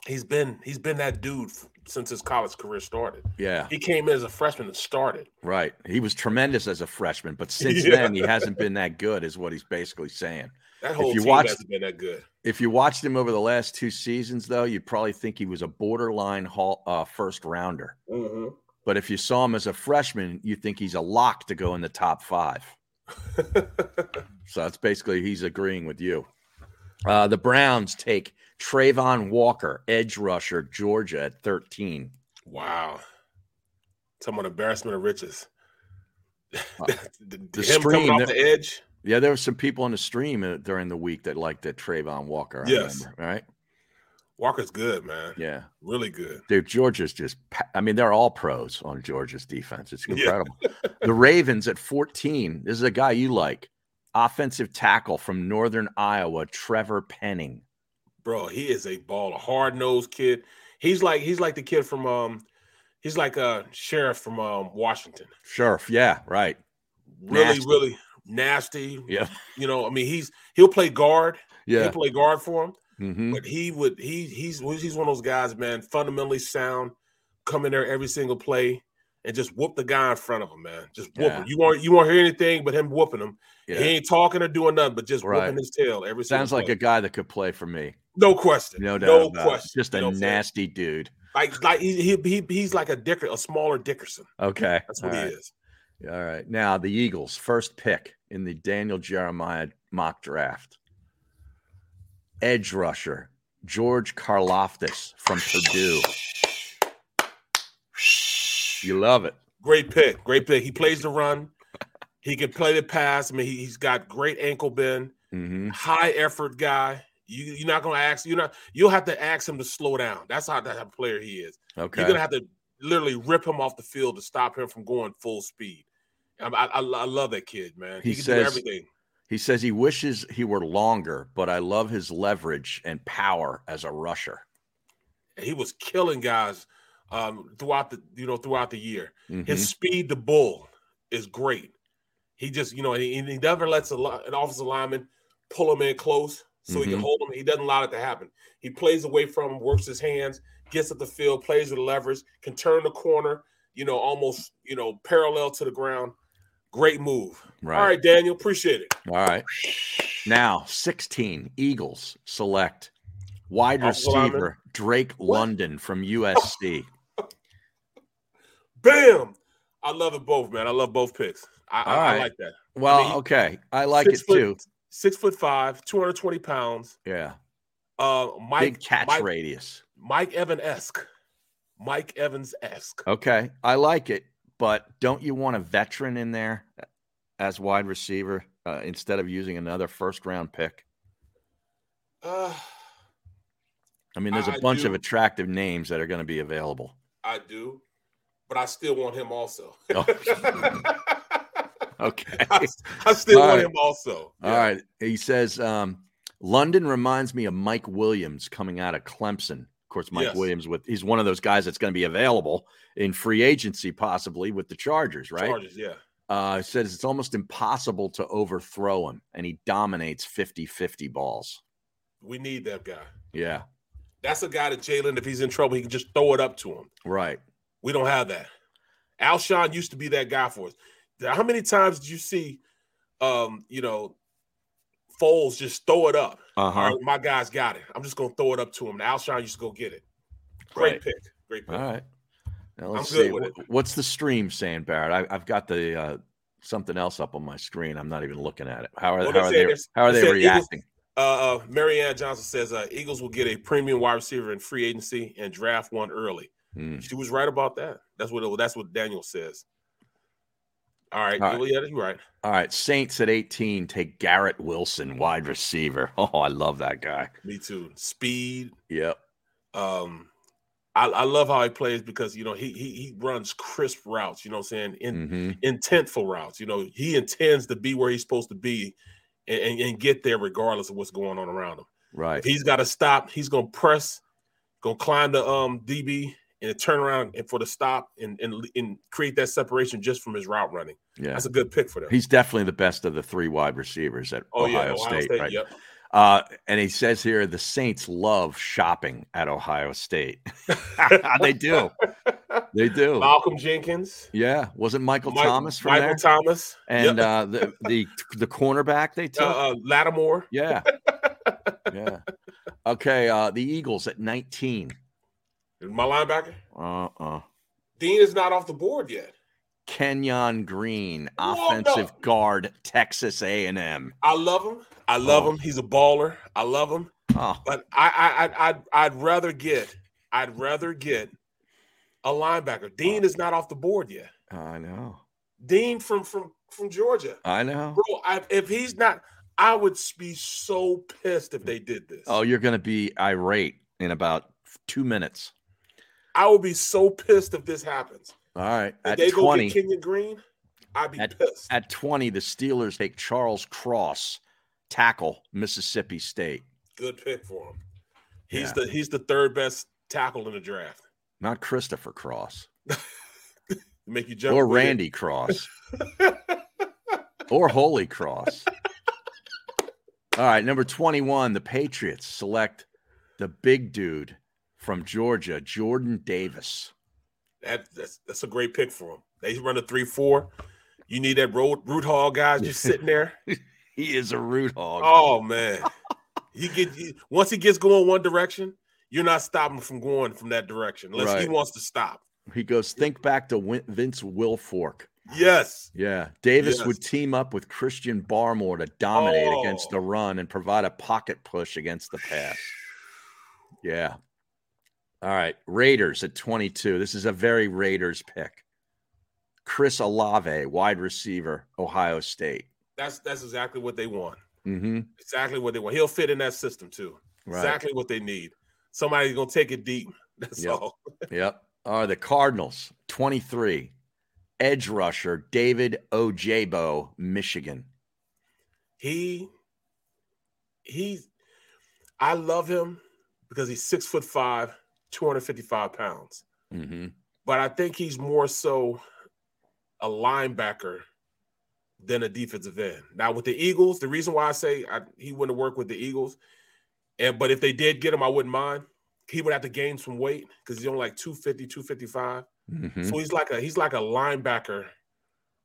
He's been he's been that dude f- since his college career started.
Yeah.
He came in as a freshman and started.
Right. He was tremendous as a freshman, but since
Yeah.
then he hasn't been that good, is what he's basically saying.
That whole
if you
team
watched,
hasn't been that good.
if you watched him over the last two seasons, though, you'd probably think he was a borderline hall, uh, first rounder.
Mm-hmm.
But if you saw him as a freshman, you think he's a lock to go in the top five. so that's basically he's agreeing with you. Uh, the Browns take Trayvon Walker, edge rusher, Georgia at 13.
Wow. Some embarrassment of riches.
Uh, The
Him coming off
there-
the edge.
Yeah, there were some people on the stream uh, during the week that liked that Trayvon Walker. I
Yes.
remember, right?
Walker's good, man.
Yeah.
Really good.
Dude, Georgia's just, pa- I mean, they're all pros on Georgia's defense.
Yeah.
It's incredible. the Ravens at 14. This is a guy you like. Offensive tackle from Northern Iowa, Trevor Penning.
Bro, he is a baller. Hard nosed kid. He's like he's like the kid from um he's like a sheriff from um Washington.
Sheriff. Yeah, right.
Really,
Nasty.
really nasty.
Yeah.
You know, I mean, he's he'll play guard.
Yeah.
He'll play guard for him.
Mhm.
But he would he he's he's one of those guys, man, fundamentally sound, come in there every single play and just whoop the guy in front of him, man. Just whoop
Yeah.
him. You won't you won't hear anything but him whooping him.
Yeah.
He ain't talking or doing nothing, but just
Right.
whooping his tail every single
Sounds like
play.
a guy that could play for me.
No question.
No doubt.
No
about it.
question.
Just a
No question.
nasty dude.
like like he, he, he he's like a Dicker, a smaller Dickerson.
Okay.
That's what
all
he
right.
is.
All right. Now, the Eagles, first pick in the Daniel Jeremiah mock draft. Edge rusher, George Karloftis from Purdue. You love it.
Great pick. Great pick. He plays the run. He can play the pass. I mean, he, he's got great ankle bend,
Mhm.
high effort guy. You you're not gonna ask. You're not. You'll have to ask him to slow down. That's how that type of player he is.
Okay.
You're gonna have to literally rip him off the field to stop him from going full speed. I I, I lo- I love that kid, man. He,
He
can
says-
do everything.
He says he wishes he were longer, but I love his leverage and power as a rusher.
And he was killing guys um, throughout the you know throughout the year.
Mhm.
His speed, the bull, is great. He just you know and he, and he never lets a li- an offensive lineman pull him in close so he
Mhm.
can hold him. He doesn't allow it to happen. He plays away from him, works his hands, gets at the field, plays with leverage, can turn the corner. You know, almost you know parallel to the ground. Great move.
Right.
All right, Daniel, appreciate it.
All right. Now, 16 Eagles select wide
Offensive lineman. Oh,
receiver Drake London from USC.
Bam! I love it both, man. I love both picks. I, I,
All
I
right.
like that.
Well,
I mean, he-
okay. I like
six
it
foot-
too.
Six foot five, two hundred twenty pounds.
Yeah.
Uh, Mike
Big catch
Mike,
radius.
Mike Evans esque. Mike Evans esque.
Okay. I like it, but don't you want a veteran in there as wide receiver uh, instead of using another first round pick?
Uh,
I mean, there's a
I
bunch of
do.
attractive names that are going to be available.
I do, but I still want him also.
Oh. Okay.
I, I still
All
want
right.
him also.
All right. He says, um, London reminds me of Mike Williams coming out of Clemson. Of course, Mike
Yes.
Williams with he's one of those guys that's going to be available in free agency, possibly with the Chargers, right?
Chargers, yeah.
Uh, he says it's almost impossible to overthrow him, and he dominates 50 50 balls.
We need that guy.
Yeah,
That's a guy that Jalen, if he's in trouble, he can just throw it up to him.
right.
We don't have that. Alshon used to be that guy for us. How many times did you see, um, you know, Foles just throw it up?
Uh-huh.
All right, my guy's got it. I'm just gonna throw it up to him. And Alshon used to go get it. Great
Right.
pick. Great pick.
All right. Now
I'm
let's
good
see.
with
Wh- What's the stream saying, Barrett? I, I've got the uh, something else up on my screen. I'm not even looking at it. How are,
Well,
how
they
are
said
they?
there's-
How are they
said Eagles-
reacting?
uh, uh, Marianne Johnson says uh, Eagles will get a premium wide receiver in free agency and draft one early.
Hmm.
She was right about that. That's what that's what Daniel says. All right,
All right.
Juliet, you're right.
All right, Saints at 18 take Garrett Wilson, wide receiver. Oh, I love that guy.
Me too. Speed.
Yep.
Um, I, I love how he plays because you know he he he runs crisp routes. You know, what I'm saying in,
Mhm.
intentful routes. You know, he intends to be where he's supposed to be, and, and, and get there regardless of what's going on around him.
Right.
If he's got to stop, he's gonna press, gonna climb the um DB and turn around and for the stop and and, and create that separation just from his route running.
Yeah.
that's a good pick for them.
He's definitely the best of the three wide receivers at
Oh, yeah,
Ohio,
Ohio
State,
State,
right?
yep.
Uh, and he says here the Saints love shopping at Ohio State. they do. They do.
Malcolm Jenkins,
Yeah, wasn't Michael
Mike-
Thomas from
Michael
there?
Thomas,
and
Yep.
uh, the the the cornerback they took.
uh, uh, Lattimore.
yeah, yeah. Okay, uh, the Eagles at nineteen.
My linebacker.
Uh uh
Dean is not off the board yet.
Kenyon Green,
Whoa, no.
offensive guard, Texas A and M.
I love him. I love him. He's a baller. I love him.
Oh,
But I, I, I, I'd, I'd rather get, I'd rather get a linebacker.
Oh.
Dean is not off the board yet.
I know,
Dean from from from Georgia,
I know.
bro. I, if he's not, I would be so pissed if they did this.
Oh, you're gonna be irate in about two minutes.
I would be so pissed if this happens.
All right,
If
at
they go
twenty.
get Kenyon Green, I'd be
At,
pissed.
at 20, the Steelers take Charles Cross, tackle, Mississippi State.
Good pick for him. He's
Yeah.
the he's the third best tackle in the draft.
Not Christopher Cross
Make you jump
or
with it.
Randy Cross or Holy Cross. All right, number 21, the Patriots select the big dude from Georgia, Jordan Davis.
That, that's that's a great pick for him. They run a three four. You need that road root hog guy just sitting there.
he is a root hog.
Oh man, he get he- once he gets going one direction, you're not stopping him from going from that direction unless he
Right.
wants to stop.
He goes, think back to Win- Vince Wilfork.
Yes,
Yeah, Davis
Yes.
would team up with Christian Barmore to dominate
Oh.
against the run and provide a pocket push against the pass. Yeah. All right, Raiders at 22. This is a very Raiders pick. Chris Olave, wide receiver, Ohio State.
that's that's exactly what they want.
hmm
Exactly what they want. He'll fit in that system too.
Right.
Exactly what they need. Somebody's gonna take it deep. That's
Yep.
all.
Yep. Are the Cardinals 23? Edge rusher David Ojabo, Michigan.
He he I love him because he's six foot five, 255 pounds.
hmm
But I think he's more so a linebacker than a defensive end. Now with the Eagles, the reason why I say I, he wouldn't work with the Eagles, and but if they did get him, I wouldn't mind. He would have to gain some weight because he's only like 250, 255.
Mhm.
So he's like a he's like a linebacker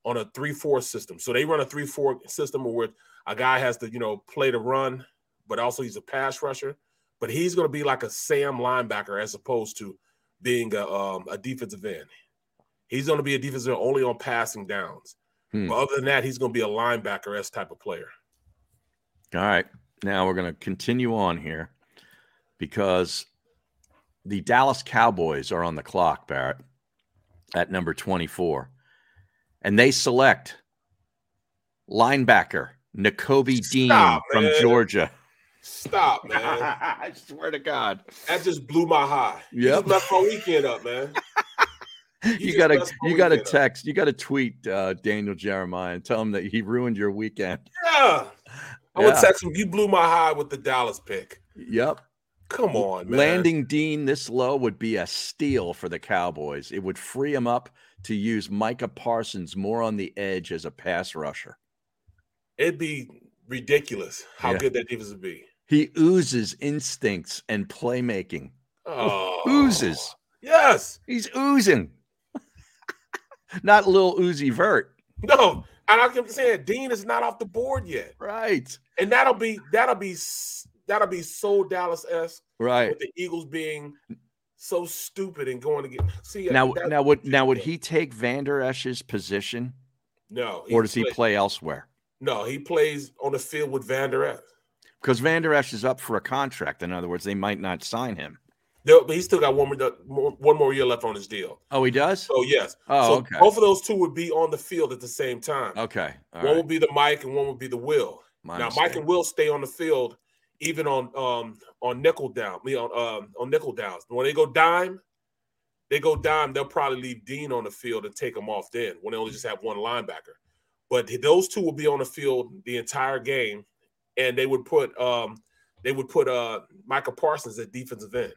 on a three four system. So they run a three four system where a guy has to you know play the run, but also he's a pass rusher. But he's going to be like a Sam linebacker as opposed to being a, um, a defensive end. He's going to be a defensive end only on passing downs.
Hmm.
But other than that, he's going to be a linebacker as type of player.
All right. Now we're going to continue on here because the Dallas Cowboys are on the clock, Barrett, at number 24. And they select linebacker N'Kobe Dean
Stop,
from
man.
Georgia.
Stop, man! I
swear to God,
that just blew my high. You
Yep.
just left my weekend up, man.
you gotta you gotta text you gotta tweet uh, Daniel Jeremiah and tell him that he ruined your weekend.
Yeah. I would
Yeah.
text him, you blew my high with the Dallas pick.
Yep.
Come on, man.
Landing Dean this low would be a steal for the Cowboys. It would free him up to use Micah Parsons more on the edge as a pass rusher.
It'd be ridiculous how
Yeah.
good that defense would be.
He oozes instincts and playmaking.
Oh.
Oozes.
Yes.
He's oozing. Not little Uzi Vert.
No, and I keep saying Dean is not off the board yet.
Right.
And that'll be that'll be s- that'll be so Dallas esque.
Right.
With the Eagles being so stupid and going to get see
Now,
that-
now would now would he take Vander Esch's position,
no
or does he
play-
play elsewhere?
No, he plays on the field with Van Der Esch.
Because Vander Esch is up for a contract. In other words, they might not sign him.
No, but he's still got one more more- one more year left on his deal.
Oh, he does.
So yes.
Oh,
so
okay.
both of those two would be on the field at the same time.
Okay. All
one
right.
would be the Mike and one would be the Will.
My
now
mistake.
Mike and Will stay on the field even on um on nickel down, I mean, on um on nickel downs. When they go dime, they go dime, they'll probably leave Dean on the field and take him off then when they only just have one linebacker. But those two will be on the field the entire game, and they would put um they would put uh Michael Parsons at defensive end,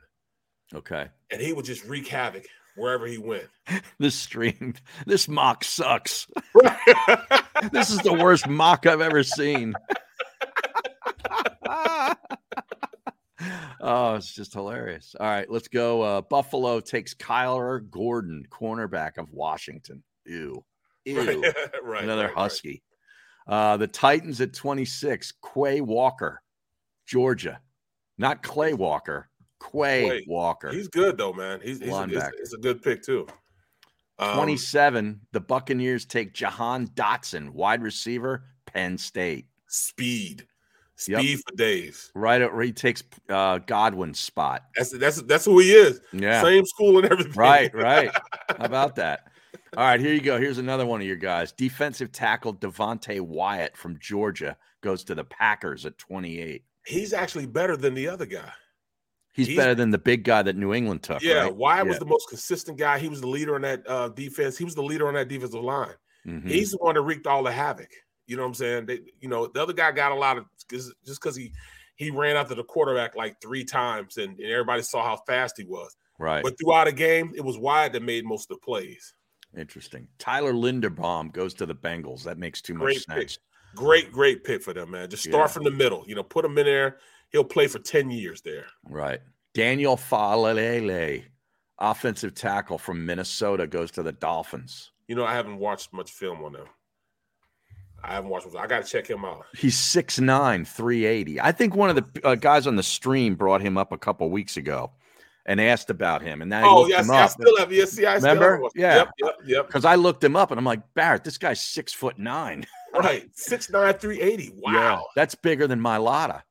Okay.
and he would just wreak havoc wherever he went.
This stream, this mock sucks. this is the worst mock I've ever seen. oh, it's just hilarious. All right, let's go. Uh, Buffalo takes Kyler Gordon, cornerback of Washington. Ew. Ew.
Right, right,
Another
right, right.
Husky. Uh, the Titans at 26, Quay Walker, Georgia. Not Clay Walker, Quay
Wait,
Walker.
He's good though, man. He's, he's, a, it's,
Linebacker.
it's a good pick too. Um,
27, the Buccaneers take Jahan Dotson, wide receiver, Penn State.
Speed.
Yep.
Speed for days.
Right. It retakes uh, Godwin's spot.
That's that's that's who he is.
Yeah.
Same school and everything.
Right. Right. How about that? All right. Here you go. Here's another one of your guys. Defensive tackle Devontae Wyatt from Georgia goes to the Packers at 28.
He's actually better than the other guy.
He's,
He's-
better than the big guy that New England took.
yeah.
Right?
Wyatt was
Yeah.
the most consistent guy. He was the leader on that uh, defense. He was the leader on that defensive line.
Mhm.
He's the one that wreaked all the havoc. You know what I'm saying? They, you know, the other guy got a lot of 'cause- just because he he ran after the quarterback like three times, and, and everybody saw how fast he was.
right.
But throughout the game, it was Wyatt that made most of the plays.
Interesting. Tyler Linderbaum goes to the Bengals. That makes too much
Great
sense.
pick. Great, great pick for them, man. Just start
Yeah.
from the middle. You know, put him in there. He'll play for 10 years there.
Right. Daniel Falele, offensive tackle from Minnesota, goes to the Dolphins.
You know, I haven't watched much film on them. I haven't watched. I got to check him out.
He's 6'9, 380. I think one of the uh, guys on the stream brought him up a couple weeks ago and asked about him. And now he
oh,
looked
yes,
him
I
up.
still have. Yes, see, I still
Remember?
haven't watched-
Yeah.
Yep, yep, yep.
Because I looked him up and I'm like, Barrett, this guy's six foot nine.
Right. 6'9", 380. Wow.
Yeah, that's bigger than my Lotta.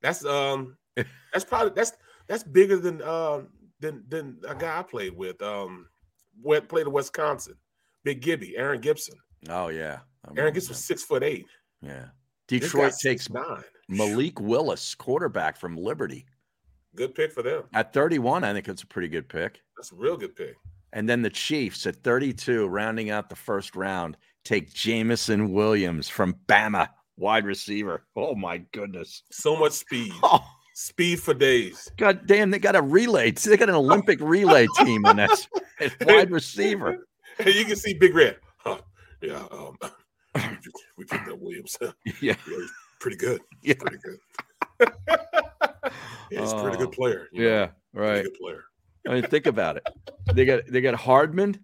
That's um that's probably that's that's bigger than um than than a guy I played with. Um went played at Wisconsin. Big Gibby, Aaron Gibson.
Oh, yeah. I
Aaron
remember
Gibson was six foot eight.
that. Yeah.
This
Detroit
guy's
takes
6'9".
Malik Willis, quarterback from Liberty.
Good pick for them.
At 31, I think it's a pretty good pick.
That's a real good pick.
And then the Chiefs at 32, rounding out the first round, take Jamison Williams from Bama, wide receiver. Oh my goodness.
So much speed. Speed for days.
God damn, they got a relay. They got an Olympic relay team on that wide receiver.
And you can see Big Red. Huh. Yeah. Um, we picked up Williams.
Yeah.
he's pretty good.
Yeah.
Pretty good. Yeah, he's a pretty good player. you know,
Oh, Yeah, right.
Pretty good player.
I mean, think about it. They got they got Hardman,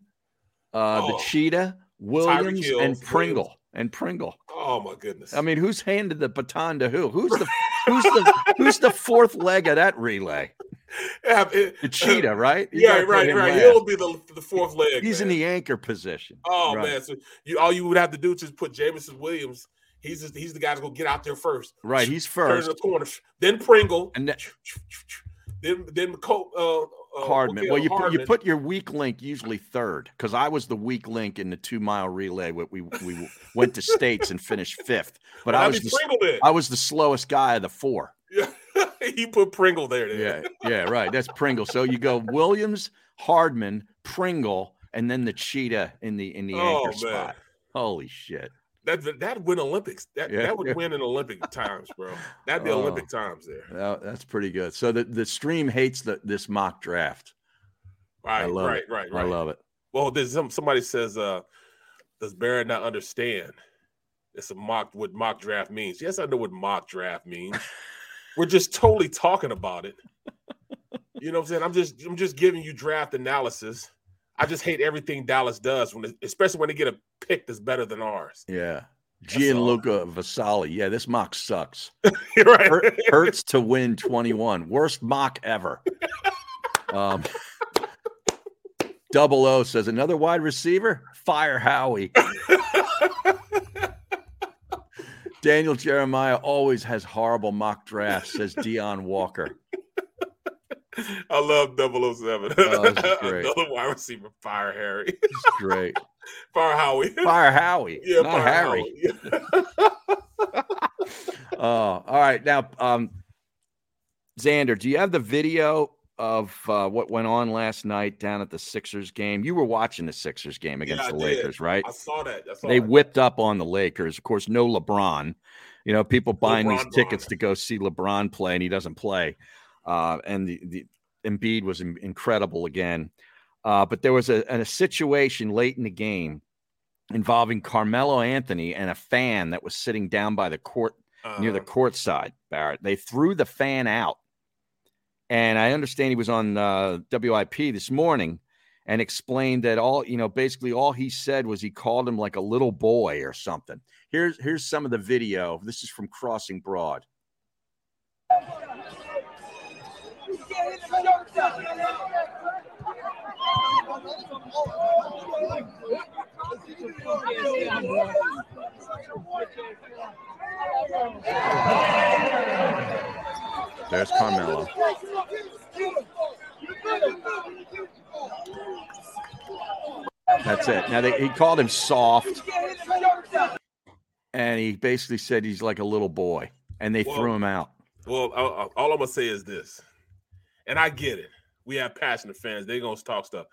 uh, the
Oh.
Cheetah, Williams,
Hill,
and
Williams.
Pringle. And Pringle.
Oh my goodness.
I mean, who's handed the baton to who? Who's the who's the who's the fourth leg of that relay?
Yeah, it- uh,
The cheetah, right? You
yeah,
gotta put
right,
him
right.
last.
He'll be the, the fourth leg.
He's in
man.
the anchor position.
Oh
Right.
man, so you all you would have to do is just put Jamison Williams. He's just, he's the guy to go get out there first.
Right, he's
Turn
first.
the corner, then Pringle,
and that,
then then Col- uh, uh,
Hardman.
Mikael
well, you put, you
Hardman.
put your weak link usually third because I was the weak link in the two mile relay. What we we went to states and finished fifth, but
Well,
I
that'd
was
be
the,
Pringle then.
s- I was the slowest guy of the four.
you put Pringle there. Then.
Yeah, yeah, right. That's Pringle. So you go Williams, Hardman, Pringle and then the cheetah in the in the
Oh,
anchor
man.
spot. Holy shit!
That that that'd win Olympics. That
Yeah.
that would win in Olympic times, bro. That'd be
Oh.
Olympic times there.
That- that's pretty good. So the, the stream hates the, this mock draft.
Right,
I love
right,
it.
right,
I
right.
love it.
Well, there's some somebody says, uh, does Barrett not understand? It's a mock what mock draft means. Yes, I know what mock draft means. We're just totally talking about it. You know what I'm saying? I'm just I'm just giving you draft analysis. I just hate everything Dallas does when, it- especially when they get a pick that's better than ours.
Yeah. Gianluca Vasali. Yeah, this mock sucks.
right.
Hurts to win 21. Worst mock ever. Um, double O says another wide receiver. Fire Howie. Daniel Jeremiah always has horrible mock drafts, says Dion Walker.
I love 007.
Oh, this is great.
Another wide receiver, Fire Harry,
Great.
Fire Howie,
Fire Howie,
Yeah,
not
Fire
Harry.
Howie.
Oh, all right. Now, um, Xander, do you have the video of uh, what went on last night down at the Sixers game? You were watching the Sixers game against
I
the
did.
Lakers, right?
I saw that. I saw
They
that.
whipped up on the Lakers. Of course, no LeBron. You know, people buying
LeBron
these
Bron.
tickets to go see LeBron play, and he doesn't play. Uh, and the, the Embiid was in- incredible again. Uh, but there was a, a situation late in the game involving Carmelo Anthony and a fan that was sitting down by the court near
Uh-huh.
the court side, Barrett. They threw the fan out. And I understand he was on uh, WIP this morning and explained that all, you know, basically all he said was he called him like a little boy or something. Here's here's some of the video. This is from Crossing Broad. There's Carmelo. That's it. Now they, he called him soft, and he basically said he's like a little boy, and they threw
Whoa.
him out.
Well, I, I- all I'm gonna say is this, and I get it. We have passionate fans; they're gonna talk stuff.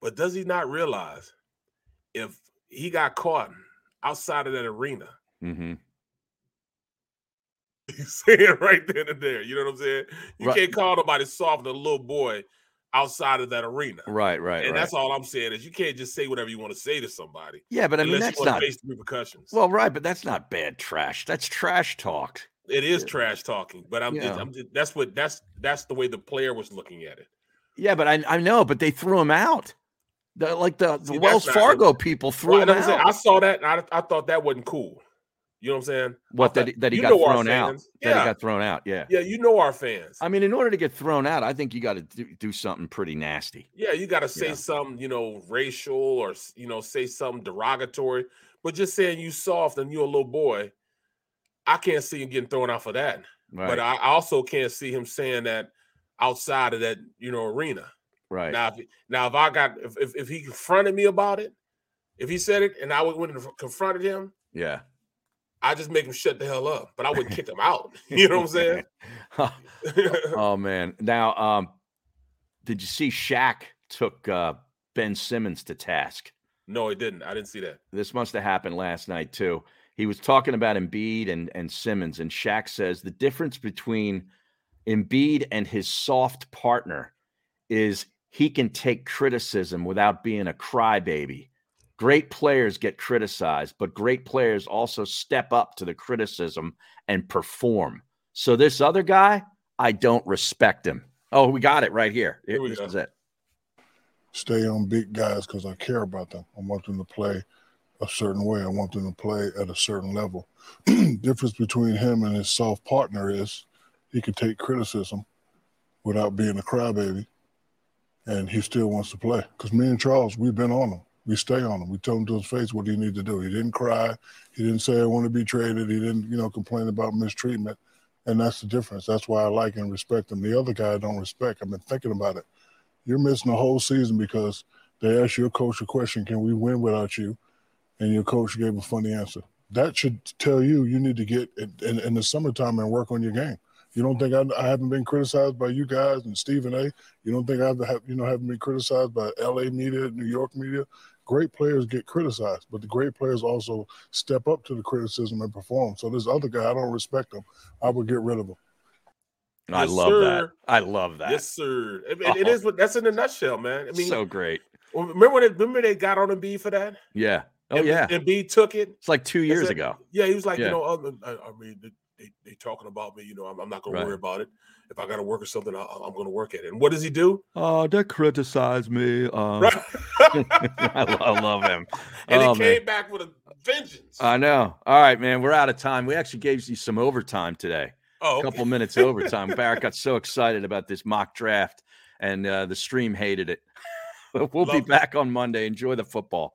But does he not realize if he got caught outside of that arena?
Mm-hmm.
You say it right then and there. You know what I'm saying? You
Right.
can't call nobody soft and a little boy outside of that arena.
Right, right,
and
right.
that's all I'm saying is you can't just say whatever you want to say to somebody.
Yeah, but I mean,
unless you
that's
wanna
not-
face the repercussions.
Well, right, but that's not bad trash. That's trash talk.
It is trash talking, but I'm,
Yeah.
I'm just, that's what that's that's the way the player was looking at it.
Yeah, but I, I know, but they threw him out. The, like the, the
See, that's
Wells
not-
Fargo people threw
Well,
him
that's what I'm saying.
out.
I saw that and I, I thought that wasn't cool. You know what I'm saying?
what that, he- that he
you
got
know our
thrown out.
fans.
That
Yeah.
he got thrown out. Yeah.
Yeah, you know our fans.
I mean, in order to get thrown out, I think you got to do, do something pretty nasty.
Yeah, you got to say
Yeah.
something, you know, racial or s- you know, say something derogatory. But just saying you soft and you a little boy, I can't see him getting thrown out for that.
Right.
But I I also can't see him saying that outside of that, you know, arena.
Right.
Now, if, now if I got if, if if he confronted me about it, if he said it and I went and confronted him,
Yeah.
I just make him shut the hell up. But I would kick him out. You know what I'm saying?
oh man. Now, um, did you see Shaq took uh, Ben Simmons to task?
No, it didn't. I didn't see that.
This must have happened last night too. He was talking about Embiid and, and Simmons, and Shaq says the difference between Embiid and his soft partner is he can take criticism without being a crybaby. Great players get criticized, but great players also step up to the criticism and perform. So this other guy, I don't respect him. Oh, we got it right here. Here- this is it.
stay on big guys because I care about them. I want them to play a certain way. I want them to play at a certain level. Difference between him and his soft partner is he can take criticism without being a crybaby, and he still wants to play. Because me and Charles, we've been on him. We stay on him. We tell him to his face what he need to do. He didn't cry. He didn't say I want to be traded. He didn't, you know, complain about mistreatment. And that's the difference. That's why I like and respect him. The other guy I don't respect. I've been thinking about it you're missing the whole season because they asked your coach a question, can we win without you? And your coach gave a funny answer. That should tell you you need to get in, in, in the summertime and work on your game. You don't think I, I haven't been criticized by you guys and Stephen A. You don't think I've have, you know haven't been criticized by L.A. media, New York media. Great players get criticized, but the great players also step up to the criticism and perform. So this other guy, I don't respect him. I would get rid of him.
I
Yes,
love that.
sir.
I love that. Oh.
Yes, sir. I mean, It is what that's in a nutshell, man. I mean,
so great.
Well, remember when they, remember they got on Embiid for that?
Yeah. Oh
and,
yeah.
And B took it.
It's like two
They
years
said-
ago.
Yeah, he was like,
Yeah.
you know, "Oh." other, I, I mean, they, they, they talking about me. You know, I'm, I'm not going
Right.
to worry about it. If I got to work at something, I, I'm going to work at it. And what does he do?
Oh, they criticize me. Um,
Right.
I, lo- I love him.
And
oh,
he
man.
came back with a vengeance.
I know. All right, man. We're out of time. We actually gave you some overtime today.
Oh,
a couple
okay.
minutes overtime. Barrett got so excited about this mock draft, and uh, the stream hated it. But we'll be back on Monday. Enjoy the football.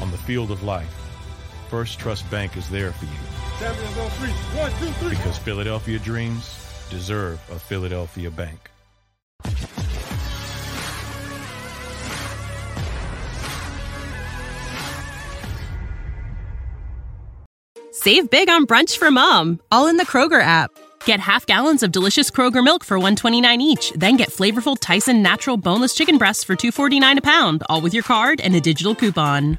On the field of life, First Trust Bank is there for you
Champions on three. One, two, three.
because Philadelphia dreams deserve a Philadelphia bank.
Save big on brunch for mom, all in the Kroger app. Get half gallons of delicious Kroger milk for 129 each, then get flavorful Tyson natural boneless chicken breasts for 249 a pound, all with your card and a digital coupon.